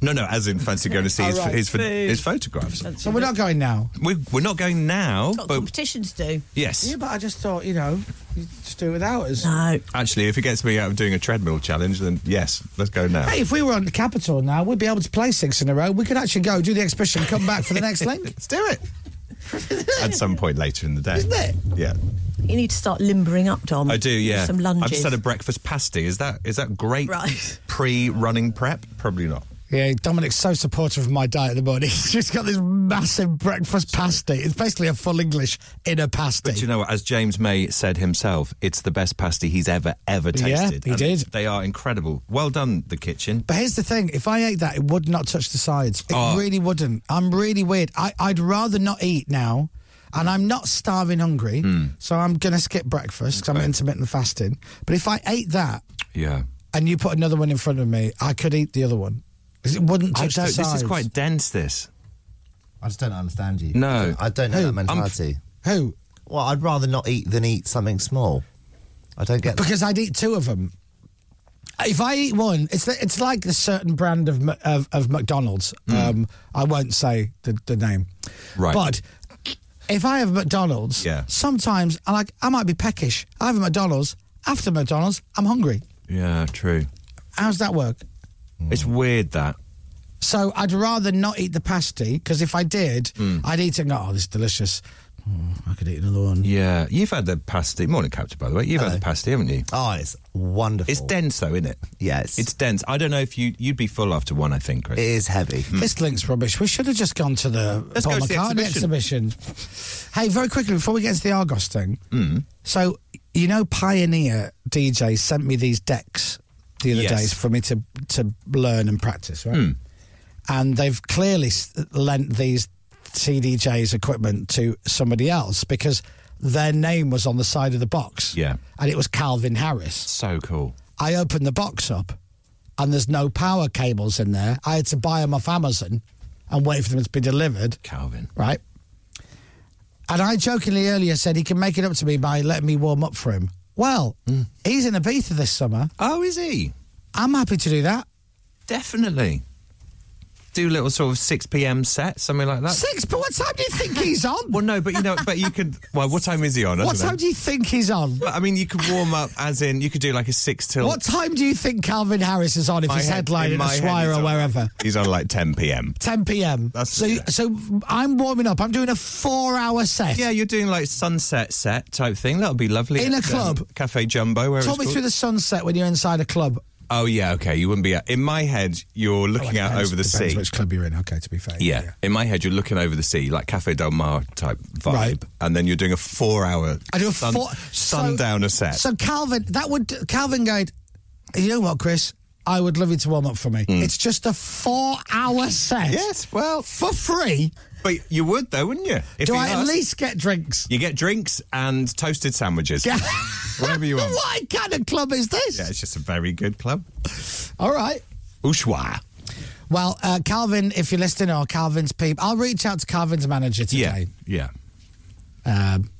S7: No, no, as in fancy going to see
S5: All
S7: his,
S5: right.
S7: his, his photographs.
S5: So we're not going now.
S7: We're, we're not going now,
S5: got
S7: but
S3: Competitions do.
S7: yes.
S5: Yeah, but I just thought, you know, you just do it without us.
S3: No.
S7: Actually, if it gets me out of doing a treadmill challenge, then yes, let's go now.
S5: Hey, if we were on the Capitol now, we'd be able to play six in a row. We could actually go do the exhibition, come back for the next link.
S7: Let's do it. At some point later in the day.
S5: Isn't it?
S7: Yeah.
S3: You need to start limbering up, Dom.
S7: I do, yeah.
S3: Um, Some lunges.
S7: I've just had a breakfast pasty. Is that is that great
S3: Right.
S7: pre-running prep? Probably not.
S5: Yeah, Dominic's so supportive of my diet at the moment. He's just got this massive breakfast pasty. It's basically a full English inner pasty.
S7: But you know what? As James May said himself, it's the best pasty he's ever ever
S5: Yeah,
S7: tasted.
S5: he
S7: And
S5: did.
S7: They are incredible. Well done, the kitchen.
S5: But here's the thing: if I ate that, it would not touch the sides. It
S7: Oh.
S5: really wouldn't. I'm really weird. I, I'd rather not eat now, and I'm not starving hungry,
S7: Hmm. Mm,
S5: so I'm gonna skip breakfast because I'm intermittent fasting. But if I ate that
S7: Yeah.
S5: and you put another one in front of me, I could eat the other one 'Cause it wouldn't
S7: I
S5: touch the
S7: don't-
S5: sides.
S7: this is quite dense. This.
S14: I just don't understand you.
S7: No.
S14: I don't know
S7: Who?
S14: that
S7: I'm f-
S14: mentality.
S5: Who?
S14: Well, I'd rather not eat than eat something small. I don't get that.
S5: because I'd eat two of them. If I eat one, it's li- it's like a certain brand of Mc- of, of McDonald's.
S14: Hmm.
S5: Um, I won't say the, the name,
S13: Right.
S5: But if I have McDonald's,
S13: Yeah.
S5: sometimes I like I might be peckish. I have a McDonald's after McDonald's, I'm hungry.
S7: Yeah, true.
S5: How's that work? Mm.
S7: It's weird that.
S5: So I'd rather not eat the pasty because if I did,
S14: Hmm.
S5: I'd eat it. And go, oh, this is delicious. Hmm, I could eat another one.
S7: Yeah, you've had the pasty. Morning, Captain, by the way. You've had the pasty, haven't you?
S14: Oh, it's wonderful.
S7: It's dense, though, isn't it?
S14: Yes.
S7: It's dense. I don't know if you, you'd be full after one, I think, Chris. It
S14: is heavy.
S5: This link's rubbish. We should have just gone to the
S7: Hmm. Let's
S5: Paul
S7: go to the
S5: McCartney exhibition. Hey, very quickly before we get into the Argos thing.
S7: Mm.
S5: So you know, Pioneer DJ sent me these decks the other
S13: Yes.
S5: days for me to to learn and practice, right?
S13: Hmm.
S5: And they've clearly s- lent these CDJ's equipment to somebody else because their name was on the side of the box.
S7: Yeah.
S5: and it was Calvin Harris.
S7: So cool.
S5: I opened the box up and there's no power cables in there. I had to buy them off Amazon and wait for them to be delivered.
S7: Calvin.
S5: Right. And I jokingly earlier said he can make it up to me by letting me warm up for him. Well, he's in Ibiza this summer.
S7: Mm. Oh, is he?
S5: I'm happy to do that.
S7: Definitely. Do little sort of 6 p.m. set, something like that.
S5: Six, but what time do you think he's on?
S7: Well, no, but you know, but you could. Well, what time is he on? I
S5: what
S7: don't know.
S5: time do you think he's on?
S7: But, I mean, you could warm up, as in, you could do like a 6 till.
S5: What time do you think Calvin Harris is on if
S7: My
S5: he's
S7: head-
S5: headlining
S7: in
S5: at
S7: my head,
S5: Swire
S7: he's
S5: or
S7: on-
S5: wherever?
S7: He's on like 10 p.m.
S5: 10 p.m. so, so I'm warming up. I'm doing a four-hour set.
S7: Yeah, you're doing like sunset set type thing. That'll be lovely.
S5: In a
S7: At, um,
S5: club.
S7: Cafe Jumbo, where
S5: Talk me
S7: it's
S5: through
S7: called.
S5: the sunset when you're inside a club.
S7: Oh, yeah, okay. You wouldn't be. At, in my head, you're looking
S5: Oh, it
S7: out
S5: depends-
S7: over the
S5: depends
S7: sea.
S5: Which club you're in? Okay, to be fair.
S7: Yeah. in my head, you're looking over the sea, like Cafe Del Mar type vibe,
S5: Right.
S7: and then you're doing a four-hour
S5: I do a
S7: sun,
S5: four-
S7: sundowner set.
S5: So Calvin, that would Calvin going. You know what, Chris? I would love you to warm up for me. It's just a four-hour set.
S7: Hmm. Yes, well,
S5: for free.
S7: but you would though, wouldn't you? If
S5: do
S7: he
S5: I at
S7: asked.
S5: least get drinks?
S7: You get drinks and toasted sandwiches.
S5: Yeah.
S7: Whatever you want.
S13: what kind of club is this?
S7: Yeah, it's just a very good club.
S5: All right.
S7: Ushua.
S5: Well, uh, Calvin, if you're listening, or Calvin's peep, I'll reach out to Calvin's manager
S7: Yeah,
S5: today,
S7: yeah.
S5: um,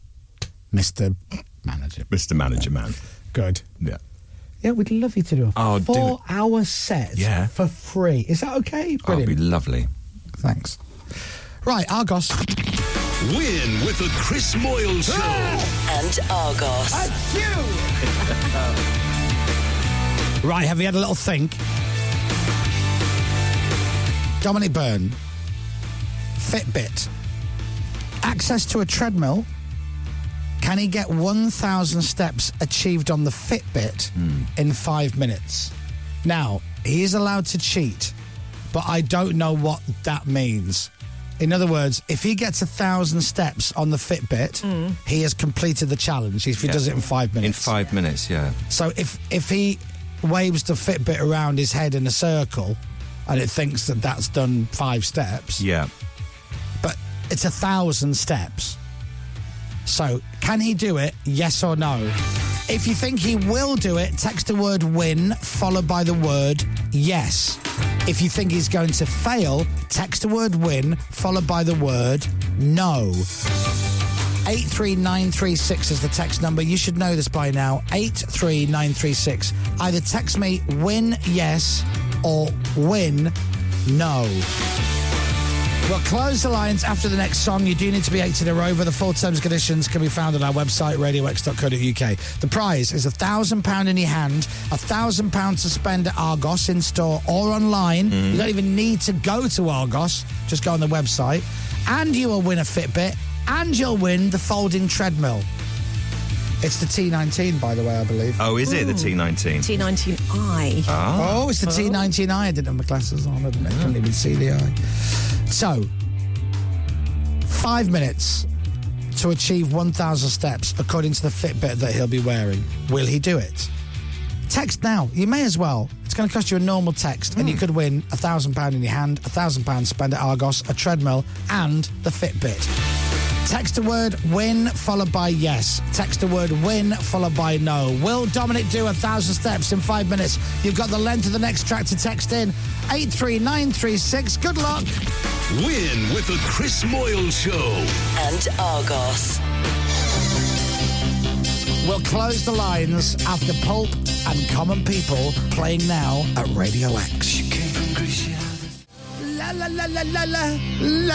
S5: Mr. Manager.
S7: Mr. Manager Man.
S5: Good.
S7: Yeah.
S15: Yeah, we'd love you to do a
S7: Oh, do
S15: four-hour set
S7: Yeah.
S15: for free. Is that okay?
S7: Oh, it'd
S15: Brilliant.
S7: be lovely.
S5: Thanks. Right, Argos.
S1: Win with the Chris Moyle Show.
S2: And Argos.
S5: Right, have you had a little think? Dominic Byrne, Fitbit, access to a treadmill. Can he get 1,000 steps achieved on the Fitbit in five minutes? Now, he is allowed to cheat, but I don't know what that means. In other words, if he gets a thousand steps on the Fitbit, he has completed the challenge. If he
S7: Yeah.
S5: does it in five minutes,
S7: In five minutes, yeah.
S5: so if if he waves the Fitbit around his head in a circle, and it thinks that that's done five steps,
S7: Yeah.
S5: but it's a thousand steps. So can he do it? Yes or no? If you think he will do it, text the word "win" followed by the word "yes." If you think he's going to fail, text the word "win" followed by the word "no." 83936 is the text number. You should know this by now. 83936. Either text me win yes or win no. We'll close the lines after the next song. You do need to be 18 or over. The full terms and conditions can be found on our website, radiox.co.uk. The prize is a £1,000 in your hand, a £1,000 to spend at Argos in store or online.
S7: Mm-hmm.
S5: You don't even need to go to Argos, just go on the website. And you will win a Fitbit, and you'll win the folding treadmill. It's the T19, by the way, I believe.
S7: Oh, is it the T19?
S5: T19i.
S7: Ah.
S5: Oh, it's the T19i. I didn't have my glasses on. I, didn't, I couldn't even see the eye. So, five minutes to achieve 1,000 steps according to the Fitbit that he'll be wearing. Will he do it? Text now. You may as well. It's going to cost you a normal text, and you could win a thousand pound in your hand, a thousand pound spend at Argos, a treadmill, and the Fitbit. Text the word win followed by yes. Text the word win followed by no. Will Dominic do a thousand steps in five minutes? You've got the length of the next track to text in. 83936. Good luck.
S1: Win with the Chris Moyle Show.
S2: And Argos.
S5: We'll close the lines after Pulp and Common People playing now at Radio X.
S13: La la la la la la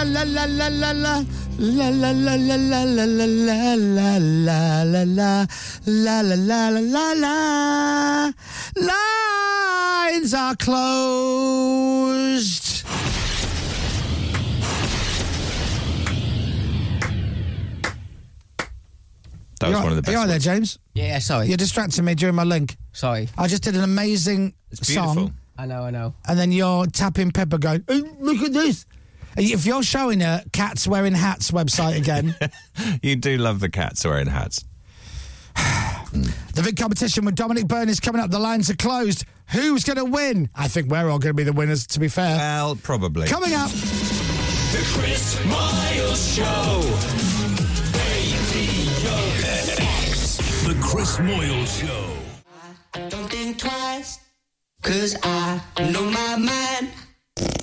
S13: la la la la la la. La la la la la la la la la la la la la la la la la la
S5: Lines are closed.
S7: That was
S5: You're
S7: one of the
S5: right-
S7: best.
S5: You're right there,
S7: ones.
S5: James.
S4: Yeah, sorry.
S5: You're distracting me during my link.
S4: Sorry.
S5: I just did an amazing song,
S4: I know, I know.
S5: and then you're tapping Pepper going, "Hey, look at this. If you're showing a Cats Wearing Hats website again,
S7: You do love the cats wearing hats.
S5: the big competition with Dominic Byrne is coming up. The lines are closed. Who's going to win? I think we're all going to be the winners, to be fair.
S7: Well, probably.
S5: Coming up.
S13: The Chris Miles Show.
S1: The Chris Moyle Show.
S13: Don't think twice, cause I know my mind.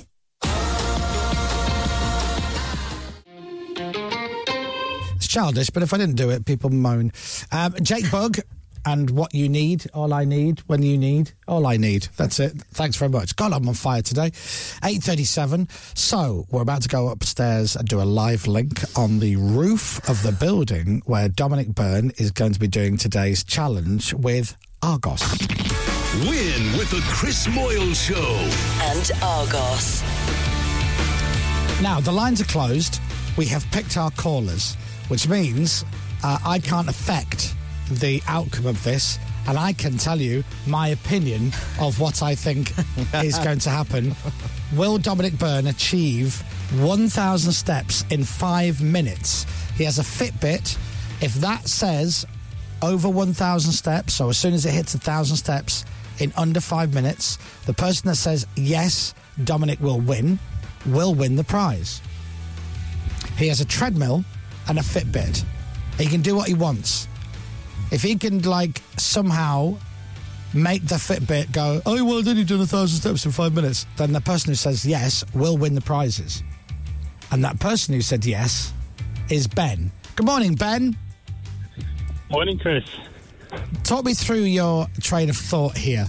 S5: It's childish, but if I didn't do it, people moan. Um, Jake Bug and What You Need, All I Need, When You Need, All I Need. That's it. Thanks very much. God, I'm on fire today. 8.37. So we're about to go upstairs and do a live link on the roof of the building where Dominic Byrne is going to be doing today's challenge with Argos.
S1: Win with the Chris Moyle Show.
S2: And Argos.
S5: Now, the lines are closed. We have picked our callers, which means uh, I can't affect the outcome of this. And I can tell you my opinion of what I think is going to happen. Will Dominic Byrne achieve 1,000 steps in five minutes? He has a Fitbit. If that says over 1,000 steps, so as soon as it hits 1,000 steps in under five minutes, the person that says yes, Dominic will win, will win the prize. He has a treadmill and a Fitbit. He can do what he wants. If he can like somehow make the Fitbit go, oh well done, you've done a thousand steps in five minutes, then the person who says yes will win the prizes. And that person who said yes is Ben. Good morning, Ben.
S16: Morning, Chris.
S5: Talk me through your train of thought here.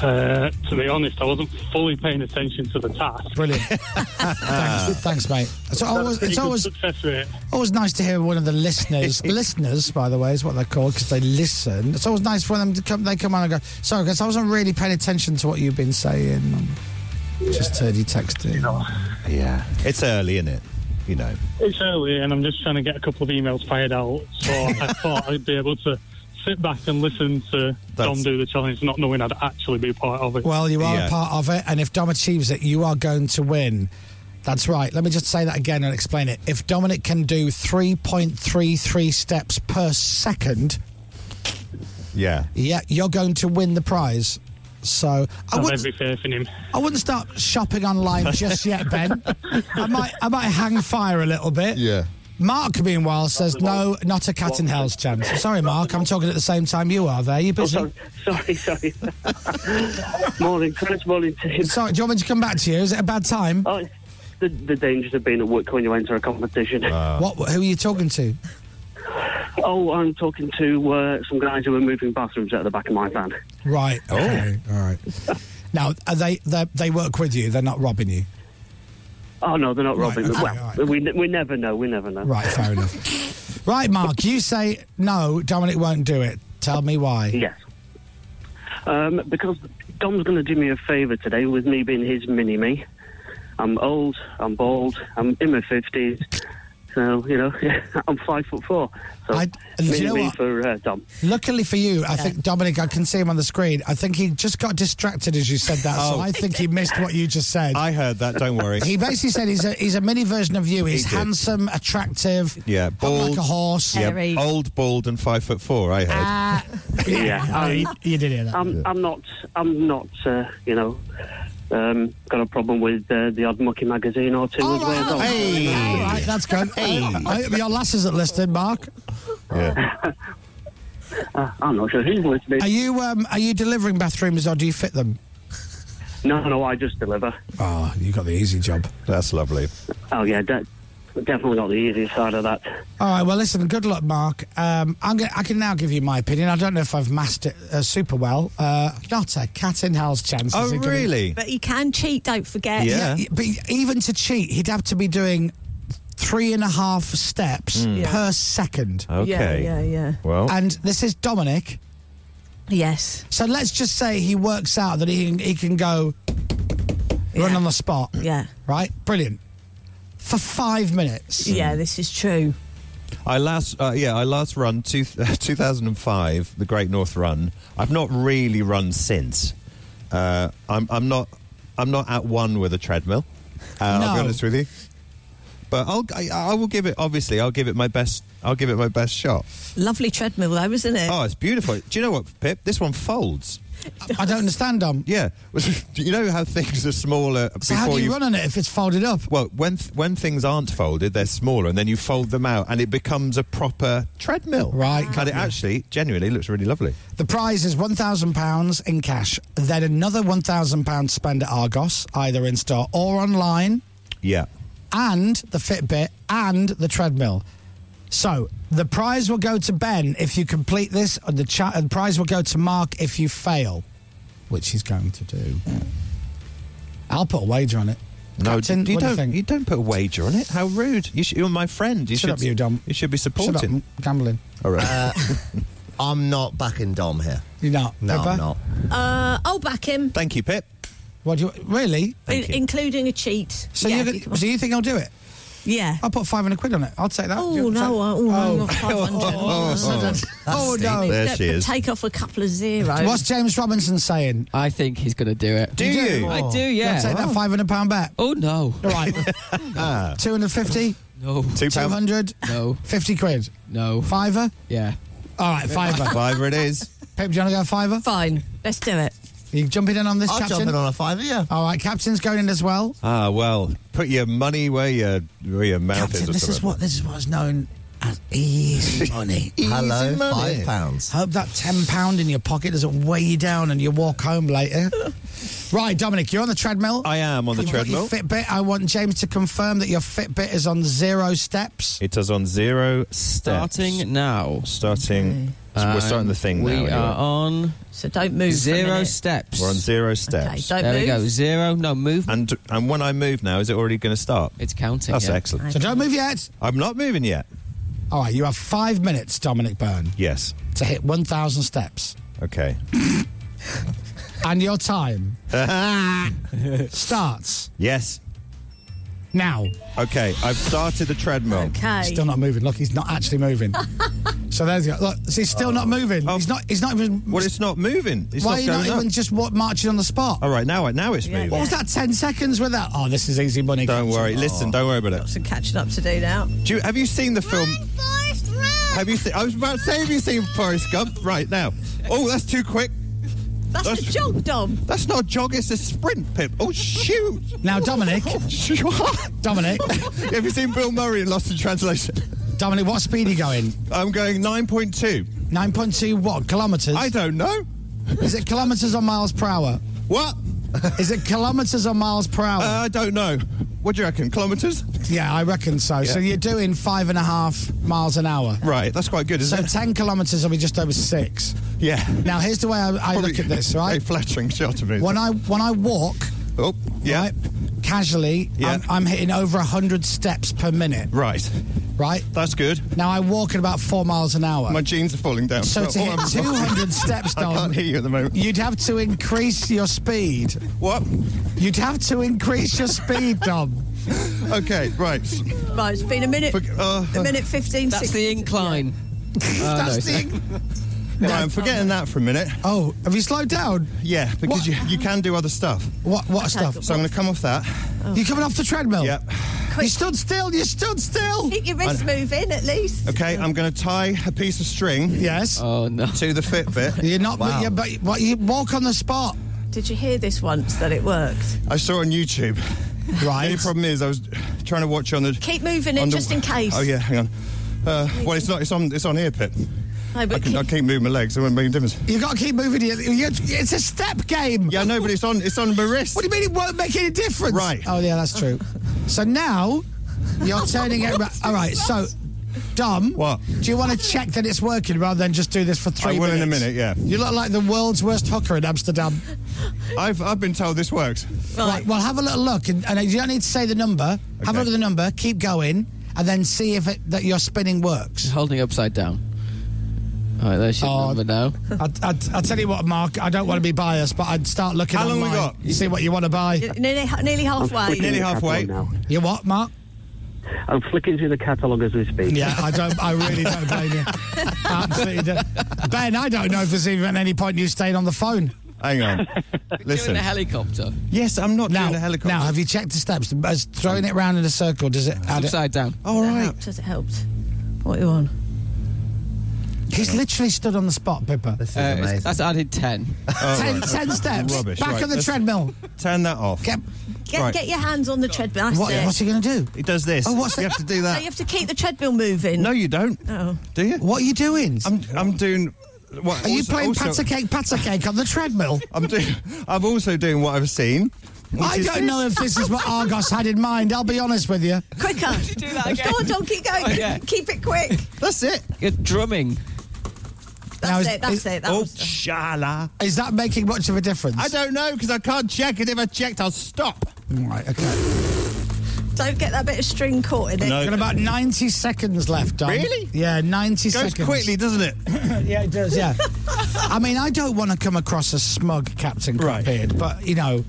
S16: Uh, to be honest, I wasn't fully paying attention to the task.
S5: Brilliant. thanks, thanks, mate. It's always,
S16: pretty
S5: it's
S16: good
S5: always,
S16: success rate.
S5: always nice to hear one of the listeners. listeners, by the way, is what they're called because they listen. It's always nice for them to come. They come on and go. Sorry, guys, I wasn't really paying attention to what you've been saying. Just heard you texting.
S7: Yeah. It's early, isn't it? You know.
S16: It's early, and I'm just trying to get a couple of emails fired out. So I thought I'd be able to sit back and listen to Dom do the challenge, not knowing I'd actually be a part of it.
S5: Well, you are a part of it, and if Dom achieves it, you are going to win. That's right. Let me just say that again and explain it. If Dominic can do 3.33 steps per second,
S7: Yeah.
S5: yeah, you're going to win the prize. So I
S16: I have
S5: wouldn't,
S16: every faith in him.
S5: I wouldn't start shopping online just yet, Ben. I might, I might hang fire a little bit.
S7: Yeah.
S5: Mark, meanwhile, says no, not a cat in hell's chance. Sorry, Mark, I'm talking at the same time you are. There, you
S6: Oh,
S5: busy?
S6: sorry, sorry, sorry. morning, Chris. Morning, team.
S5: Sorry, do you want me to come back to you? Is it a bad time?
S6: Oh, it's the, the dangers of being at work when you enter a competition.
S5: What? Who are you talking to?
S6: Oh, I'm talking to uh, some guys who are moving bathrooms out of the back of my van.
S5: Right.
S7: Oh.
S5: Okay. All right. Now, are they they they work with you. They're not robbing you.
S6: Oh no, they're not
S5: Right,
S6: robbing.
S5: okay,
S6: me. well, we we never know. We never know.
S5: Right. Fair enough. Right, Mark. You say no. Dominic won't do it. Tell me why.
S6: Yes. Um, because Dom's going to do me a favour today with me being his mini me. I'm old, I'm bald, I'm in my 50s. So, you know, I'm five foot four. So,
S5: I- do you
S6: mini
S5: know
S6: me
S5: what?
S6: for uh, Dom.
S5: Luckily for you, I think Dominic. I can see him on the screen. I think he just got distracted as you said that, so
S7: Oh.
S5: I think he missed what you just said.
S7: I heard that. Don't worry.
S5: He basically said he's a he's a mini version of you.
S7: He
S5: He's
S7: did.
S5: handsome, attractive.
S7: Yeah, bald,
S5: a horse. Hairy.
S7: Yeah, old, bald, and five foot four. I heard.
S5: Ah,
S6: Yeah,
S5: Oh, you, you did hear that.
S6: I'm, I'm not, I'm not, uh, you know, um, got a problem with uh, the odd mucky magazine or two as well. Dom.
S5: All right, that's good. I hope your lasses that listed, Mark.
S6: Uh, I'm not sure who's listening.
S5: Are you um, are you delivering bathrooms or do you fit them?
S6: No, no, I just deliver.
S5: Oh, you got the easy job.
S7: That's lovely.
S6: Oh, yeah, de- definitely not the easy side of that.
S5: All right. Well, listen. Good luck, Mark. Um, I'm gonna, I can now give you my opinion. I don't know if I've masked it uh, super well. Uh, not a cat in hell's chance.
S7: Oh,
S5: is it gonna-
S7: really?
S3: But he can cheat, don't forget.
S5: But even to cheat, he'd have to be doing three and a half steps
S3: Mm. Yeah.
S5: per second.
S3: Okay. Yeah, yeah, yeah.
S7: Well,
S5: and this is Dominic.
S3: Yes.
S5: So let's just say he works out that he can, he can go run on the spot.
S3: Yeah.
S5: Right. Brilliant. For five minutes.
S3: Yeah, this is true.
S7: I last, uh, yeah, I last run two, 2005, the Great North Run. I've not really run since. Uh, I'm, I'm not, I'm not at one with a treadmill. Uh, I'll be
S5: No.
S7: honest with you. But I'll, I, I will give it. Obviously, I'll give it my best. I'll give it my best shot.
S3: Lovely treadmill, though, isn't it?
S7: Oh, it's beautiful. Do you know what, Pip? This one folds.
S5: I don't understand, Dom.
S7: Yeah, do you know how things are smaller
S5: So
S7: before
S5: how do you
S7: you've-
S5: run on it if it's folded up?
S7: Well, when th- when things aren't folded, they're smaller, and then you fold them out, and it becomes a proper treadmill.
S5: Right,
S7: and it actually genuinely looks really lovely.
S5: The prize is £1,000 in cash, then another £1,000 spent at Argos, either in store or online,
S7: Yeah.
S5: and the Fitbit and the treadmill. So the prize will go to Ben if you complete this, and the, cha- and the prize will go to Mark if you fail, which he's going to do. I'll put a wager on it.
S7: No,
S5: Captain,
S7: you
S5: what do you
S7: don't.
S5: think?
S7: you don't put a wager on it. How rude! You should, you're my friend. You should
S5: Shut up, you dumb.
S7: You should be
S5: Shut up,
S7: supporting.
S5: I'm gambling.
S7: All right.
S17: Uh, I'm not backing Dom here.
S5: You're not.
S17: No,
S5: Pippa?
S17: I'm not.
S3: Uh, I'll back him,
S7: Thank you, Pip.
S5: What do you, really?
S3: in- including a cheat.
S5: So,
S3: yeah,
S5: you're
S3: if
S5: gonna,
S3: you come on.
S5: so you think I'll do it?
S3: yeah.
S5: I'll put 500 quid on it. I'll take that. Do
S3: Oh
S5: you-
S3: no! I- Oh,
S5: Oh.
S3: no! five hundred.
S5: Oh, Oh, no.
S3: Don't-
S7: There she is.
S3: Take off a couple of zeros.
S5: What's James Robinson saying?
S4: I think he's going to do it.
S7: Do you?
S18: I do,
S5: You
S18: yeah.
S5: want to take that five hundred pound bet.
S4: Oh no!
S5: All right,
S7: Ah,
S5: two hundred fifty.
S4: No.
S7: two
S5: Two
S7: pound
S5: hundred.
S4: No.
S5: Fifty quid.
S4: No.
S5: Fiver.
S4: Yeah.
S5: All right, fiver.
S7: fiver it is.
S5: Pip, do you want to go fiver?
S3: Fine. Let's do it.
S5: You jumping in on this,
S17: I'll
S5: captain?
S17: jump in on a fiver, yeah.
S5: All right, captain's going in as well.
S7: Ah well, put your money where your where your mouth
S5: Captain,
S7: is. Or
S5: this
S7: something.
S5: is what this is what's known as easy money. Easy
S12: Hello,
S5: money.
S12: five pounds.
S5: Hope that ten pound in your pocket doesn't weigh you down and you walk home later. right, Dominic, you're on the treadmill.
S7: I am on the
S5: You've got your
S7: treadmill.
S5: Fitbit. I want James to confirm that your Fitbit is on zero steps.
S7: It is on zero steps.
S4: Starting now.
S7: Starting.
S4: Okay. Um,
S7: We're starting the thing
S4: Uh, We
S7: now. anyway.
S4: are on.
S3: So don't move. for a
S4: Zero
S3: minute.
S4: steps.
S7: We're on zero steps.
S4: there we go. Zero. No move.
S7: And and when I move now, is it already going to start? It's counting. That's
S4: yeah.
S7: excellent.
S5: So don't move your head.
S7: I'm not moving yet.
S5: All right, you have five minutes, Dominic Byrne,
S7: Yes.
S5: to hit 1,000 steps.
S7: Okay.
S5: And your time starts
S7: yes.
S5: now.
S7: Okay. I've started the treadmill.
S5: Okay. Still not moving. Look, he's not actually moving. so there's you go. Look, so he's still not moving. he's not. He's not even.
S7: Oh. Well, it's not moving. It's not
S5: why are you
S7: going
S5: not
S7: up.
S5: even just what marching on the spot?
S7: All right. Now, it- now it's moving.
S5: What was that? Ten seconds with that? Oh, this is easy money.
S7: Don't worry.
S12: Oh.
S7: Listen. Don't worry about it.
S3: Some catching up to do now.
S7: Do you, have you seen the film? Have you seen? I was about to say, have you seen Forrest Gump? Right now. Oh, that's too quick.
S3: That's, a jog, Dom.
S7: That's not a jog. It's a sprint, Pip. Oh shoot!
S5: Now, Dominic. Dominic.
S7: have you seen Bill Murray in Lost in Translation?
S5: Dominic, what speed are you going?
S7: I'm going nine point two.
S5: Nine point two what kilometers?
S7: I don't know.
S5: Is it kilometers or miles per hour?
S7: What?
S5: Is it kilometers or miles per hour?
S7: Uh, I don't know. What do you reckon? Kilometers?
S5: yeah, I reckon so. So
S7: Yeah.
S5: you're doing five and a half miles an hour.
S7: Right. That's quite good,
S5: So
S7: isn't it?
S5: ten kilometers will be just over six.
S7: Yeah.
S5: Now here's the way I, I look
S7: Probably
S5: at this, right?
S7: Very flattering shot of me.
S5: When I when I walk
S7: Oh, yeah.
S5: casually,
S7: Yeah.
S5: I'm, I'm hitting over hundred steps per minute.
S7: Right.
S5: Right.
S7: That's good.
S5: Now I walk at about four miles an hour.
S7: My jeans are falling down.
S5: So to
S7: Oh,
S5: hit
S7: I'm sorry.
S5: 200 steps,
S7: I
S5: Dom,
S7: can't hear you at the moment.
S5: You'd have to increase your speed.
S7: What?
S5: You'd have to increase your speed, Dom.
S7: Okay, right.
S3: Right, it's been a minute.
S5: uh,
S3: a minute 15
S4: That's
S3: 16.
S4: the incline. Oh, no,
S5: That's
S4: it's-
S5: the.
S7: Right, I'm forgetting that for a minute.
S5: Oh, have you slowed down?
S7: Yeah, because you, you can do other stuff.
S5: What what stuff?
S7: So I'm going to come off that.
S5: You're coming off the treadmill.
S7: Yep.
S5: You stood still. You stood still.
S3: Keep your wrists moving at least.
S7: Okay, I'm going to tie a piece of string.
S5: Yes.
S4: Oh no.
S7: To the Fitbit.
S5: You're not. You're, but what, you walk on the spot.
S3: Did you hear this once that it worked?
S7: I saw on YouTube.
S5: Right.
S7: The only problem is I was trying to watch on the.
S3: Keep moving it
S7: on the-
S3: just in case.
S7: Oh yeah, hang on. Uh, well, it's not. It's on. It's on here, Pip.
S3: No, but
S7: I can. I
S3: keep-
S7: keep moving my legs. It won't make a difference.
S5: You got to keep moving. You, you, it's a step game.
S7: Yeah, I know, but it's on. It's on my wrist.
S5: What do you mean it won't make any difference?
S7: Right.
S5: Oh yeah, that's true. So now you're turning it. Ra- All right. So, Dom.
S7: What?
S5: Do you want to check that it's working rather than just do this for three?
S7: I will in
S5: minutes?
S7: a minute, yeah.
S5: You look like the world's worst hooker in Amsterdam.
S7: I've I've been told this works.
S5: Right. well, have a little look, and, and you don't need to say the number. Have
S7: Okay.
S5: a look at the number. Keep going, and then see if it, that your spinning works.
S4: Holding upside down. All right, there's your
S5: Oh.
S4: number now.
S5: I, I, I tell you what, Mark. I don't want to be biased, but I'd start looking.
S7: How long we
S5: online,
S7: got?
S5: You see what you want to buy.
S3: Nearly, nearly halfway.
S7: Nearly halfway.
S6: Now.
S5: You what, Mark?
S6: I'm flicking through the catalogue as we speak.
S5: Yeah, I don't. I really don't blame you. Absolutely, don't. Ben. I don't know if there's even any point you stayed on the phone.
S7: Hang on.
S4: Doing
S7: Listen.
S4: a helicopter.
S7: yes, I'm not
S5: Now,
S7: doing a helicopter.
S5: now, have you checked the steps? As throwing it round in a circle, does it add it?
S4: Upside down.
S7: All right.
S3: Helped, has it helped? What are you on?
S5: He's literally stood on the spot, Pippa.
S12: This is
S4: Uh, it's-
S12: amazing.
S4: that's added 10.
S7: Oh,
S5: Ten,
S7: right.
S5: ten steps.
S7: Rubbish,
S5: Back
S7: right,
S5: on the
S7: let's-
S5: treadmill.
S7: Turn that off.
S5: Get,
S3: Get,
S7: Right.
S3: get your hands on the treadmill. That's
S5: what,
S3: it.
S5: what's he going to do?
S7: It does this.
S5: Oh, what's
S7: you
S5: that?
S7: have to do
S3: No,
S7: that?
S3: you have to keep the treadmill moving.
S7: no, you don't.
S3: Oh.
S7: Do you?
S5: What are you doing?
S7: I'm I'm doing. What,
S5: are you
S7: also-
S5: playing
S7: also-
S5: patter cake, patter cake on the treadmill?
S7: I'm doing. I'm also doing what I've seen. which
S5: I
S7: is
S5: don't
S7: this.
S5: know if this is what Argos had in mind. I'll be honest with you.
S3: Quicker. do that again. Go on, Dom, keep going.
S4: Oh, yeah.
S3: Keep it quick.
S7: That's it.
S4: You're drumming.
S3: That's
S5: Now, is-
S3: it, that's
S5: is-
S3: it. That
S7: Oh,
S3: was-
S7: shala.
S5: Is that making much of a difference?
S7: I don't know because I can't check, and if I checked, I'll stop.
S3: Mm.
S5: Right, okay.
S3: don't get that bit of string caught in it.
S5: Got about 90 seconds left, Dom.
S7: Really?
S5: Yeah, 90
S7: Goes
S5: seconds.
S7: quickly, doesn't it?
S5: Yeah, it does, yeah. I mean, I don't want to come across as smug, Captain
S7: Right.
S5: Cuphead, but, you know,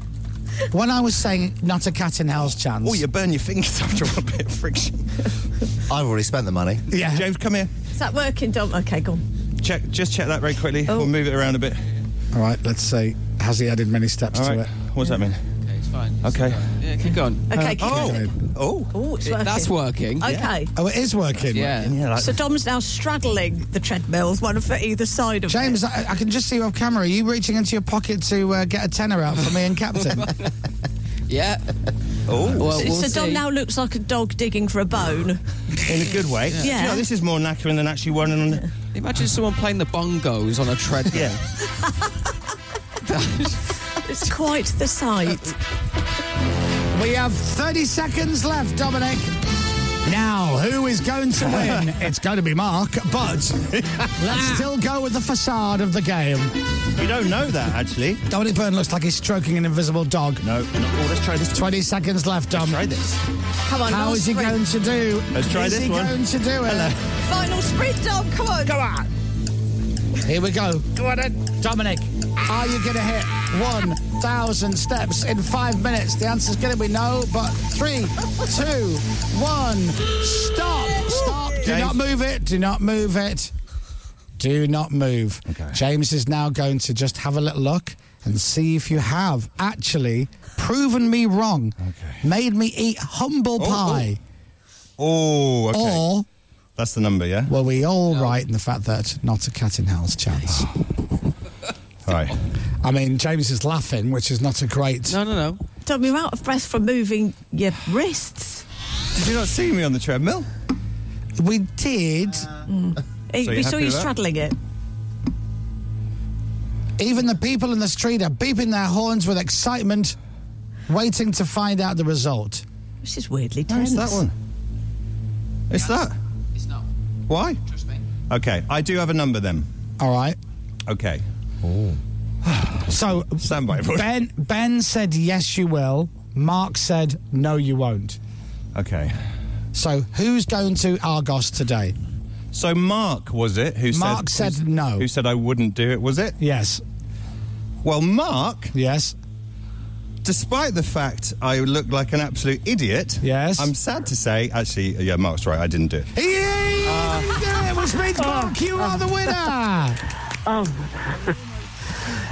S5: when I was saying not a cat in hell's chance.
S7: Oh, you burn your fingers after a bit of friction.
S12: I've already spent the money.
S5: yeah.
S7: James, come here.
S3: Is that working, Dom? Okay, go on.
S7: Check. Just check that very quickly.
S3: Oh.
S7: We'll move it around a bit.
S5: All right, let's see. Has he added many steps
S7: All
S5: to
S7: right.
S5: it?
S7: What's that mean?
S4: Okay, it's fine.
S7: Okay.
S4: Yeah, keep going.
S5: Uh,
S3: Okay, keep
S7: Oh.
S3: going.
S7: Oh.
S3: Oh, it's working.
S4: That's working.
S3: Okay.
S5: Oh, it is working.
S4: Yeah.
S7: Yeah. Like,
S3: So Dom's now straddling the treadmills, one for either side of
S5: James, I, I can just see you off camera. Are you reaching into your pocket to uh, get a tenner out for me and Captain?
S4: Yeah.
S19: Oh,
S3: so Dom now looks like a dog digging for a bone.
S7: in a good way.
S3: Yeah.
S7: Do you know, this is more knackering than actually running on. the-
S4: Imagine someone playing the bongos on a treadmill.
S3: it's quite the sight.
S5: We have 30 seconds left, Dominic. Now, who is going to win? it's going to be Mark, but let's still go with the facade of the game.
S7: We don't know that, actually.
S5: Dominic Byrne looks like he's stroking an invisible dog.
S7: No. Oh, let's try this.
S5: 20 seconds left, Dom.
S7: Try this.
S3: Come on,
S5: How
S3: last
S5: is he
S3: sprint.
S5: going to do?
S7: Let's try
S5: is
S7: this
S5: he
S7: one.
S5: going to do it?
S3: Final sprint, Dom. Come on. Come on.
S5: Here we go. Go on then. Dominic, are you going to hit 1,000 steps in five minutes? The answer's going to be no, but three, two, one, stop. Stop. Do
S10: James.
S5: not move it. Do not move it. Do not move. James is now going to just have a little look and see if you have actually proven me wrong, made me eat humble pie,
S7: Oh, okay.
S5: or
S7: That's the number, yeah?
S5: were we all right in the fact that not a cat in hell's chance?
S7: All right.
S5: I mean, James is laughing, which is not a great.
S4: No, no, no.
S3: Dom, you're out of breath from moving your wrists.
S7: Did you not see me on the treadmill?
S5: We did.
S3: Hey,
S7: So
S3: Mm. we
S7: you're
S3: saw
S7: happy
S3: you
S7: with that?
S3: straddling it.
S5: Even the people in the street are beeping their horns with excitement, waiting to find out the result.
S3: This is weirdly
S7: Where's that one? It's that.
S4: It's not.
S7: Why?
S4: Trust me.
S7: Okay, I do have a number then.
S5: All right.
S7: Okay.
S5: So
S7: Stand by, everyone.
S5: Ben Ben said yes, you will. Mark said no, you won't.
S7: Okay.
S5: So who's going to Argos today?
S7: So Mark was it who
S5: Mark
S7: said
S5: said no.
S7: Who said I wouldn't do it? Was it?
S5: Yes.
S7: Well, Mark.
S5: Yes.
S7: Despite the fact I look like an absolute idiot. Yes. I'm sad to say, actually, yeah, Mark's right. I didn't do it.
S5: Yeah, which means Mark, you are the winner.
S6: Oh.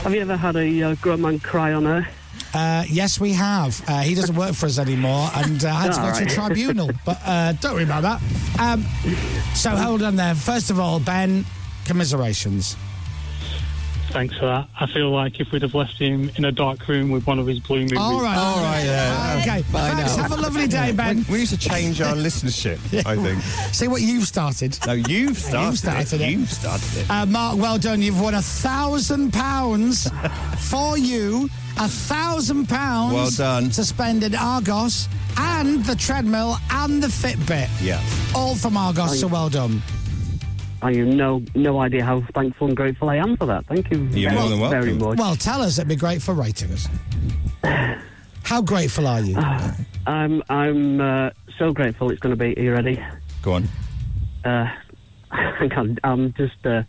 S6: Have you ever had a uh, grown man cry on her?
S5: Uh, yes, we have. Uh, he doesn't work for us anymore, and uh, had to go
S6: All
S5: to
S6: right.
S5: tribunal. But uh, don't worry about that. Um, so hold on there. First of all, Ben, commiserations.
S16: Thanks for that. I feel like if we'd have left him in a dark room with one of his blue movies.
S5: All right, all right, yeah. Okay, thanks. Have a lovely day, Ben.
S7: We need to change our listenership. I think.
S5: See what you've started.
S7: No, you've started.
S5: started it.
S7: You've started it.
S5: Uh, Mark, well done. You've won a thousand pounds for you. A thousand pounds.
S7: Well done.
S5: To spend in Argos and the treadmill and the Fitbit.
S7: Yeah.
S5: All from Argos. Oh, So well done.
S6: I have no no idea how thankful and grateful I am for that. Thank you
S7: You're
S6: very,
S7: more than welcome.
S6: very much.
S5: Well, tell us. It'd be great for ratings. How grateful are you?
S6: Ah. I'm I'm uh, so grateful. It's going to be. Are you ready?
S7: Go on.
S6: Uh, I can't, I'm just. Uh,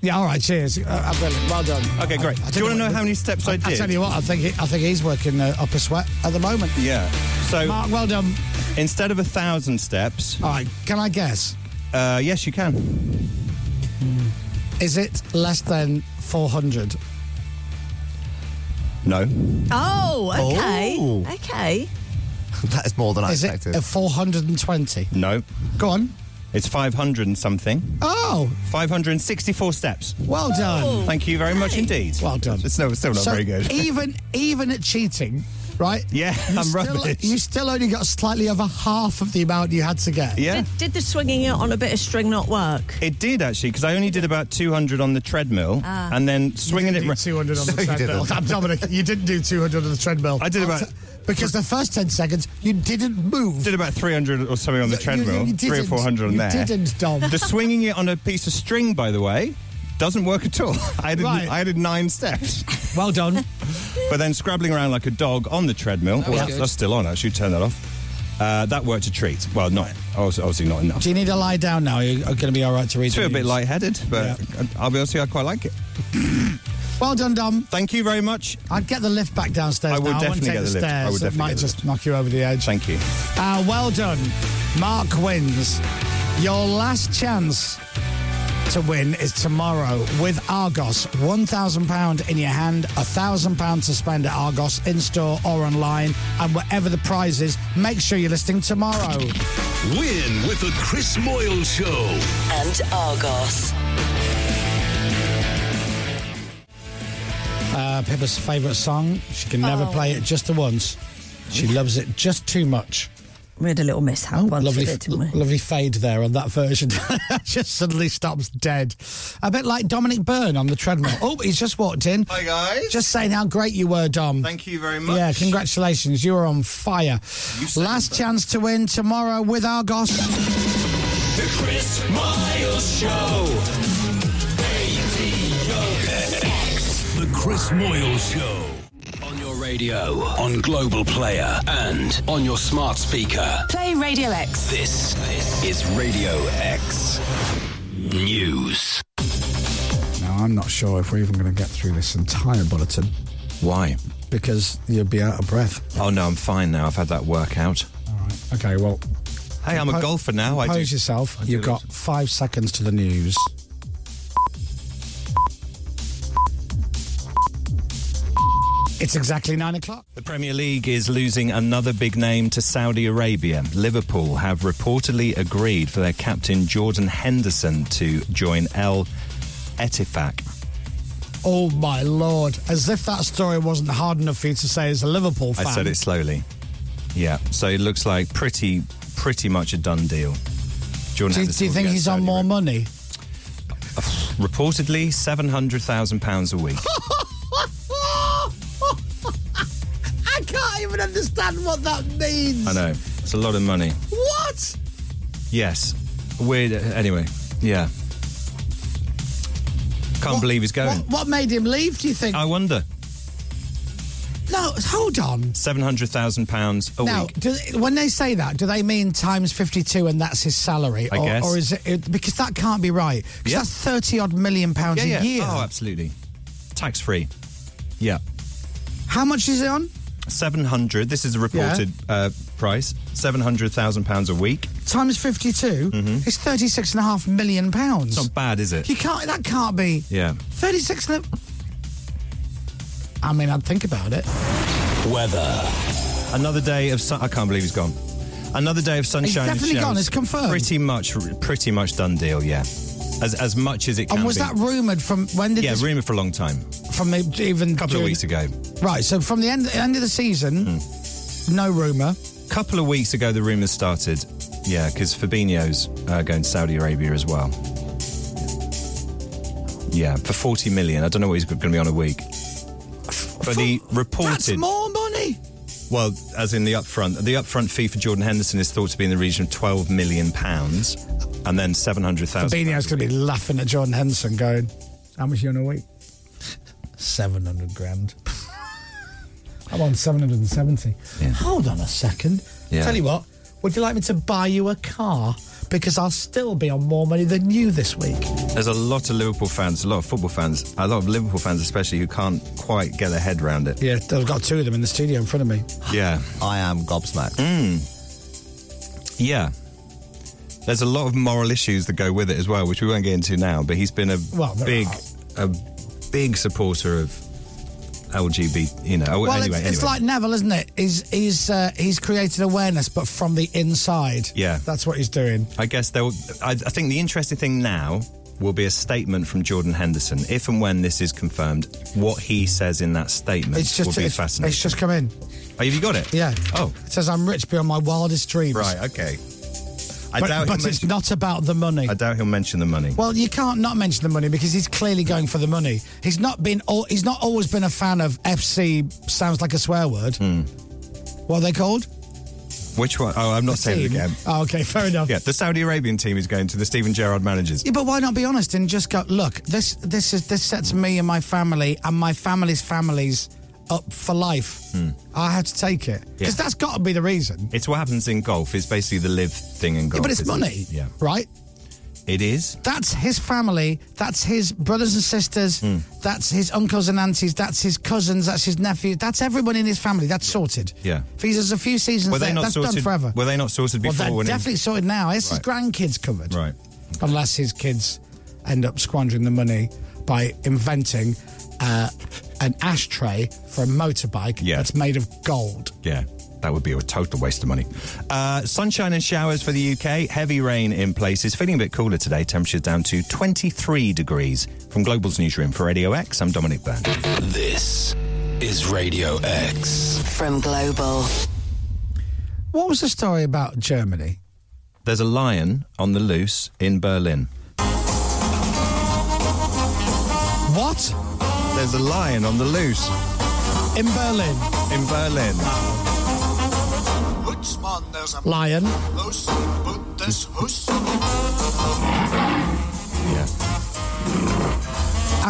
S5: Yeah, all right. Cheers. Uh, brilliant. Well done.
S7: Okay, great.
S5: I
S7: do you want to know how many steps I,
S5: I,
S7: did?
S5: I tell you what. I think he, I think he's working uh, up a sweat at the moment.
S7: Yeah. So
S5: Mark, well done.
S7: instead of a thousand steps,
S5: All right. Can I guess?
S7: uh, yes, you can.
S5: Is it less than four hundred?
S7: No.
S3: Oh, okay.
S12: Oh.
S3: Okay.
S12: that is more than I
S5: Is it
S12: expected.
S5: a four hundred and twenty?
S7: No.
S5: Go on.
S7: It's 500 and something.
S5: Oh,
S7: 564 steps.
S5: well done.
S7: Thank you very much indeed.
S5: Well done.
S7: It's, no, it's still not
S5: So
S7: very good.
S5: even even at cheating, right?
S7: Yeah,
S5: you
S7: I'm
S5: still,
S7: rubbish.
S5: You still only got slightly over half of the amount you had to get.
S7: yeah.
S3: Did, did the swinging it on a bit of string not work?
S7: It did actually, because I only did about 200 on the treadmill
S3: Ah.
S7: and then swinging
S5: didn't
S7: it. Oh,
S5: do
S7: ra-
S5: 200 on the
S7: No, you
S5: treadmill.
S7: didn't.
S5: I'm Dominic, you didn't do 200 on the treadmill.
S7: I did about-
S5: because the first 10 seconds you didn't move.
S7: Did about 300 or something on the
S5: You- you
S7: treadmill, three or
S5: didn't.
S7: 400 on
S5: You
S7: there.
S5: didn't, Dom.
S7: The swinging it on a piece of string, by the way, doesn't work at all. I did,
S5: Right.
S7: I did nine steps.
S5: Well done.
S7: But then scrabbling around like a dog on the treadmill.
S4: That
S7: well,
S4: was
S7: that's,
S4: good.
S7: that's still on, actually. Turn that off. Uh, that worked a treat. Well, not obviously obviously not enough.
S5: Do you need to lie down now? You're going to be all right to read.
S7: I
S5: the
S7: feel a bit
S5: news.
S7: lightheaded, but I'll be honest with you, I quite like it.
S5: Well done, Dom.
S7: Thank you very much.
S5: I'd get the lift back downstairs.
S7: I would
S5: now.
S7: definitely
S5: I
S7: get
S5: wouldn't
S7: the lift.
S5: take the
S7: I
S5: stairs.
S7: would
S5: It
S7: definitely
S5: might
S7: get the
S5: just knock you over the edge.
S7: Thank you.
S5: Uh, well done. Mark wins. Your last chance to win is tomorrow with Argos. £1,000 in your hand, £1,000 to spend at Argos in store or online. And whatever the prize is, make sure you're listening tomorrow.
S2: Win with the Chris Moyle Show.
S20: and Argos.
S5: Uh, Pippa's favourite song. She can never
S3: Oh.
S5: play it just the once. She loves it just too much. Oh,
S3: We had a little mishap once
S5: lovely,
S3: with it, didn't we?
S5: lovely fade there on that version. just suddenly stops dead. A bit like Dominic Byrne on the treadmill. Oh, he's just walked in.
S21: Hi, guys.
S5: Just saying how great you were, Dom.
S21: Thank you very much.
S5: Yeah, congratulations. You were on fire. Last chance to win tomorrow with Argos.
S11: The Chris Miles Show.
S1: The Chris Moyle Show.
S8: On your radio, on Global Player, and on your smart speaker.
S2: Play Radio X.
S8: This is Radio X News.
S5: Now, I'm not sure if we're even going to get through this entire bulletin.
S7: Why?
S5: Because you'd be out of breath.
S7: Oh no, I'm fine now. I've had that workout.
S5: Okay, well.
S7: Hey, I'm a golfer now. I do-
S5: Compose yourself. You've got five seconds to the news. It's exactly nine o'clock.
S7: The Premier League is losing another big name to Saudi Arabia. Liverpool have reportedly agreed for their captain Jordan Henderson to join El Etifak.
S5: Oh my lord! As if that story wasn't hard enough for you to say as a Liverpool fan.
S7: I said it slowly. Yeah, so it looks like pretty pretty much a done deal. Jordan
S5: Do,
S7: Henderson
S5: do you
S7: will
S5: think
S7: get
S5: he's on more money?
S7: reportedly seven hundred thousand pounds a week.
S13: I can't even understand what that means.
S7: I know it's a lot of money.
S13: What?
S7: Yes, weird. uh, Anyway, yeah. Can't believe he's going.
S5: What made him leave? Do you think?
S7: I wonder.
S5: No, hold on.
S7: Seven hundred thousand pounds a
S5: Um, now,
S7: week.
S5: do, they- when they say that, do they mean times fifty-two and that's his salary,
S7: I
S5: or,
S7: guess.
S5: or is it, it- because that can't be right? Because that's thirty odd million pounds
S7: yeah, yeah.
S5: a year.
S7: Oh, absolutely. Tax free. Yeah.
S5: How much is it on?
S7: Seven hundred. This is the reported uh, price. Seven hundred thousand pounds a week.
S5: Times fifty-two.
S7: Mm-hmm.
S5: It's thirty-six and a half million pounds.
S7: It's not bad, is it?
S5: You can't. That can't be.
S7: Yeah.
S5: Thirty-six. And a- I mean, I'd think about it.
S7: Weather. Another day of sun. I can't believe he's gone. Another day of sunshine. and
S5: definitely gone,
S7: showers.
S5: it's confirmed.
S7: Pretty much, pretty much done deal. Yeah. As as much as it can
S5: And was
S7: be.
S5: that rumoured from when did
S7: yeah,
S5: this
S7: rumoured for a long time.
S5: from the, even
S7: A couple of weeks ago.
S5: Right, so from the end end of the season,
S7: Hmm.
S5: no rumour.
S7: couple of weeks ago, the rumours started. Yeah, because Fabinho's uh, going to Saudi Arabia as well. Yeah, for 40 million. I don't know what he's going to be on a week. But the reported.
S5: more money.
S7: Well, as in the upfront. The upfront fee for Jordan Henderson is thought to be in the region of 12 million pounds and then 700,000.
S5: Fabinho's going to be laughing at Jordan Henson, going, "How much you on a week? Seven hundred grand. I'm on seven hundred and seventy. Hold on a second.
S15: Yeah.
S5: Tell you what, would you like me to buy you a car? Because I'll still be on more money than you this week.
S7: There's a lot of Liverpool fans, a lot of football fans, a lot of Liverpool fans especially who can't quite get their head round it.
S5: Yeah, I've got two of them in the studio in front of me.
S7: Yeah. Mm.
S14: I am gobsmacked.
S7: Yeah. There's a lot of moral issues that go with it as well, which we won't get into now, but he's been a
S5: Well, there
S7: big a big supporter of LGBT, you know. oh,
S5: well,
S7: anyway,
S5: it's, it's
S7: anyway.
S5: like Neville, isn't it? He's he's uh, he's created awareness, but from the inside.
S7: Yeah.
S5: that's what he's doing.
S7: I guess there will, I, I think the interesting thing now will be a statement from Jordan Henderson if and when this is confirmed. What he says in that statement
S5: It's just
S7: will be
S5: it's,
S7: fascinating.
S5: it's just come in.
S7: oh, have you got it?
S5: Yeah.
S7: Oh.
S5: It says I'm rich beyond my wildest dreams.
S7: Right, okay. I
S5: but
S7: doubt
S5: but
S7: he'll
S5: it's
S7: mention,
S5: not about the money.
S7: I doubt he'll mention the money.
S5: Well, you can't not mention the money because he's clearly going for the money. He's not been. al- He's not always been a fan of FC. Sounds like a swear word.
S7: Hmm.
S5: What are they called?
S7: Which one? Oh, I'm not saying it
S5: Team.
S7: again.
S5: Oh, okay, fair enough.
S7: Yeah, the Saudi Arabian team is going to the Stephen Gerrard managers.
S5: Yeah, but why not be honest and just go? Look, this this is this sets me and my family and my family's families up for life. I have to take it
S7: Hmm. Yeah.
S5: because that's got to be the reason,
S7: It's what happens in golf. It's basically the live thing in golf.
S5: but it's
S7: isn't it?
S5: money.
S7: Yeah,
S5: right?
S7: it is.
S5: That's his family. That's his brothers and sisters.
S7: Hmm.
S5: That's his uncles and aunties. That's his cousins. That's his nephew. That's everyone in his family. That's sorted.
S7: Yeah.
S5: If he's there's a few seasons
S7: Were they
S5: there,
S7: not
S5: that's
S7: sorted
S5: done forever.
S7: Were they not sorted
S5: Well,
S7: before?
S5: they're
S7: when he-
S5: definitely sorted now. It's his grandkids covered.
S7: Right.
S5: Unless his kids end up squandering the money by inventing uh, an ashtray for a motorbike
S7: Yeah.
S5: that's made of gold.
S7: Yeah, that would be a total waste of money. Uh, sunshine and showers for the UK. Heavy rain in places. Feeling a bit cooler today. Temperatures down to 23 degrees. From Global's newsroom for Radio X, I'm Dominic Byrne.
S8: This is Radio X.
S2: From Global.
S5: What was the story about Germany?
S7: There's a lion on the loose in Berlin.
S5: What?
S21: There's a lion on the loose.
S5: In Berlin.
S21: In Berlin.
S5: Lion.
S21: Yeah.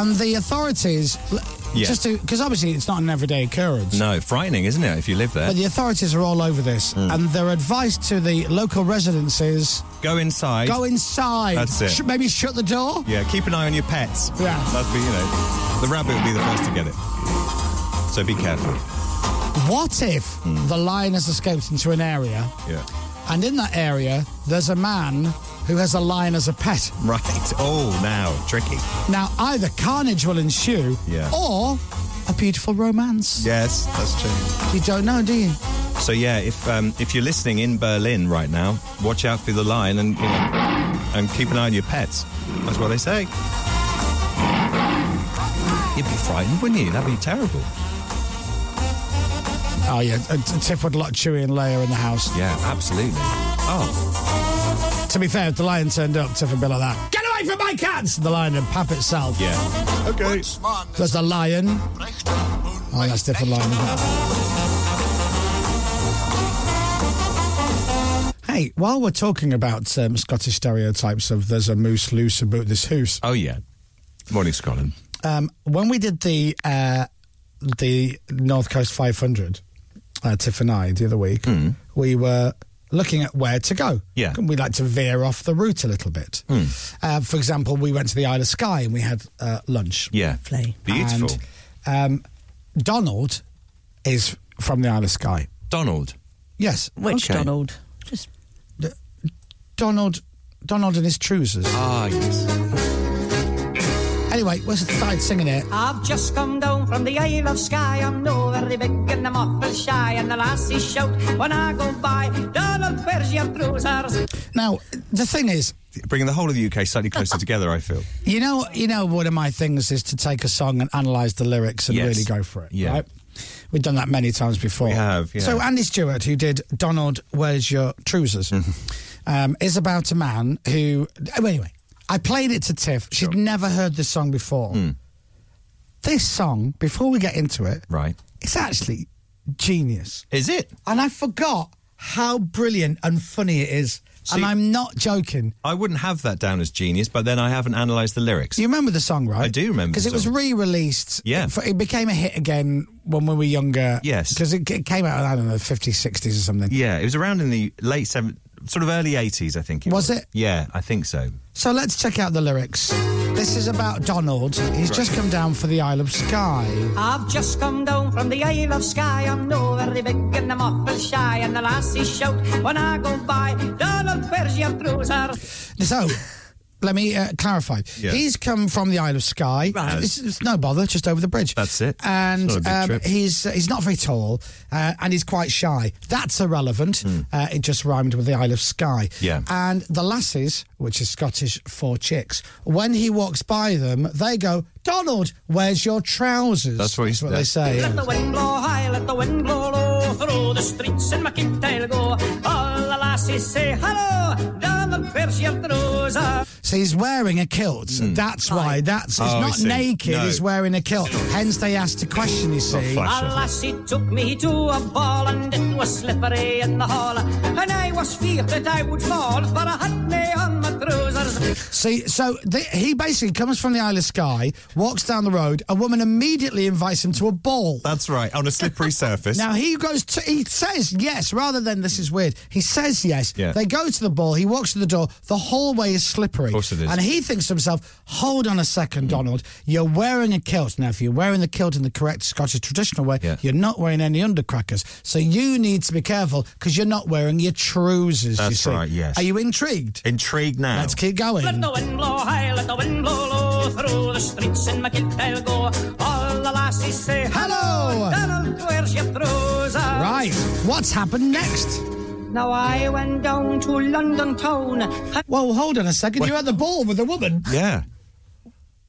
S5: And the authorities, l-
S7: Yeah.
S5: just to, because obviously it's not an everyday occurrence.
S7: No, frightening, isn't it, if you live there?
S5: But the authorities are all over this,
S7: Mm.
S5: and their advice to the local residents is
S7: Go inside.
S5: go inside.
S7: That's it.
S5: Sh- maybe shut the door.
S7: Yeah, keep an eye on your pets.
S5: Yeah.
S7: That's be, you know, the rabbit will be the first to get it. So be careful.
S5: What if the lion has escaped into an area,
S7: Hmm. Yeah.
S5: and in that area there's a man who has a lion as a pet?
S7: Right. Oh, now, tricky.
S5: Now, either carnage will ensue,
S7: Yeah.
S5: or a beautiful romance.
S7: Yes, that's true.
S5: You don't know, do you?
S7: So yeah, if um, if you're listening in Berlin right now, watch out for the lion and you know, and keep an eye on your pets. That's what they say. You'd be frightened, wouldn't you? That'd be terrible.
S5: Oh yeah, uh, T- Tiff would like Chewy and Leia in the house.
S7: Yeah, absolutely. Oh,
S5: To be fair, if the lion turned up, Tiff would be like that. Get away from my cats! The lion would pap itself.
S7: Yeah. Okay.
S5: There's a lion. Oh, that's different lion. Hey, while we're talking about um, Scottish stereotypes of there's a moose loose about this hoose.
S7: Oh yeah. Morning, Scotland.
S5: Um, when we did the uh, the North Coast 500, uh, Tiff and I the other week, we were looking at where to go.
S13: Yeah.
S5: and we like to veer off the route a little bit.
S7: Hmm.
S5: Uh, for example, we went to the Isle of Skye and we had uh, lunch.
S7: Yeah. Beautiful.
S5: And, um, Donald is from the Isle of Skye.
S7: Donald.
S5: Yes.
S3: Which Donald? Just
S5: Donald. Donald and his trousers.
S7: Ah, yes.
S5: Anyway, where's the side singing it?
S22: I've just come down from the Isle of Skye. I'm no very big and I'm awful shy. And the lassies shout when I go by. Donald, where's your trousers?
S5: Now, the thing is,
S7: Bringing the whole of the UK slightly closer together, I feel.
S5: You know, you know, one of my things is to take a song and analyse the lyrics and
S7: Yes.
S5: really go for it.
S7: Yeah.
S5: Right? We've done that many times before.
S7: We have, yeah.
S5: So Andy Stewart, who did Donald, Where's Your Trousers,
S7: Mm-hmm.
S5: um, is about a man who. oh, Anyway, I played it to Tiff. She'd never heard this song before.
S7: Mm.
S5: This song, before we get into it,
S7: right?
S5: It's actually genius.
S7: Is it?
S5: And I forgot how brilliant and funny it is.
S7: See-
S5: and I'm not joking.
S7: I wouldn't have that down as genius, but then I haven't analysed the lyrics.
S5: You remember the song, right?
S7: I do remember
S5: Because
S7: the
S5: it was
S7: song.
S5: re-released.
S7: Yeah.
S5: F- It became a hit again when we were younger.
S7: Yes.
S5: Because it, it came out, I don't know, 50s, 60s or something.
S7: Yeah, it was around in the late seven, sort of early eighties, I think. It
S5: Was
S7: was,
S5: it?
S7: Yeah, I think so.
S5: So let's check out the lyrics. This is about Donald. He's just come down for the Isle of Skye.
S22: I've just come down from the Isle of Skye. I'm no very big and I'm awful shy. And the lassies shout when I go by. Donald, where's your trousers?
S5: So... Let me uh, clarify.
S22: Yeah.
S5: He's come from the Isle of Skye.
S22: Right.
S5: It's, it's no bother, just over the bridge. That's it. And
S13: It's not a big
S5: um,
S13: trip.
S5: he's he's not very tall, uh, and he's quite shy. That's irrelevant. Uh, it just rhymed with the Isle of Skye.
S13: Yeah.
S5: And the lasses, which is Scottish for chicks, when he walks by them, they go, "Donald, where's your trousers?" That's what, they say.
S22: Let the wind blow high, let the wind blow low. Through the streets in my kintail go. All the lassies say hello. Donald, where's your trousers?
S5: So he's wearing a kilt. That's why. That's it's
S22: Oh, I
S5: not
S22: see.
S5: naked.
S22: No.
S5: He's wearing a kilt. Hence, they asked a question. You see.
S22: Alas, he took me to a ball and it was slippery in the hall. And I was feared that I would fall, but I had me on my trousers.
S5: See, so the, he basically comes from the Isle of Skye, walks down the road. A woman immediately invites him to a ball.
S7: That's right, on a slippery surface.
S5: Now he goes to, he says yes rather than this is weird. He says yes.
S7: Yeah.
S5: They go to the ball. He walks to the door. The hallway is slippery. Of
S7: course it is. Mm.
S5: And he thinks to himself, hold on a second, Donald. You're wearing a kilt. Now, if you're wearing the kilt in the correct Scottish traditional way, you're not wearing any undercrackers. So you need to be careful because you're not wearing your trousers. you
S7: That's
S5: see.
S7: right, yes.
S5: Are you intrigued?
S7: Intrigued now.
S5: Let's keep going.
S22: Let the wind blow high, let the wind blow low. Through the streets in my I'll go. All the lassies say, Hello! Donald, where's your trousers?
S5: Right. What's happened next?
S22: Now I went down to London town.
S5: Well, hold on a second. You're at the ball with a woman.
S7: Yeah.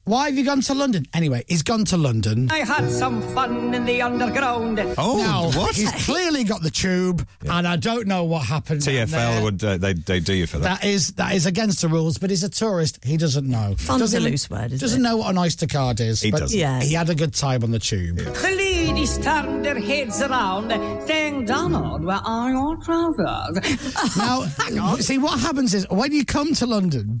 S5: Why have you gone to London? Anyway, he's gone to London.
S22: I had some fun in the underground.
S7: Oh,
S5: Now, He's clearly got the tube, and I don't know what happened. down
S7: TFL
S5: there.
S7: would uh, they they do you for that?
S5: That is that is against the rules, but he's a tourist. He doesn't know.
S7: Fun's
S5: doesn't,
S7: a loose word, isn't
S5: doesn't
S7: it?
S5: know what an Oyster card is.
S7: He
S5: but
S7: doesn't. Yeah.
S5: He had a good time on the tube.
S22: The ladies turned their heads around, saying, Donald, where are your trousers?
S5: now, see, what happens is when you come to London,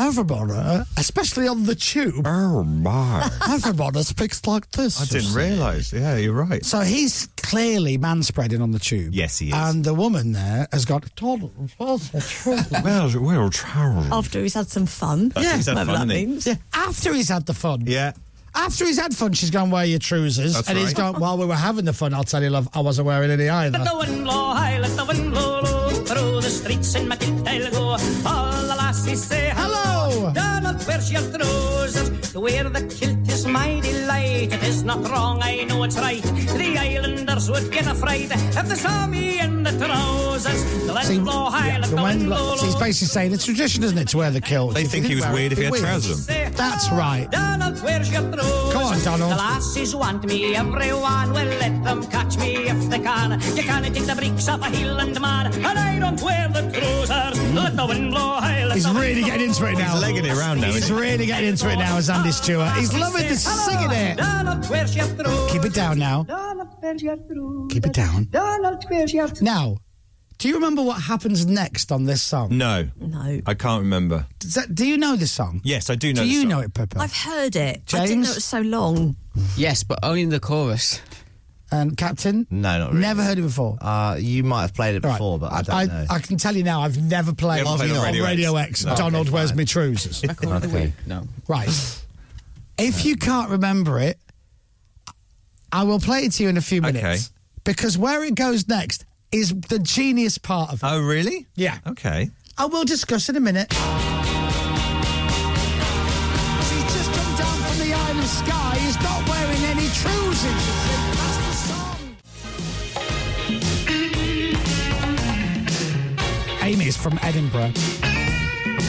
S5: Everborough, especially on the tube,
S7: oh my,
S5: Everborough speaks like this.
S7: I didn't realise. Yeah, you're right.
S5: So he's clearly manspreading on the tube. Yes, he is. And the woman there has got toddlers.
S7: Well, we're all trousers.
S3: After he's had some fun.
S7: After he's had
S3: whatever
S7: fun, hasn't
S3: that
S7: he?
S3: means.
S5: Yeah, after he's had the fun.
S7: Yeah.
S5: After he's had fun, she's gone, wear your trousers.
S7: That's
S5: and he's
S7: right.
S5: gone, while we were having the fun, I'll tell you, love, I wasn't wearing any either.
S22: Let the wind blow high, let the wind blow low. Through the streets in Matilda go. All the lassies say hello. Donald, where's your trousers? To wear the kilt is my delight. It is not wrong, I know it's right. The islanders would get afraid if they saw me in the trousers. The wind blow high,
S5: yeah,
S22: let the
S5: the
S22: wind
S5: wind
S22: blow
S5: blo- so he's basically saying it's tradition, isn't it, to wear the kilt?
S7: They
S5: If you
S7: think he
S5: didn't
S7: was
S5: wear
S7: weird if
S5: it,
S7: he
S5: it
S7: had
S5: was.
S7: trousers
S22: on.
S5: That's right.
S22: Donald, where's your trousers?
S5: Come on, Donald.
S22: The lassies want me, everyone will let them catch me if they can. You can't take the bricks off a hill and man, and I don't wear the trousers. Let the wind blow high, let
S5: He's
S22: the wind
S5: really
S22: blow.
S5: getting into it now.
S22: He's legging it round now,
S5: He's
S22: isn't he?
S5: really getting into it now, as Andy Stewart. He's loving the singing it.
S22: Donald, where's your trousers?
S5: Keep it down now.
S22: Donald, where's your trousers?
S5: Keep it down.
S22: Donald, where's your
S5: Now, do you remember what happens next on this song?
S7: No,
S3: no.
S7: I can't remember.
S5: Does that, do you know this song?
S7: Yes, I do know.
S5: do
S7: the
S5: you
S7: song.
S5: know it, Pippa?
S3: I've heard it. I didn't
S5: James?
S3: know it was so long.
S14: Yes, but only in the chorus.
S5: And Captain?
S14: No, not really.
S5: Never heard it before.
S14: Uh, you might have played it
S5: Right.
S14: before, but I don't
S5: I,
S14: know.
S5: I can tell you now, I've never played,
S14: You haven't played
S5: on,
S14: on Radio X?
S5: Radio X.
S14: No.
S5: Donald,
S14: Okay,
S5: where's
S14: fine.
S5: my trousers?
S14: okay. No.
S5: Right. If you can't remember it, I will play it to you in a few minutes. Because where it goes next is the genius part of it.
S7: Oh, really?
S5: Yeah.
S7: Okay.
S5: I will discuss in a minute. He's just come down from the Isle of Skye. He's not wearing any trousers. That's the song. Amy is from Edinburgh.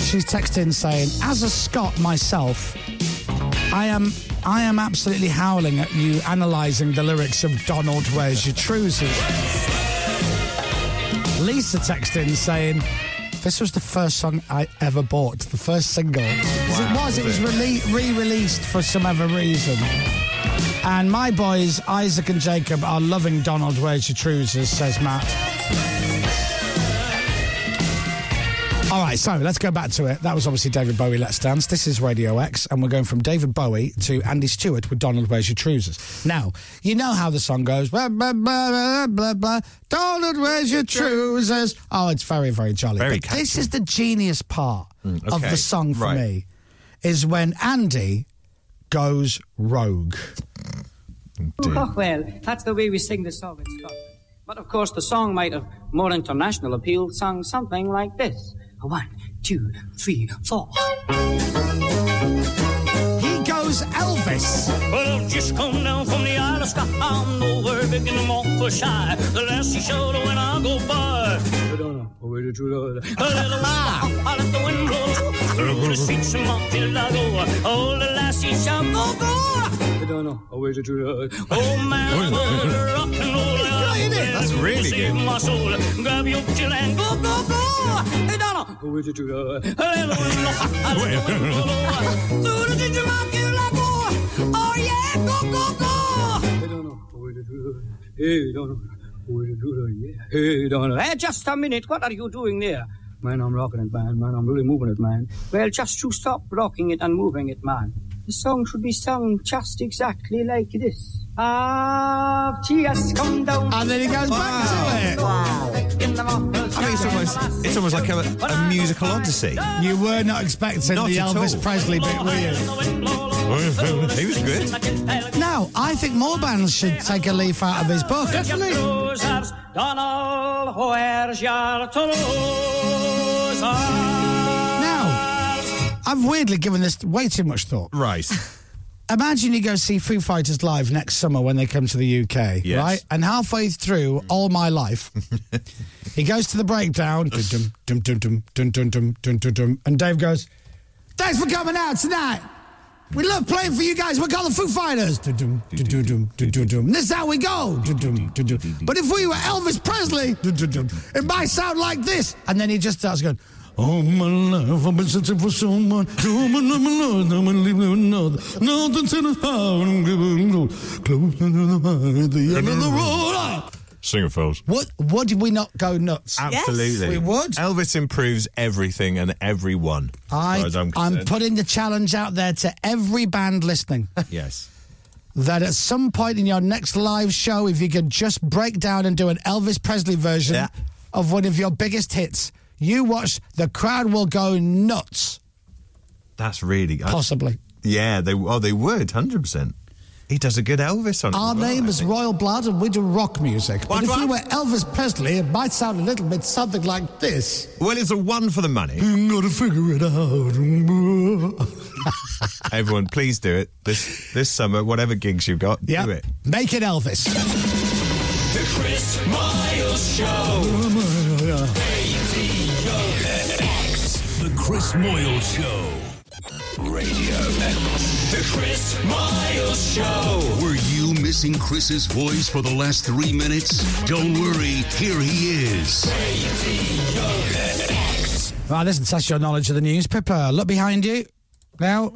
S5: She's texting saying, "As a Scot myself, I am I am absolutely howling at you analysing the lyrics of Donald Where's Your Trousers." Lisa texting saying, "This was the first song I ever bought, the first single. 'Cause it
S13: Wow,
S5: was. It
S13: was
S5: was rele- re-released for some other reason." And my boys Isaac and Jacob are loving Donald Where's Your Trousers, says Matt. All right, so let's go back to it. That was obviously David Bowie, Let's Dance. This is Radio X, and we're going from David Bowie to Andy Stewart with Donald Where's Your Trousers. Now, you know how the song goes. Blah, blah, blah, blah, blah, blah. Donald, where's your trousers? Oh, it's very, very jolly.
S7: Very
S5: but this is the genius part
S7: Mm,
S5: of
S7: okay,
S5: the song for
S7: right.
S5: me, is when Andy goes rogue.
S22: Oh, well, that's the way we sing the song in Scotland. But of course, the song might have more international appeal sung something like this One, two, three, four.
S5: He goes Elvis.
S11: Well, I've just come down from the Isle of Skye. I'm nowhere big in the Montforshire. The last you showed when I go by.
S22: Away to
S11: A
S22: true
S11: little while, I let the wind blow through the streets of Montelago. Oh, the lassie shall go by.
S22: I don't know. Away to true love.
S11: Oh, man, murder, rock and roll. That's
S22: really
S11: Save
S22: good.
S11: my soul. Grab your chill and go, go, go. I don't know.
S22: Away to true love.
S11: A little while, I let the wind blow through the streets of Montelago. Oh, yeah, go, go, go.
S22: Hey, Donald. Away to true love. Yeah. Hey, Donald. Hey, just a minute. What are you doing there? Man, I'm rocking it, man. Man, I'm really moving it, man. Well, just you stop rocking it and moving it, man. The song should be sung just exactly like this. Ah, cheers, come down.
S5: And then he goes
S22: back to it. I
S7: mean, it's almost it's almost like a, a musical odyssey.
S5: You were not expecting
S7: Not
S5: the
S7: at
S5: Elvis
S7: all.
S5: Presley bit, were you?
S7: he was good.
S5: Now, I think more bands should take a leaf out of his book.
S11: Trousers, Donald, where's your trousers?
S5: I've weirdly given this way too much thought.
S7: Right.
S5: Imagine you go see Foo Fighters live next summer when they come to the UK,
S13: Yes.
S5: right? And halfway through All My Life, he goes to the breakdown, dum, dum, dum, dum, dum, dum, dum, dum, dum, dum, and Dave goes, Thanks for coming out tonight.
S13: We love playing for you guys. We're called the Foo Fighters. Dun-dun, dun-dun, dun-dun, dun-dun. This is how we go. Dun-dun, dun-dun. But if we were Elvis Presley, dun-dun-dun, it might sound like this. And then he just starts going, Oh my life, I've been searching for someone. Oh my love, my love, I'm gonna leave you another. Nothing to the power, I'm giving gold. Close to the heart, at the end of the road. Ah!
S7: Sing it, fellas.
S5: What? What did we not go nuts?
S7: Absolutely.
S5: we would.
S7: Elvis improves everything and everyone. as far
S5: I,
S7: as
S5: I'm,
S7: concerned.
S5: putting the challenge out there to every band listening
S7: Yes.
S5: that at some point in your next live show, if you could just break down and do an Elvis Presley version of one of your biggest hits, you watch, the crowd will go nuts.
S7: That's really I-
S5: Possibly.
S7: yeah, they oh they would 100%. He does a good Elvis on it
S5: Our
S7: as well,
S5: name
S7: I
S5: is
S7: think.
S5: Royal Blood and we do rock music.
S7: What,
S5: but if
S7: what?
S5: you were Elvis Presley, it might sound a little bit something like this.
S7: Well, it's a one for the money.
S5: You gotta figure it out.
S7: Everyone, please do it this this summer. Whatever gigs you've got,
S5: Yeah.
S7: do it.
S5: Make it Elvis.
S11: The Chris Miles Show. Radio X.
S1: The Chris Moyle Show.
S11: Radio X. The Chris Miles Show.
S1: Were you missing Chris's voice for the last three minutes? Don't worry, here he is.
S5: Right, listen, test your knowledge of the newspaper. Look behind you. Now,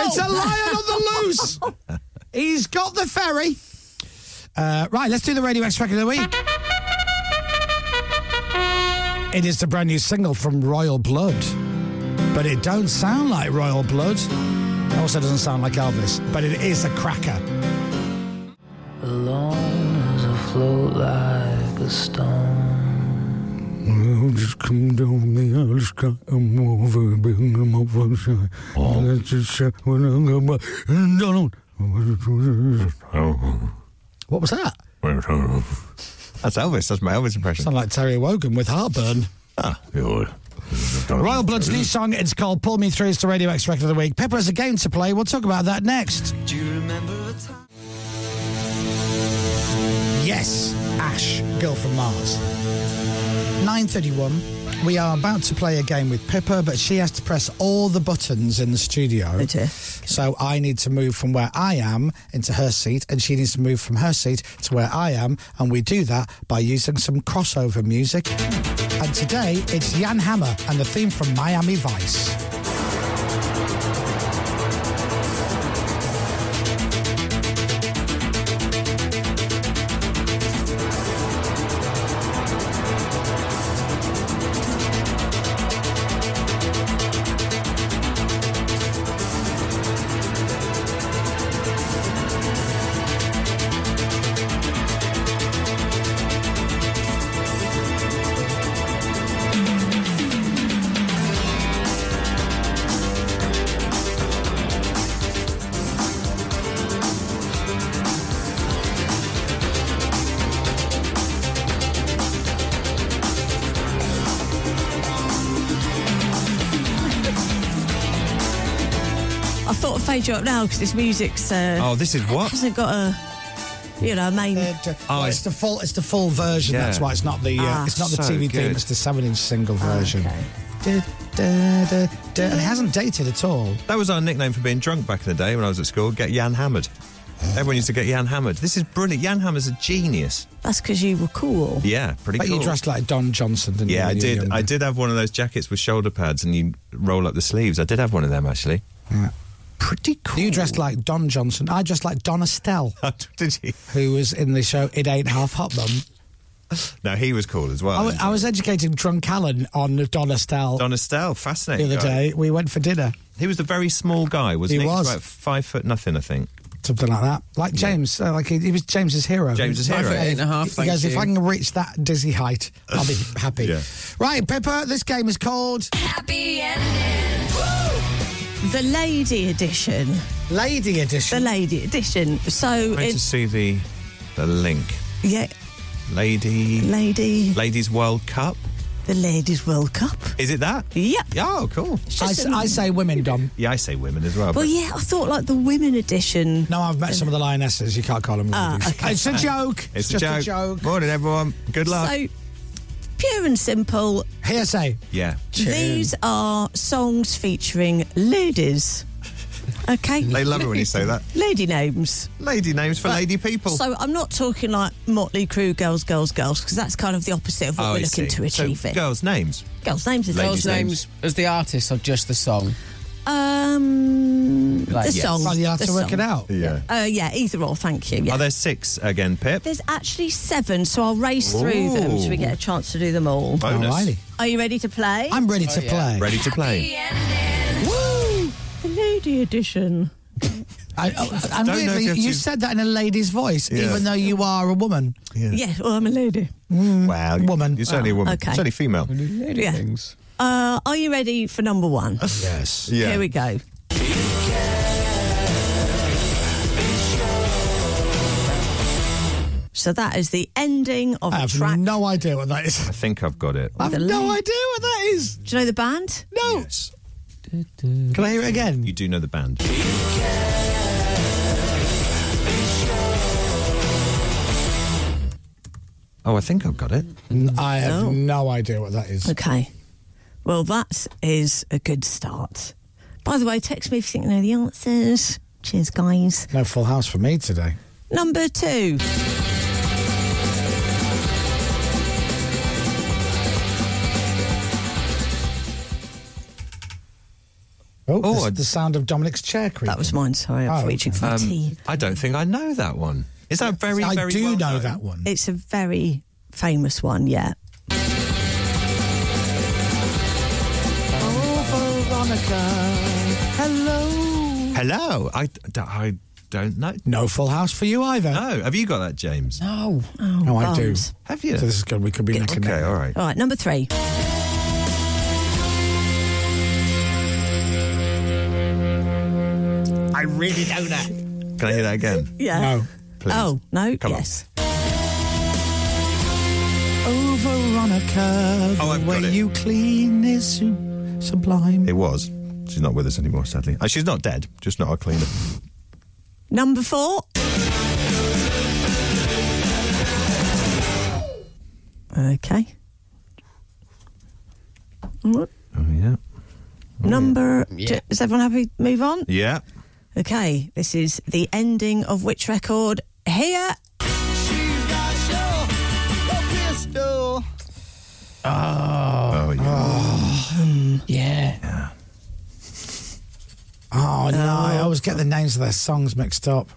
S5: it's a lion on the loose. He's got the ferry. Uh, right, let's do the Radio X record of the week. It is the brand new single from Royal Blood, but it don't sound like Royal Blood. It also doesn't sound like Elvis, but it is a cracker.
S23: Alone as I float like a stone.
S13: Well, just come down the alley, sky, I'm over, bring them up on side. Oh. Let's just say when I go by, and Donald.
S5: What was that?
S7: That's Elvis. That's my Elvis impression.
S5: Sound like Terry Wogan with heartburn. Ah, Royal Blood's new song, it's called Pull Me Through. It's the Radio X record of the week. Pepper has a game to play. We'll talk about that next.
S11: Do you remember the time?
S5: Yes, Ash, Girl from Mars. 9.31. We are about to play a game with Pippa, but she has to press all the buttons in the studio. So I need to move from where I am into her seat, and she needs to move from her seat to where I am, and we do that by using some crossover music. And today it's Jan Hammer and the theme from Miami Vice.
S3: I thought I'd fade you up now because this music's. Uh,
S7: Oh, this is what?
S3: Hasn't got a, you know, main.
S5: Oh, it's the full it's the full version.
S7: Yeah.
S5: That's why it's not the uh,
S3: Ah.
S5: it's not the
S7: So
S5: TV theme.
S7: good.
S5: It's the seven inch single version. Da, da, da, da. And it hasn't dated at all.
S7: That was our nickname for being drunk back in the day when I was at school. Get Jan hammered. Everyone used to get Jan hammered. This is brilliant. Jan Hammer's a genius.
S3: That's because you were cool.
S7: Yeah, pretty
S5: But
S7: cool.
S5: you dressed like Don Johnson, didn't
S7: yeah, I
S5: you? when you were
S7: did.
S5: younger?
S7: I did have one of those jackets with shoulder pads, and you roll up the sleeves. I did have one of them actually.
S5: Yeah.
S7: Pretty cool. Oh,
S5: You dressed like Don Johnson. I dressed like Don Estelle.
S7: did you?
S5: Who was in the show It Ain't Half Hot Mum.
S7: No, he was cool as
S5: I,
S7: well.
S5: wa- Oh, I was educating drunk Allen on Don Estelle
S7: Don Estelle,
S5: the
S7: fascinating.
S5: other
S7: guy.
S5: day. We went for dinner,
S7: He was the very small guy, wasn't
S5: He
S7: he?
S5: was.
S7: about five foot nothing, I think.
S5: something like that. Like James, uh, like he, he was James's hero.
S7: James's
S5: He-
S7: hero. Eight and a half,
S5: He
S7: thank
S5: goes, if
S7: you."
S5: I can reach that dizzy height, I'll be happy. Right, Pepper, this game is called
S3: Happy ending. The Lady Edition.
S5: Lady Edition.
S3: The Lady Edition. So,
S7: Great to
S3: it,
S7: see the the link,
S3: yeah,
S7: lady.
S3: Lady.
S7: Ladies World Cup.
S3: the Ladies World Cup.
S7: Is it that?
S3: Yep.
S7: Oh, cool.
S3: It's
S5: I,
S3: just
S5: s-
S3: an-
S5: I say women, Dom.
S7: Yeah, I say women as well.
S3: Well,
S7: but-
S3: yeah, I thought like the Women Edition.
S5: No, I've met some of the lionesses. You can't call them
S3: Ah,
S5: ladies.
S3: okay.
S5: It's a joke.
S7: It's
S5: just
S7: a joke. Morning, everyone. Good luck.
S3: So, pure and simple.
S5: Hearsay.
S7: yeah.
S3: These are songs featuring ladies. Okay.
S7: They love it when you say that.
S3: Lady names.
S7: Lady names for
S3: Right.
S7: lady people.
S3: So I'm not talking like Motley Crue, girls, girls, girls, because that's kind of the opposite of what
S7: Oh, I
S3: we're looking
S7: see.
S3: to
S7: So
S3: achieve. it.
S7: girls' names.
S3: Girls' names is
S4: Girls' names as the artist or just the song?
S3: Um,
S4: Like,
S3: the
S4: yes.
S3: song.
S4: Oh, you have
S3: the
S4: to work
S3: song.
S4: it out.
S7: Yeah.
S3: Uh, yeah, either or. Thank you. Yeah.
S7: Are there six again, Pip?
S3: There's actually seven, so I'll race through them so we
S7: Ooh.
S3: get a chance to do them all.
S7: Bonus. Oh, Alrighty.
S3: Are you ready to play?
S5: Oh, I'm ready to play.
S7: Ready to play.
S3: Woo! The lady edition.
S5: I,
S3: Don't
S5: and
S3: know
S5: weirdly,
S3: if you
S5: you,
S3: have to-
S5: said that in a lady's voice,
S7: Yeah.
S5: even though you are a woman. Mm.
S7: Yeah.
S3: well, I'm a lady.
S7: Wow. Woman. You're certainly a woman.
S3: Okay.
S7: Certainly female.
S3: Yeah. Uh, are you ready for number one?
S7: Yes. Yeah.
S3: Here we go. So that is the ending of
S5: I
S3: a
S5: have
S3: track.
S5: no idea what that is.
S7: I think I've got it.
S5: I've no idea what that is.
S3: Do you know the band?
S5: No. Can I hear it again?
S7: You do know the band. Oh, I think I've got it.
S5: I have
S3: No.
S5: no. idea what that is.
S3: Okay. Well, that is a good start. By the way, text me if you think you know the answers. Cheers, guys.
S5: No full house for me today.
S3: Number two.
S5: Oh,
S7: Oh,
S5: this-
S7: I-
S5: the sound of Dominic's chair creaking. Oh, That
S3: was mine. Sorry, I was reaching for
S7: Um,
S3: tea.
S7: I don't think I know that one. Is that very,
S5: I
S7: very
S5: do
S7: well
S5: know
S7: known?
S5: that one.
S3: It's a very famous one, yeah.
S5: Oh, Veronica. Hello.
S7: Hello. I, d- I don't know.
S5: No full house for you either.
S7: No. Have you got that, James?
S3: No. Oh,
S5: No, I do.
S3: bums.
S7: Have you?
S5: So this is good. We could be neck and
S7: Okay,
S5: neck.
S7: all right.
S3: All right, number three.
S13: I really know that.
S7: Can I hear that again?
S3: Yeah. No.
S7: Please.
S3: Oh, no.
S7: Come on.
S3: yes.
S5: Oh, Veronica. The
S7: Oh, I've got
S5: way
S7: it.
S5: you clean is su- sublime.
S7: It was. She's not with us anymore, sadly. Uh, she's not dead, just not our cleaner.
S3: Number four. Okay. Mm,
S7: Oh, yeah. Oh,
S3: Number two. Is everyone happy? Move on.
S7: Yeah.
S3: Okay, this is the ending of which record? Here.
S5: Uh,
S13: Pistol.
S7: Oh, yeah.
S4: Yeah.
S5: Oh, no. I always get the names of their songs mixed up.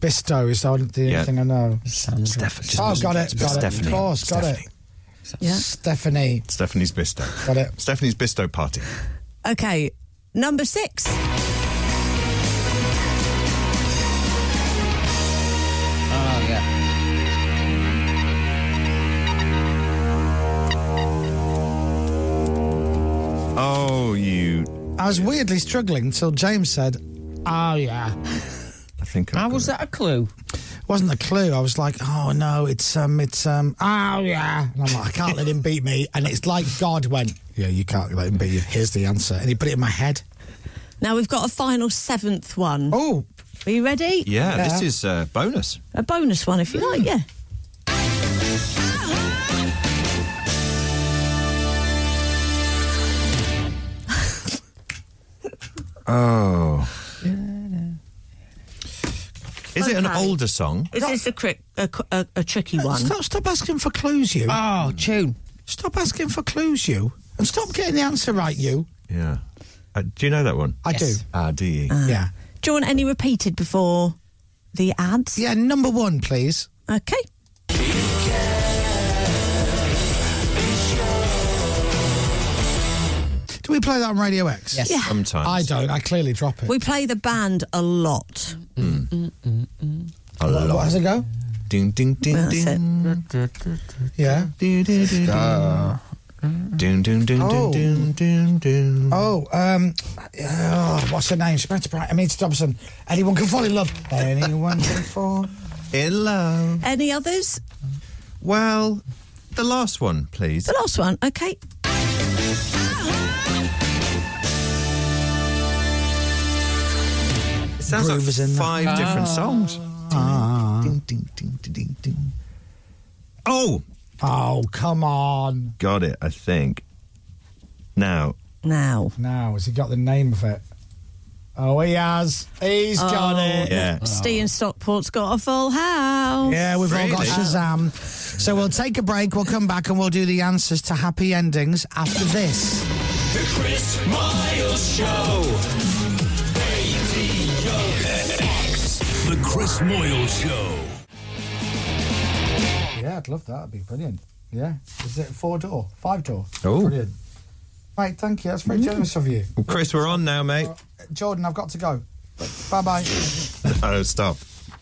S5: Bisto is the only the only
S7: Yeah.
S5: thing I know.
S7: Steph- just
S5: oh,
S7: listen
S5: got
S7: to
S5: it.
S7: it.
S5: Got it. Of
S7: Stephanie.
S5: course, got it.
S3: Yeah.
S5: Stephanie.
S7: Stephanie's Bisto.
S5: Got it.
S7: Stephanie's Bisto party.
S3: Okay, number six.
S4: Oh, yeah.
S7: Oh, you.
S5: I was weirdly struggling until James said, "Oh yeah."
S7: I think
S4: How
S7: I've
S4: was
S7: got
S4: that a clue?
S5: wasn't a clue. I was like, "Oh no, it's um, it's um, oh yeah." And I'm like, "I can't let him beat me." And it's like God went, "Yeah, you can't let him beat you." Here's the answer, and he put it in my head.
S3: Now we've got a final seventh one.
S5: Oh,
S3: Are you ready?
S7: it. Yeah,
S5: Yeah.
S7: this is uh, bonus.
S3: A bonus one if you like, yeah.
S7: Oh. Is it an older song?
S3: Is this a, crick, a, qu- a, a tricky one?
S5: stop, stop asking for clues, you.
S4: Oh, tune.
S5: Stop asking for clues, you, and stop getting the answer right, you.
S7: Yeah. Uh, do you know that one?
S5: I
S4: Yes.
S5: do.
S7: Ah, do you?
S5: Yeah,
S3: Do you want any repeated before the ads?
S5: yeah. Number one, please.
S3: Okay.
S5: Do we play that on Radio X?
S4: Yes.
S3: Yeah.
S7: Sometimes.
S5: I don't. I clearly drop it.
S3: We play the band a lot.
S7: A
S5: What, what
S7: lot.
S5: does it go?
S7: Ding, ding, ding,
S3: That's it.
S7: ding.
S5: Yeah.
S7: Doo, doo, doo, doo. Doo, doo, doo,
S5: Oh.
S7: doo, doo, doo.
S5: Oh, um, oh, what's her name? She went to Brighton. Amita Dobson. Anyone can fall in love. Anyone can fall.
S7: Hello.
S3: Any others?
S7: Well, the last one, please.
S3: The last one, okay.
S7: It sounds like
S5: Groovers in the-
S7: five different songs.
S5: Ah.
S7: Ding, ding, ding, ding, ding, ding. Oh,
S5: Oh, come on.
S7: got it, I think. Now,
S3: Now,
S5: Now, has he got the name of it? Oh, he has. He's
S3: oh,
S5: got it.
S3: Steve in Stockport's got a full house.
S5: Yeah, we've all got Shazam. So we'll take a break, we'll come back, and we'll do the answers to happy endings after this.
S11: The Chris Miles Show.
S1: The Chris Moyle Show.
S5: Yeah, I'd love that. That'd be brilliant. Yeah. Is it four door? Five door?
S7: Oh.
S5: Brilliant. Right, thank you. That's very generous of you.
S7: Well, Chris, we're on now, mate.
S5: Uh, Jordan, I've got to go. Bye bye.
S7: oh, stop.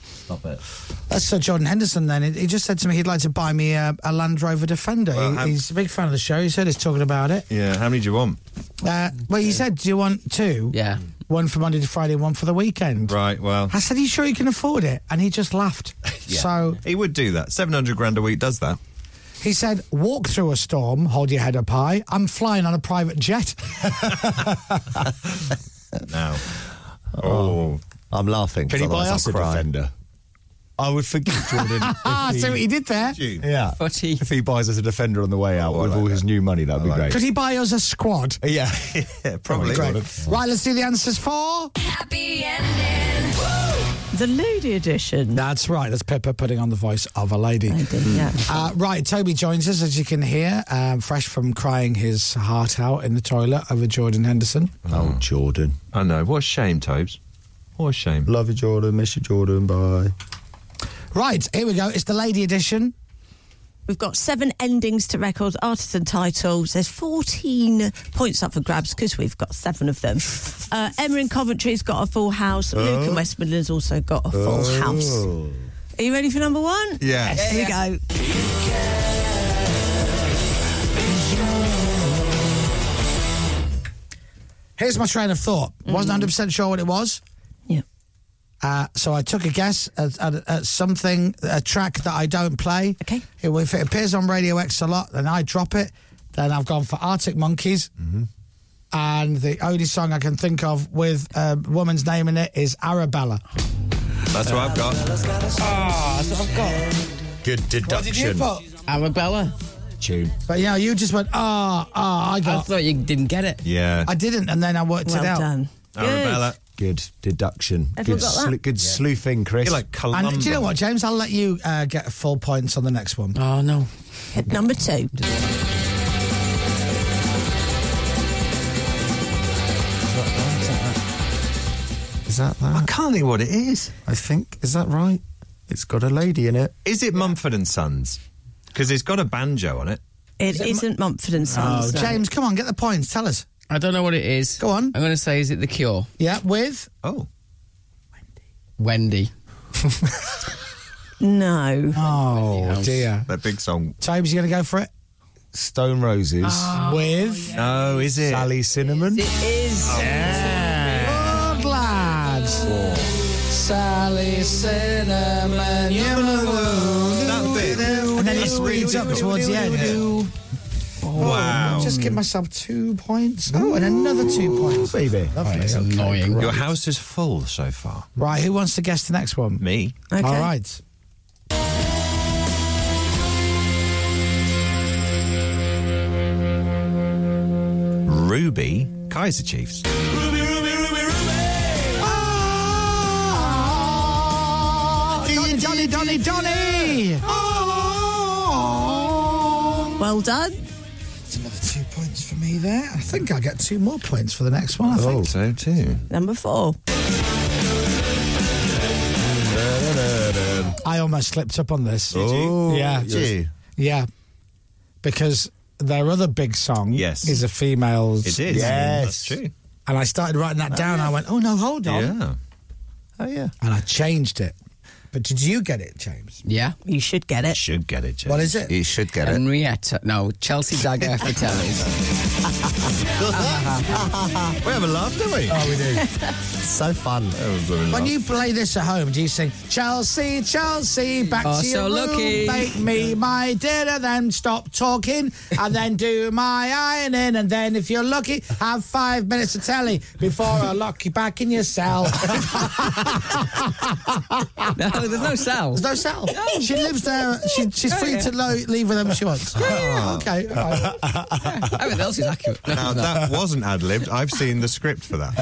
S7: Stop it.
S5: That's Sir Jordan Henderson. Then he he just said to me he'd like to buy me a, a Land Rover Defender. He-
S7: how-
S5: he's a big fan of the show. He said he's talking about it.
S7: Yeah, how many do you want?
S5: Uh, well, he said, "Do you want two? Yeah, one for Monday to Friday, and one for the weekend."
S7: Right, well.
S5: I said, "Are you sure you can afford it?" And he just laughed. So
S7: He would do that. 700 grand a week does that.
S5: he said, "Walk through a storm, hold your head up high. I'm flying on a private jet."
S7: Now.
S14: Oh. I'm laughing.
S5: Can
S14: 'cause
S5: you buy
S14: otherwise I'll
S5: us a
S14: cry.
S5: Defender?
S21: I would forgive Jordan.
S5: Ah, see what he did there.
S21: Yeah. If he buys us a defender on the way
S7: Oh,
S21: out with all his new money, that'd be great.
S5: Could he buy us a squad?
S21: Yeah, yeah, probably.
S5: Great. Right, let's do the answers for
S11: Happy ending.
S5: the Lady Edition. That's right. That's Pepper putting on the voice of a lady.
S3: yeah.
S5: Uh, right, Toby joins us as you can hear, um, fresh from crying his heart out in the toilet over Jordan Henderson.
S7: Oh, Jordan. I know. What a shame, Tobes. What a shame.
S14: Love you, Jordan. Miss you, Jordan. Bye.
S5: Right, here we go. It's the Lady Edition.
S3: We've got seven endings to record, artist and title. There's 14 points up for grabs because we've got seven of them. Uh, Emma in Coventry's got a full house.
S5: Uh.
S3: Luke
S11: Oh.
S3: in West Midlands also got a full house.
S12: Oh.
S3: Are you ready for number one?
S11: Yes.
S3: Here we go.
S5: Here's my train of thought. Wasn't 100 percent sure what it was.
S3: Yeah.
S5: Uh, so I took a guess at, at, at something, a track that I don't play. Okay. if it appears on Radio X a lot, and I drop it. Then I've gone for Arctic Monkeys. And the only song I can think of with a woman's name in it is Arabella.
S7: That's what I've got.
S5: Ah, that's what I've got.
S7: Good deduction.
S5: What did you put? Arabella.
S7: Tune.
S5: But yeah, you just went, ah, ah, I got. I thought you didn't get it.
S7: Yeah.
S5: I didn't, and then I worked
S14: Well
S5: it out.
S14: done.
S7: Arabella.
S14: Good deduction.
S5: Everyone
S14: good
S5: got that?
S14: slu- good sleuthing, Chris.
S5: And do you know what, James? I'll let you uh, get full points on the next one. Oh no!
S3: Hit number two.
S14: Is that that? I
S7: can't think what it is.
S14: I think is that right? It's got a lady in it.
S7: Is it Mumford and Sons? Because it's got a banjo on it.
S3: It isn't Mumford and Sons. no.
S5: Oh, James, come on, get the points. Tell us.
S9: I don't know what it is. Go
S5: on.
S9: I'm going to say, is it The Cure?
S5: Yeah, with?
S7: Oh.
S9: Wendy.
S3: No.
S5: Oh dear.
S7: That big song.
S5: James, you going to go for it? Ah.
S14: Stone Roses.
S3: Oh,
S5: with?
S7: No, is it?
S14: Sally Cinnamon.
S5: Is Good lads. Sally Cinnamon, you That bit. And then it speeds up towards the end.
S7: Wow.
S5: Oh, Just give myself two points. Oh, and another two points.
S14: Baby.
S5: Lovely. Okay, great.
S7: Your house is full so far.
S5: Right, who wants to guess the next one?
S7: Me.
S5: Okay. All right.
S7: Ruby, Kaiser Chiefs.
S5: Oh, Donny, Donny, Donny, Donny! Oh.
S3: Well done.
S5: It's another two points for me there. I think I'll get two more points for the next one. I think.
S7: Oh, so too.
S3: Number four.
S5: I almost slipped up on this.
S7: Oh,
S5: yeah,
S7: did you?
S5: yeah, because their other big song,
S7: Yes.
S5: is a female's.
S7: It is. That's true.
S5: And I started writing that
S7: Oh,
S5: down.
S7: yeah.
S5: I went, oh no, hold on.
S7: Yeah. Oh, yeah.
S5: And I changed it. But did you get it, James?
S9: Yeah.
S3: You should get it.
S7: Should get it, James.
S5: What is it?
S9: You should get it. Henrietta. No, Chelsea Dagger for
S7: we have a laugh, don't we?
S5: Oh, we do. Oh.
S14: so fun.
S5: When you play this at home, do you sing Chelsea, Chelsea, back
S9: Oh,
S5: to your
S9: so
S5: room,
S9: lucky.
S5: bake me my dinner, then stop talking, and then do my ironing, and then if you're lucky, have five minutes of telly before I lock you back in your cell.
S9: Oh, there's no cell.
S13: There's no cell. She lives there. She, she's
S9: Yeah,
S13: free
S9: yeah.
S13: to lo- leave with them she wants.
S21: Oh,
S9: yeah.
S13: Okay. all right.
S9: Everything else is accurate.
S7: Now, that wasn't ad libbed. I've seen the script for that.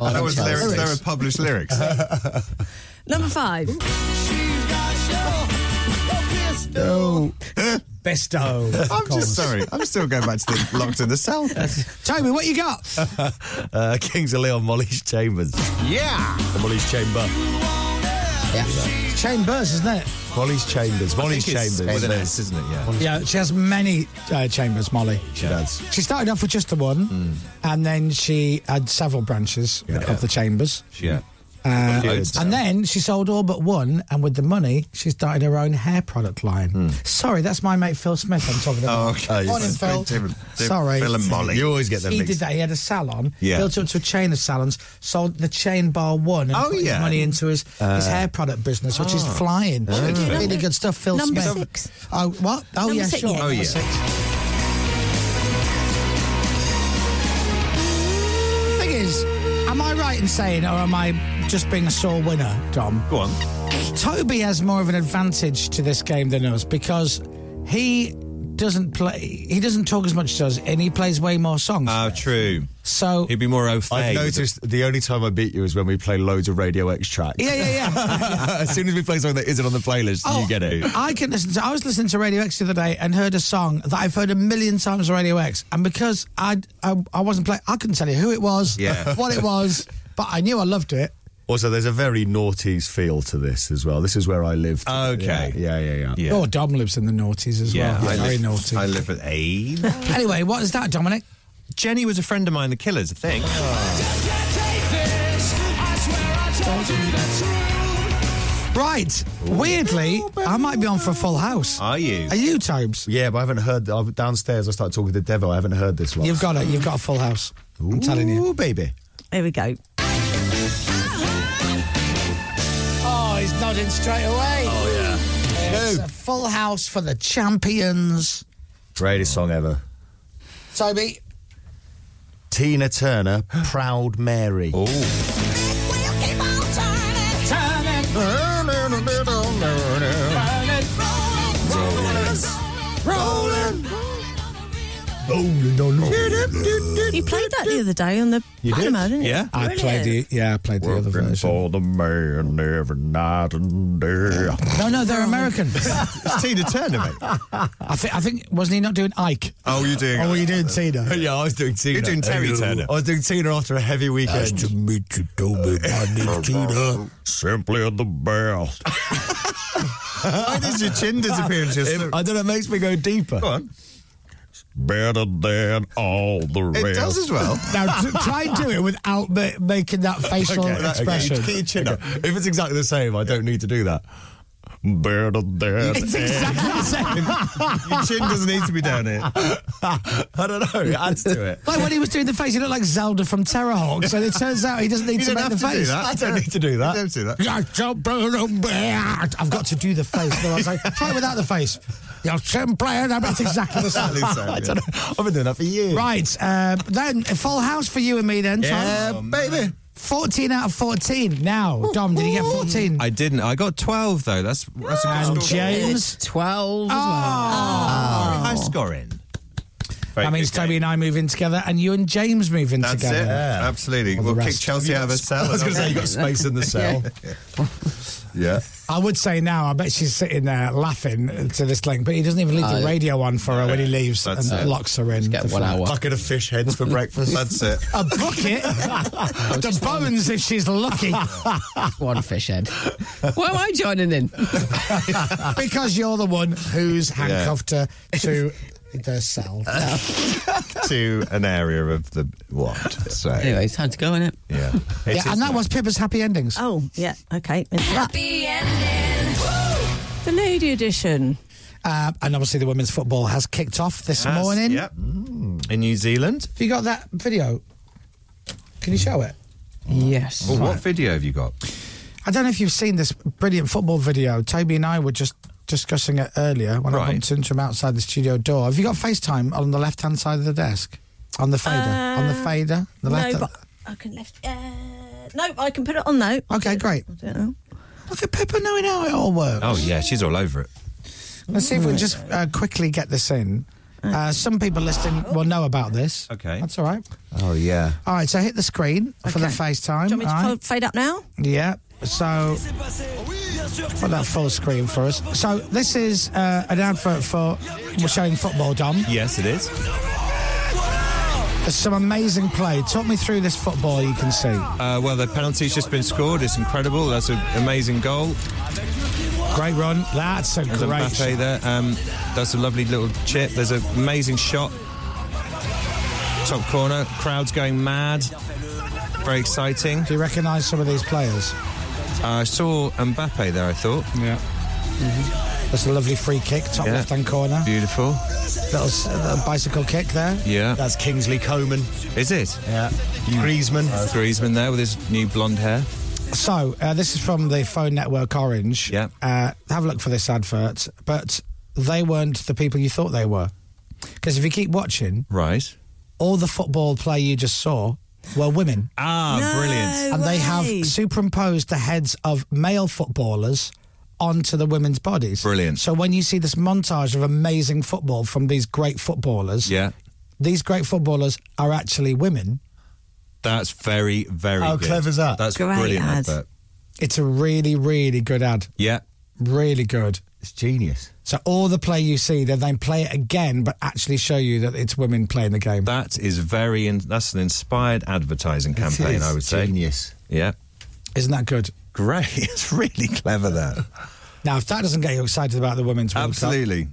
S13: Oh,
S7: that was
S13: themselves.
S7: lyrics. There were published lyrics.
S3: Number five.
S7: No.
S5: Besto.
S7: I'm just sorry. I'm still going back to the locked in the cell.
S5: Toby, what you got?
S21: uh, Kings of Leon, Molly's Chambers.
S5: Yeah.
S21: Molly's Chamber.
S5: Yeah. Chambers, isn't it?
S21: Molly's Chambers. Molly's
S5: think it's
S21: Chambers.
S5: with an S,
S21: isn't it?
S5: Yeah, she has many uh, chambers, Molly.
S21: She does. Hmm.
S5: She started off with just the one, and then she had several branches of the chambers.
S21: Yeah.
S5: Uh,
S21: She did.
S5: and then she sold all but one, and with the money, she started her own hair product line. Sorry, that's my mate Phil Smith I'm talking about.
S21: Hmm. okay.
S5: Morning,
S21: It's
S5: Phil.
S21: different- different-
S5: Sorry.
S21: Phil and Molly. You always get them
S5: He did
S21: mixed.
S5: that. He had a salon,
S21: Yeah.
S5: built up to a chain of salons, sold the chain bar one, and
S21: Oh,
S5: put
S21: yeah.
S5: his money into his, his
S21: Uh,
S5: hair product business, which is
S21: oh.
S5: flying.
S21: Oh, Number-
S5: really good stuff, Phil
S3: number
S5: Smith.
S3: six.
S5: Oh, what? Oh,
S3: Number
S5: yeah,
S3: six,
S5: sure.
S3: yeah. Oh, yeah.
S5: Thing is, am I right in saying, or am I just being a sore winner, Dom?
S21: Go on.
S5: Toby has more of an advantage to this game than us because he doesn't play. He doesn't talk as much to us, and he plays way more songs.
S7: Ah,
S21: Oh, true.
S5: So
S21: he'd be more au fait.
S12: I've noticed the only time I beat you is when we play loads of Radio X tracks.
S5: Yeah, yeah, yeah. Oh.
S12: as soon as we play something that isn't on the playlist, Ah, you get it.
S5: I can listen to. I was listening to Radio X the other day and heard a song that I've heard a million times on Radio X, and because I I, I wasn't playing, I couldn't tell you who it was,
S12: Yeah.
S5: what it was, but I knew I loved it.
S12: Also, there's a very naughties feel to this as well. This is where I live.
S5: Okay.
S12: Yeah, yeah, yeah. yeah.
S5: Oh, Dom lives in the noughties as
S12: Yeah,
S5: well.
S12: I
S5: Very
S12: live-
S5: naughty.
S7: I live at eight.
S5: anyway, what is that, Dominic?
S7: Jenny was a friend of mine, the Killers, I think.
S5: Right. Weirdly, I might be on for a full house.
S12: Are you? Are
S5: you, Tobes?
S12: Yeah, but I haven't heard. I've, downstairs, I started talking to the devil. I haven't heard this one.
S5: You've got it. You've got a full house. I'm telling you.
S12: Ooh, baby.
S3: Here we go.
S5: Oh, he's nodding straight away. Oh yeah. It's a full house for the champions.
S12: Greatest song ever.
S5: Toby.
S12: Tina Turner, Proud Mary. Oh.
S13: Rolling.
S3: You played that the other day on the
S12: You did?
S3: Panama, didn't you?
S5: I played the yeah, I played the other version.
S12: For the man every night and day.
S5: No, no, they're American.
S12: it's Tina Turner, mate.
S5: I think I think wasn't he not doing Ike?
S12: Oh, you're doing.
S5: Oh, were you doing Tina?
S12: yeah, I was doing Tina.
S5: You're doing Terry Turner.
S12: I was doing Tina after a heavy weekend.
S13: Nice to
S12: meet you, Toby. My name's Tina. Simply the best.
S13: Why does your chin disappear into your
S12: It-
S13: throat?
S12: I don't know. It makes me go deeper. Go on. Better than all the rest.
S5: now t- try and do it without ma- making that facial
S12: Okay, okay,
S5: expression.
S12: keep your chin up. If it's exactly the same, I don't need to do that. Better than.
S13: It's exactly the same.
S12: Your chin doesn't need to be down here. I don't know. It adds to it.
S5: Like when he was doing the face, he looked like Zelda from Terrorhawk. So it turns out he doesn't need
S12: You don't
S5: to make the
S12: have to do
S5: face.
S12: that. I don't need to do that. You don't do that.
S5: Yeah, so bad. I've got to do the face. No, I was like, try it without the face. You're simply, that's exactly the same.
S12: I don't know. I've been doing that for years.
S5: Right, uh, then a full house for you and me then.
S12: Yeah, um,
S5: Tom.
S12: baby.
S5: Fourteen out of fourteen. Now, Dom, did you get fourteen?
S7: I didn't. I got 12, though. That's, that's a good
S5: And
S7: score.
S5: James, Ah. twelve. As well.
S7: High scoring.
S5: That means Toby and I move in together, and you and James move in
S7: That's
S5: together.
S7: it. Absolutely.
S5: Or the
S7: We'll kick
S5: rest.
S7: Chelsea out of her cell.
S5: I was gonna say, you got space in the cell.
S12: Yeah.
S5: I would say now, I bet she's sitting there laughing to this link, but he doesn't even leave
S12: Oh,
S5: the
S12: yeah.
S5: radio on for her when he leaves
S12: That's
S5: and
S12: it.
S5: locks her in. the flat.
S12: Bucket of fish heads for breakfast. That's it.
S5: A bucket? the bones if she's lucky.
S9: One fish head. Why am I joining in?
S5: because you're the one who's handcuffed her to the cell.
S7: to an area of the what? So.
S9: Anyway, it's time to go, isn't it?
S7: Yeah.
S5: yeah, and that was Pippa's happy endings.
S3: Oh, yeah, okay.
S13: Happy ending.
S3: The lady edition.
S5: Uh, and obviously, the women's football has kicked off this
S7: Has,
S5: morning.
S7: yep. In New Zealand.
S5: Have you got that video? Can you show it?
S9: Yes.
S7: Well, Oh, what video have you got?
S5: I don't know if you've seen this brilliant football video. Toby and I were just discussing it earlier when I bumped into him outside the studio door. Have you got FaceTime on the left hand side of the desk? On the fader? on the
S3: Uh,
S5: fader? The
S3: no,
S5: left
S3: but I can left. Uh, no, I can put it on though.
S5: Okay, great.
S3: I don't know.
S5: Look at Pippa knowing how it all works.
S7: Oh, yeah, she's all over it.
S5: Let's see if we
S3: Mm.
S5: can just uh, quickly get this in. Uh, some people listening will know about this.
S7: Okay.
S5: That's all right.
S7: Oh, yeah.
S5: All right, so hit the screen for the
S3: Okay.
S5: FaceTime.
S3: Do you want me to
S5: all
S3: fo- fade up now?
S5: Yeah. So put that full screen for us. So this is uh, an advert for we're showing football, Dom.
S7: Yes, it is.
S5: There's some amazing play. Talk me through this football you can see.
S7: Uh, well, the penalty's just been scored. It's incredible. That's an amazing goal.
S5: Great run. That's a
S7: There's a
S5: great
S7: Mbappe there. Um, that's a lovely little chip. There's an amazing shot. Top corner. Crowd's going mad. Very exciting. Uh,
S5: Do you recognise some of these players?
S7: I saw Mbappe there, I thought.
S5: Yeah. That's a lovely free kick, top
S7: Mm-hmm. Yeah.
S5: left-hand corner.
S7: Beautiful.
S5: Little, s- little bicycle kick there.
S7: Yeah.
S5: That's Kingsley Coman.
S7: Is it?
S5: Yeah.
S7: Griezmann. Griezmann there with his new blonde hair.
S5: So uh, this is from the phone network Orange. Yeah. Uh, have a look for this advert, but they weren't the people you thought they were, because if you keep watching,
S7: Right.
S5: all the football play you just saw were women.
S7: Ah, No brilliant.
S5: And they
S7: way.
S5: have superimposed the heads of male footballers onto the women's bodies.
S7: Brilliant.
S5: So when you see this montage of amazing football from these great footballers,
S7: Yeah.
S5: these great footballers are actually women.
S7: That's very, very
S5: How
S7: good.
S5: clever is that?
S7: That's
S5: Great
S7: brilliant
S5: ad.
S7: advert.
S5: It's a really, really good ad.
S7: Yeah.
S5: Really good. It's genius. So all the play you see, they then play it again, but actually show you that it's women playing the game.
S7: That is very. In, that's an inspired advertising campaign.
S5: is
S7: I would say. Genius. Yeah.
S5: Isn't that good?
S7: Great. It's really clever. That.
S5: Now, if that doesn't get you excited about the women's World Cup,
S7: Absolutely.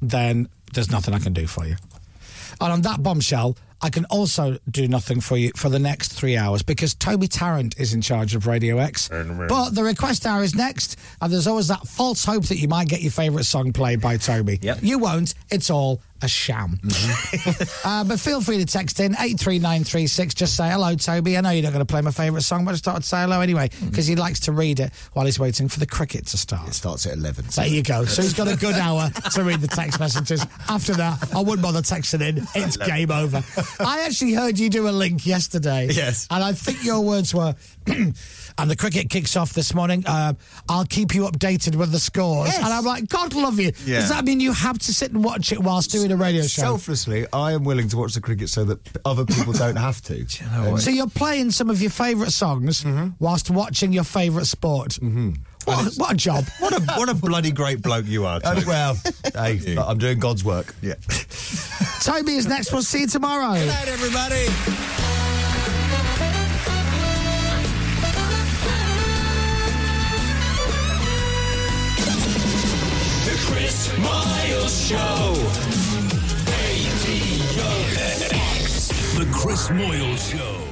S5: then there's nothing I can do for you. And on that bombshell, I can also do nothing for you for the next three hours because Toby Tarrant is in charge of Radio X. But the request hour is next, and there's always that false hope that you might get your favourite song played by Toby. You won't. It's all a sham. uh, but feel free to text in 83936. Just say hello, Toby. I know you're not going to play my favourite song, but I just thought I'd say hello anyway because he likes to read it while he's waiting for the cricket to start. It
S14: starts at 11.
S5: There you go. So he's got a good hour to read the text messages. After that, I wouldn't bother texting in. It's game over. I actually heard you do a link yesterday.
S13: Yes.
S5: And I think your words were, and the cricket kicks off this morning. Uh, I'll keep you updated with the scores. And I'm like, God love you.
S14: Yeah.
S5: Does that mean you have to sit and watch it whilst doing a radio show?
S14: Selflessly, I am willing to watch the cricket so that other people don't have to. Um,
S5: So you're playing some of your favourite songs whilst watching your favourite sport. Mm-hmm. What, what a job.
S14: What a what a bloody great bloke you are. Uh, well, hey, I'm doing God's work. Yeah.
S5: Toby is next. We'll see you tomorrow. Good
S14: night, everybody.
S8: The Chris Miles Show.
S1: The Chris Moyle Show.